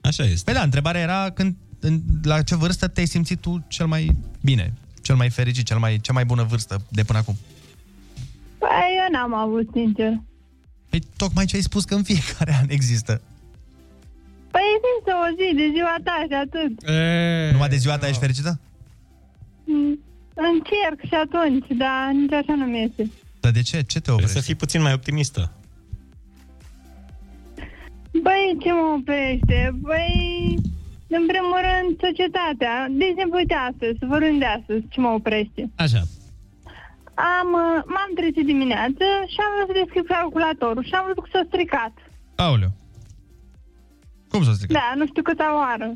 [SPEAKER 8] Așa este.
[SPEAKER 7] Păi da, întrebarea era când, în, la ce vârstă te-ai simțit tu cel mai bine, cel mai fericit, cel mai, cea mai bună vârstă de până acum.
[SPEAKER 12] Păi eu n-am avut, sincer.
[SPEAKER 7] Păi tocmai ce ai spus că în fiecare [LAUGHS] an există.
[SPEAKER 12] Păi există o zi de ziua ta și atât.
[SPEAKER 7] E, Numai de ziua ta ești fericită?
[SPEAKER 12] Mm, Încerc și atunci, dar nici așa nu mi este.
[SPEAKER 7] Dar de ce? Ce te
[SPEAKER 8] oprești? Să fii puțin mai optimistă.
[SPEAKER 12] Băi, ce mă oprește? Băi, în primul rând, societatea. De exemplu, uite astăzi, să vorbim de astăzi, ce mă oprește.
[SPEAKER 8] Așa.
[SPEAKER 12] Am, uh, m-am trezit dimineață și am vrut să deschid calculatorul și am văzut că s-a stricat.
[SPEAKER 7] Aoleu. Cum să zic?
[SPEAKER 12] Da, nu știu câta oară.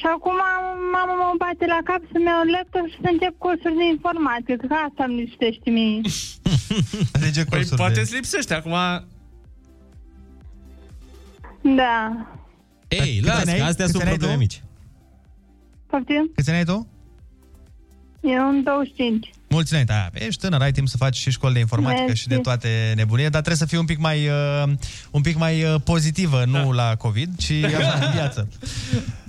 [SPEAKER 12] Și acum am- mama mă bate la cap să-mi iau laptop și să încep cursuri de informație, că asta îmi lipsește mie.
[SPEAKER 7] De ce
[SPEAKER 9] păi poate îți lipsește acum...
[SPEAKER 12] Da.
[SPEAKER 8] Ei,
[SPEAKER 12] Câți
[SPEAKER 8] las,
[SPEAKER 12] ani ai?
[SPEAKER 8] că astea
[SPEAKER 12] Câți
[SPEAKER 8] sunt
[SPEAKER 12] ani ai
[SPEAKER 8] probleme
[SPEAKER 12] tu?
[SPEAKER 8] mici.
[SPEAKER 12] Poftim?
[SPEAKER 7] Câți ani ai tu?
[SPEAKER 12] Eu în 25.
[SPEAKER 7] Mulți înainte, aia. Ești tânăr, ai timp să faci și școli de informatică
[SPEAKER 12] Mersi.
[SPEAKER 7] și de toate nebunie, dar trebuie să fii un pic mai,
[SPEAKER 8] Da.
[SPEAKER 7] [LAUGHS] uh, un pic mai uh, pozitivă, nu la COVID, ci așa, în viață.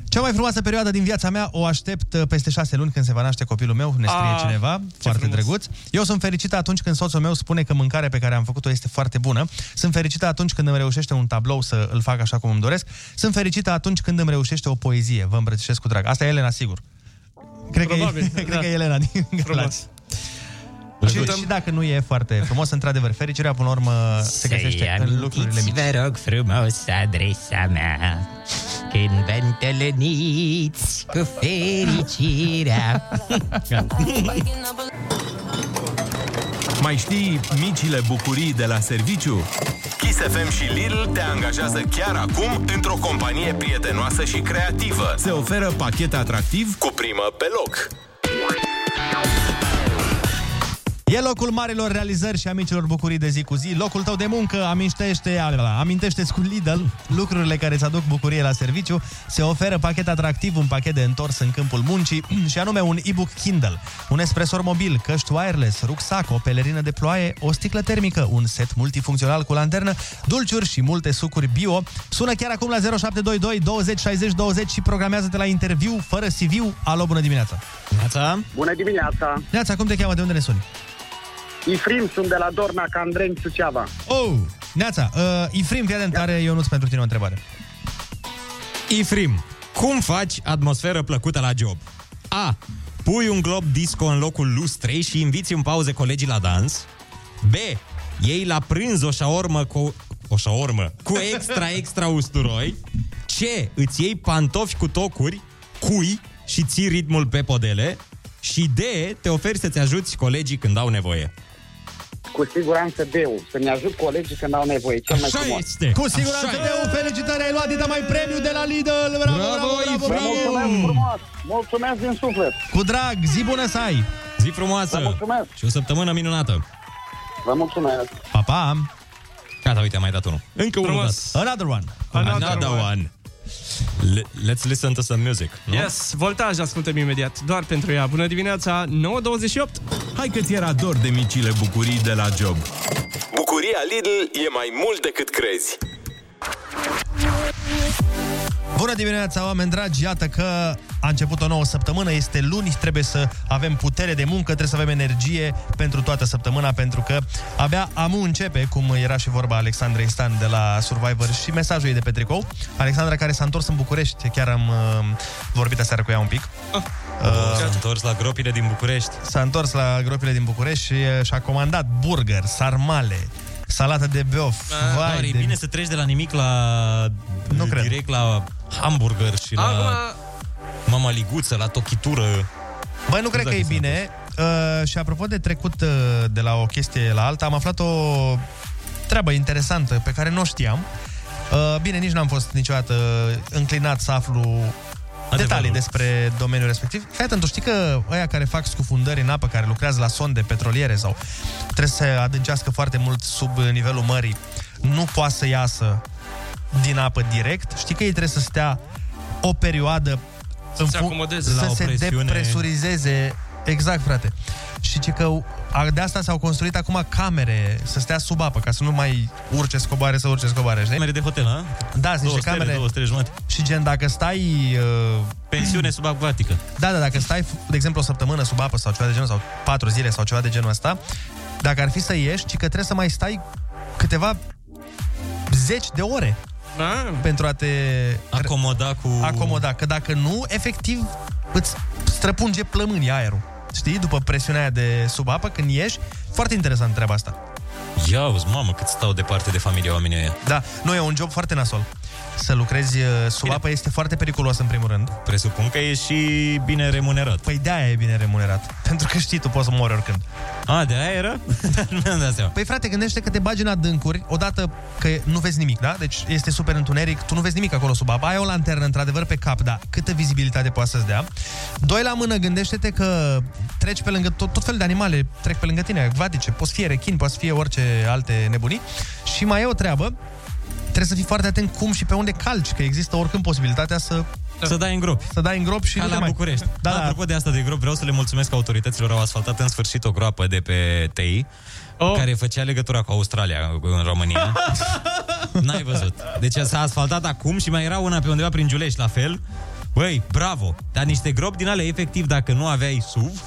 [SPEAKER 7] Cea mai frumoasă perioadă din viața mea o aștept uh, peste șase luni când se va naște copilul meu, ne scrie
[SPEAKER 8] Ah,
[SPEAKER 7] cineva,
[SPEAKER 8] ce
[SPEAKER 7] foarte
[SPEAKER 8] frumos.
[SPEAKER 7] drăguț. Eu sunt fericită atunci când soțul meu spune că mâncarea pe care am făcut-o este foarte bună. Sunt fericită atunci când îmi reușește un tablou să îl fac așa cum îmi doresc. Sunt fericită atunci când îmi reușește o poezie. Vă îmbrățișez cu drag. Asta e Elena, sigur. Cred
[SPEAKER 8] Probabil,
[SPEAKER 7] că e,
[SPEAKER 8] da.
[SPEAKER 7] [LAUGHS] cred că e Elena din Galați. Și, și dacă nu e foarte frumos, într-adevăr, fericirea până la urmă se găsește în lucrurile mici.
[SPEAKER 4] Vă rog frumos adresa mea Când vă întâlniți cu fericirea
[SPEAKER 6] Mai știi micile bucurii de la serviciu?
[SPEAKER 15] Kiss FM și Lidl te angajează chiar acum într-o companie prietenoasă și creativă.
[SPEAKER 6] Se oferă pachet atractiv
[SPEAKER 15] Cu primă pe loc.
[SPEAKER 7] E locul marilor realizări și a micilor bucurii de zi cu zi. Locul tău de muncă amintește, amintește-ți cu Lidl lucrurile care îți aduc bucurie la serviciu. Se oferă pachet atractiv, un pachet de întors în câmpul muncii [CLEARS THROAT] și anume un e-book Kindle, un espresor mobil, căști wireless, rucsac, o pelerină de ploaie, o sticlă termică, un set multifuncțional cu lanternă, dulciuri și multe sucuri bio. Sună chiar acum la 0722 20 60 20 și programează-te la interviu fără CV. Alo, bună dimineața!
[SPEAKER 8] Neața!
[SPEAKER 18] Bună dimineața!
[SPEAKER 7] Neața, cum te cheamă? De unde ne suni?
[SPEAKER 18] Ifrim, sunt de la Dorna, Candreni, Suceava.
[SPEAKER 7] Oh, Neața, uh, Ifrim, fii atent, are Ionuț pentru tine o întrebare.
[SPEAKER 8] Ifrim, cum faci atmosferă plăcută la job? A. Pui un glob disco în locul lustrei și inviți în pauze colegii la dans. B. Iei la prânz o șaormă cu... O șaormă cu
[SPEAKER 7] [LAUGHS]
[SPEAKER 8] extra, extra usturoi. C. Îți iei pantofi cu tocuri, cui și ții ritmul pe podele. Și D. Te oferi să-ți ajuți colegii când au nevoie.
[SPEAKER 29] Cu siguranță deu, să-mi ajut colegii când au nevoie. Cel mai
[SPEAKER 8] Așa
[SPEAKER 29] frumos.
[SPEAKER 8] este.
[SPEAKER 7] Cu siguranță, Teo, felicitări, ai luat Dita mai premiu de la Lidl! Bravo, bravo, bravo,
[SPEAKER 29] Vă
[SPEAKER 7] bravo,
[SPEAKER 29] mulțumesc frumos! Mulțumesc din suflet!
[SPEAKER 7] Cu drag, zi bună să ai!
[SPEAKER 8] Zi frumoasă!
[SPEAKER 29] Vă mulțumesc!
[SPEAKER 8] Și o săptămână minunată!
[SPEAKER 29] Vă mulțumesc!
[SPEAKER 7] Pa, pa!
[SPEAKER 8] Gata, uite, am mai dat unul. Încă unul
[SPEAKER 7] Frumos.
[SPEAKER 8] dat.
[SPEAKER 7] Another one.
[SPEAKER 8] Another, one. Le- let's listen to some music.
[SPEAKER 9] No? Yes, voltaj, ascultăm imediat, doar pentru ea. Bună dimineața, 9.28!
[SPEAKER 6] Hai că ți era dor de micile bucurii de la job.
[SPEAKER 15] Bucuria Lidl e mai mult decât crezi.
[SPEAKER 7] Bună dimineața, oameni dragi! Iată că a început o nouă săptămână, este luni, trebuie să avem putere de muncă, trebuie să avem energie pentru toată săptămâna, pentru că abia amu începe, cum era și vorba Alexandrei Stan de la Survivor și mesajul ei de pe tricou. Alexandra care s-a întors în București, chiar am uh, vorbit aseară cu ea un pic.
[SPEAKER 8] Uh, S-a întors la gropile din București.
[SPEAKER 7] S-a întors la gropile din București și uh, și-a comandat burger, sarmale, salată de beof.
[SPEAKER 8] Vai, Doar e
[SPEAKER 7] de...
[SPEAKER 8] bine să treci de la nimic la... Nu cred. Direct la hamburger și la...
[SPEAKER 7] Acum-
[SPEAKER 8] Mamaliguță, la tochitură. Exact
[SPEAKER 7] Băi, nu cred că e bine. Uh, și apropo de trecut uh, de la o chestie la alta, am aflat o treabă interesantă pe care nu o știam. Uh, bine, nici n-am fost niciodată înclinat să aflu detalii despre domeniul respectiv. Fii atent, tu știi că ăia care fac scufundări în apă, care lucrează la sonde petroliere sau trebuie să se adâncească foarte mult sub uh, nivelul mării, nu poate să iasă din apă direct. Știi că ei trebuie să stea o perioadă
[SPEAKER 9] Să se acomodeze
[SPEAKER 7] să
[SPEAKER 9] la o
[SPEAKER 7] se
[SPEAKER 9] presiune.
[SPEAKER 7] depresurizeze. Exact, frate. Și ce că a- de asta s-au construit acum camere să stea sub apă, ca să nu mai urce, scoboare, să urce, scoboare, știi?
[SPEAKER 8] Camere de hotel, a?
[SPEAKER 7] Da, sunt
[SPEAKER 8] Două
[SPEAKER 7] niște
[SPEAKER 8] stele,
[SPEAKER 7] camere.
[SPEAKER 8] două stele jumate.
[SPEAKER 7] Și gen, dacă stai... Uh...
[SPEAKER 8] Pensiune subacvatică.
[SPEAKER 7] Da, da, dacă stai, de exemplu, o săptămână sub apă sau ceva de genul, sau patru zile sau ceva de genul ăsta, dacă ar fi să ieși, ci că trebuie să mai stai câteva zeci de ore
[SPEAKER 9] da.
[SPEAKER 7] pentru a te
[SPEAKER 8] acomoda cu...
[SPEAKER 7] Acomoda, că dacă nu, efectiv îți străpunge plămânii aerul. Știi? După presiunea aia de sub apă, când ieși, foarte interesant treaba asta.
[SPEAKER 8] Ia uzi, mamă, cât stau departe de familie oamenii ăia.
[SPEAKER 7] Da, nu, e un job foarte nasol. Să lucrezi uh, sub apă este foarte periculos, în primul rând.
[SPEAKER 8] Presupun că e și bine remunerat.
[SPEAKER 7] Păi de-aia e bine remunerat. [LAUGHS] Pentru că știi, tu poți să mori oricând.
[SPEAKER 8] A, de aia era? [LAUGHS] nu mi-am dat seama.
[SPEAKER 7] Păi frate, gândește că te bagi în adâncuri, odată că nu vezi nimic, da? Deci este super întuneric, tu nu vezi nimic acolo sub apă, ai o lanternă într-adevăr pe cap, da? Câtă vizibilitate poate să-ți dea? Doi la mână, gândește-te că treci pe lângă tot, tot fel de animale, trec pe lângă tine, vatice, poți fi rechin, poți fi orice alte nebunii. Și mai e o treabă, trebuie să fii foarte atent cum și pe unde calci, că există oricând posibilitatea să...
[SPEAKER 8] Să dai în gropi.
[SPEAKER 7] Să dai în gropi și
[SPEAKER 8] Ca
[SPEAKER 7] nu te
[SPEAKER 8] la
[SPEAKER 7] mai...
[SPEAKER 8] București.
[SPEAKER 7] Da,
[SPEAKER 8] Da, Apropo de asta de gropi, vreau să le mulțumesc autorităților. Au asfaltat în sfârșit o groapă de pe TI, oh. care făcea legătura cu Australia în
[SPEAKER 7] [LAUGHS]
[SPEAKER 8] România. N-ai văzut. Deci s-a asfaltat acum și mai era una pe undeva prin Giulești, la fel. Băi, bravo! Dar niște gropi din alea, efectiv, dacă nu aveai SUV,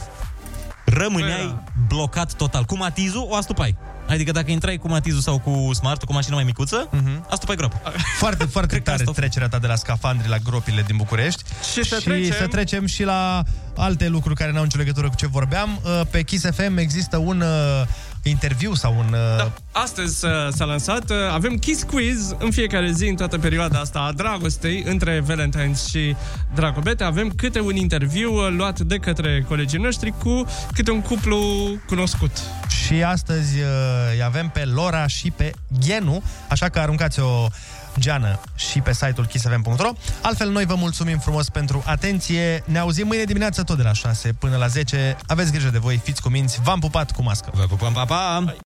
[SPEAKER 8] rămâneai blocat total. Cu matizul o astupai. Adică dacă intrai cu matizul sau cu smart cu mașina mai micuță, uh-huh. astupai groapă.
[SPEAKER 7] Mhm. Foarte, foarte tare trecerea ta de la scafandri la gropile din București.
[SPEAKER 8] Și să
[SPEAKER 7] și
[SPEAKER 8] trecem-
[SPEAKER 7] să trecem și la alte lucruri care n-au nicio legătură cu ce vorbeam. Uh, Pe Kiss FM există un uh, interviu sau un... uh,
[SPEAKER 8] Da.
[SPEAKER 9] Astăzi uh, s-a lansat, uh, avem Kiss Quiz în fiecare zi, în toată perioada asta a dragostei, între Valentine's și Dragobete. Avem câte un interviu uh, luat de către colegii noștri cu câte un cuplu cunoscut.
[SPEAKER 7] Și astăzi uh, îi avem pe Lora și pe Ghenu, așa că aruncați o geană și pe site-ul kissfm.ro. Altfel, noi vă mulțumim frumos pentru atenție. Ne auzim mâine dimineață tot de la 6 până la 10. Aveți grijă de voi, fiți cu minți. V-am pupat cu mască. Vă pupăm, pa, pa!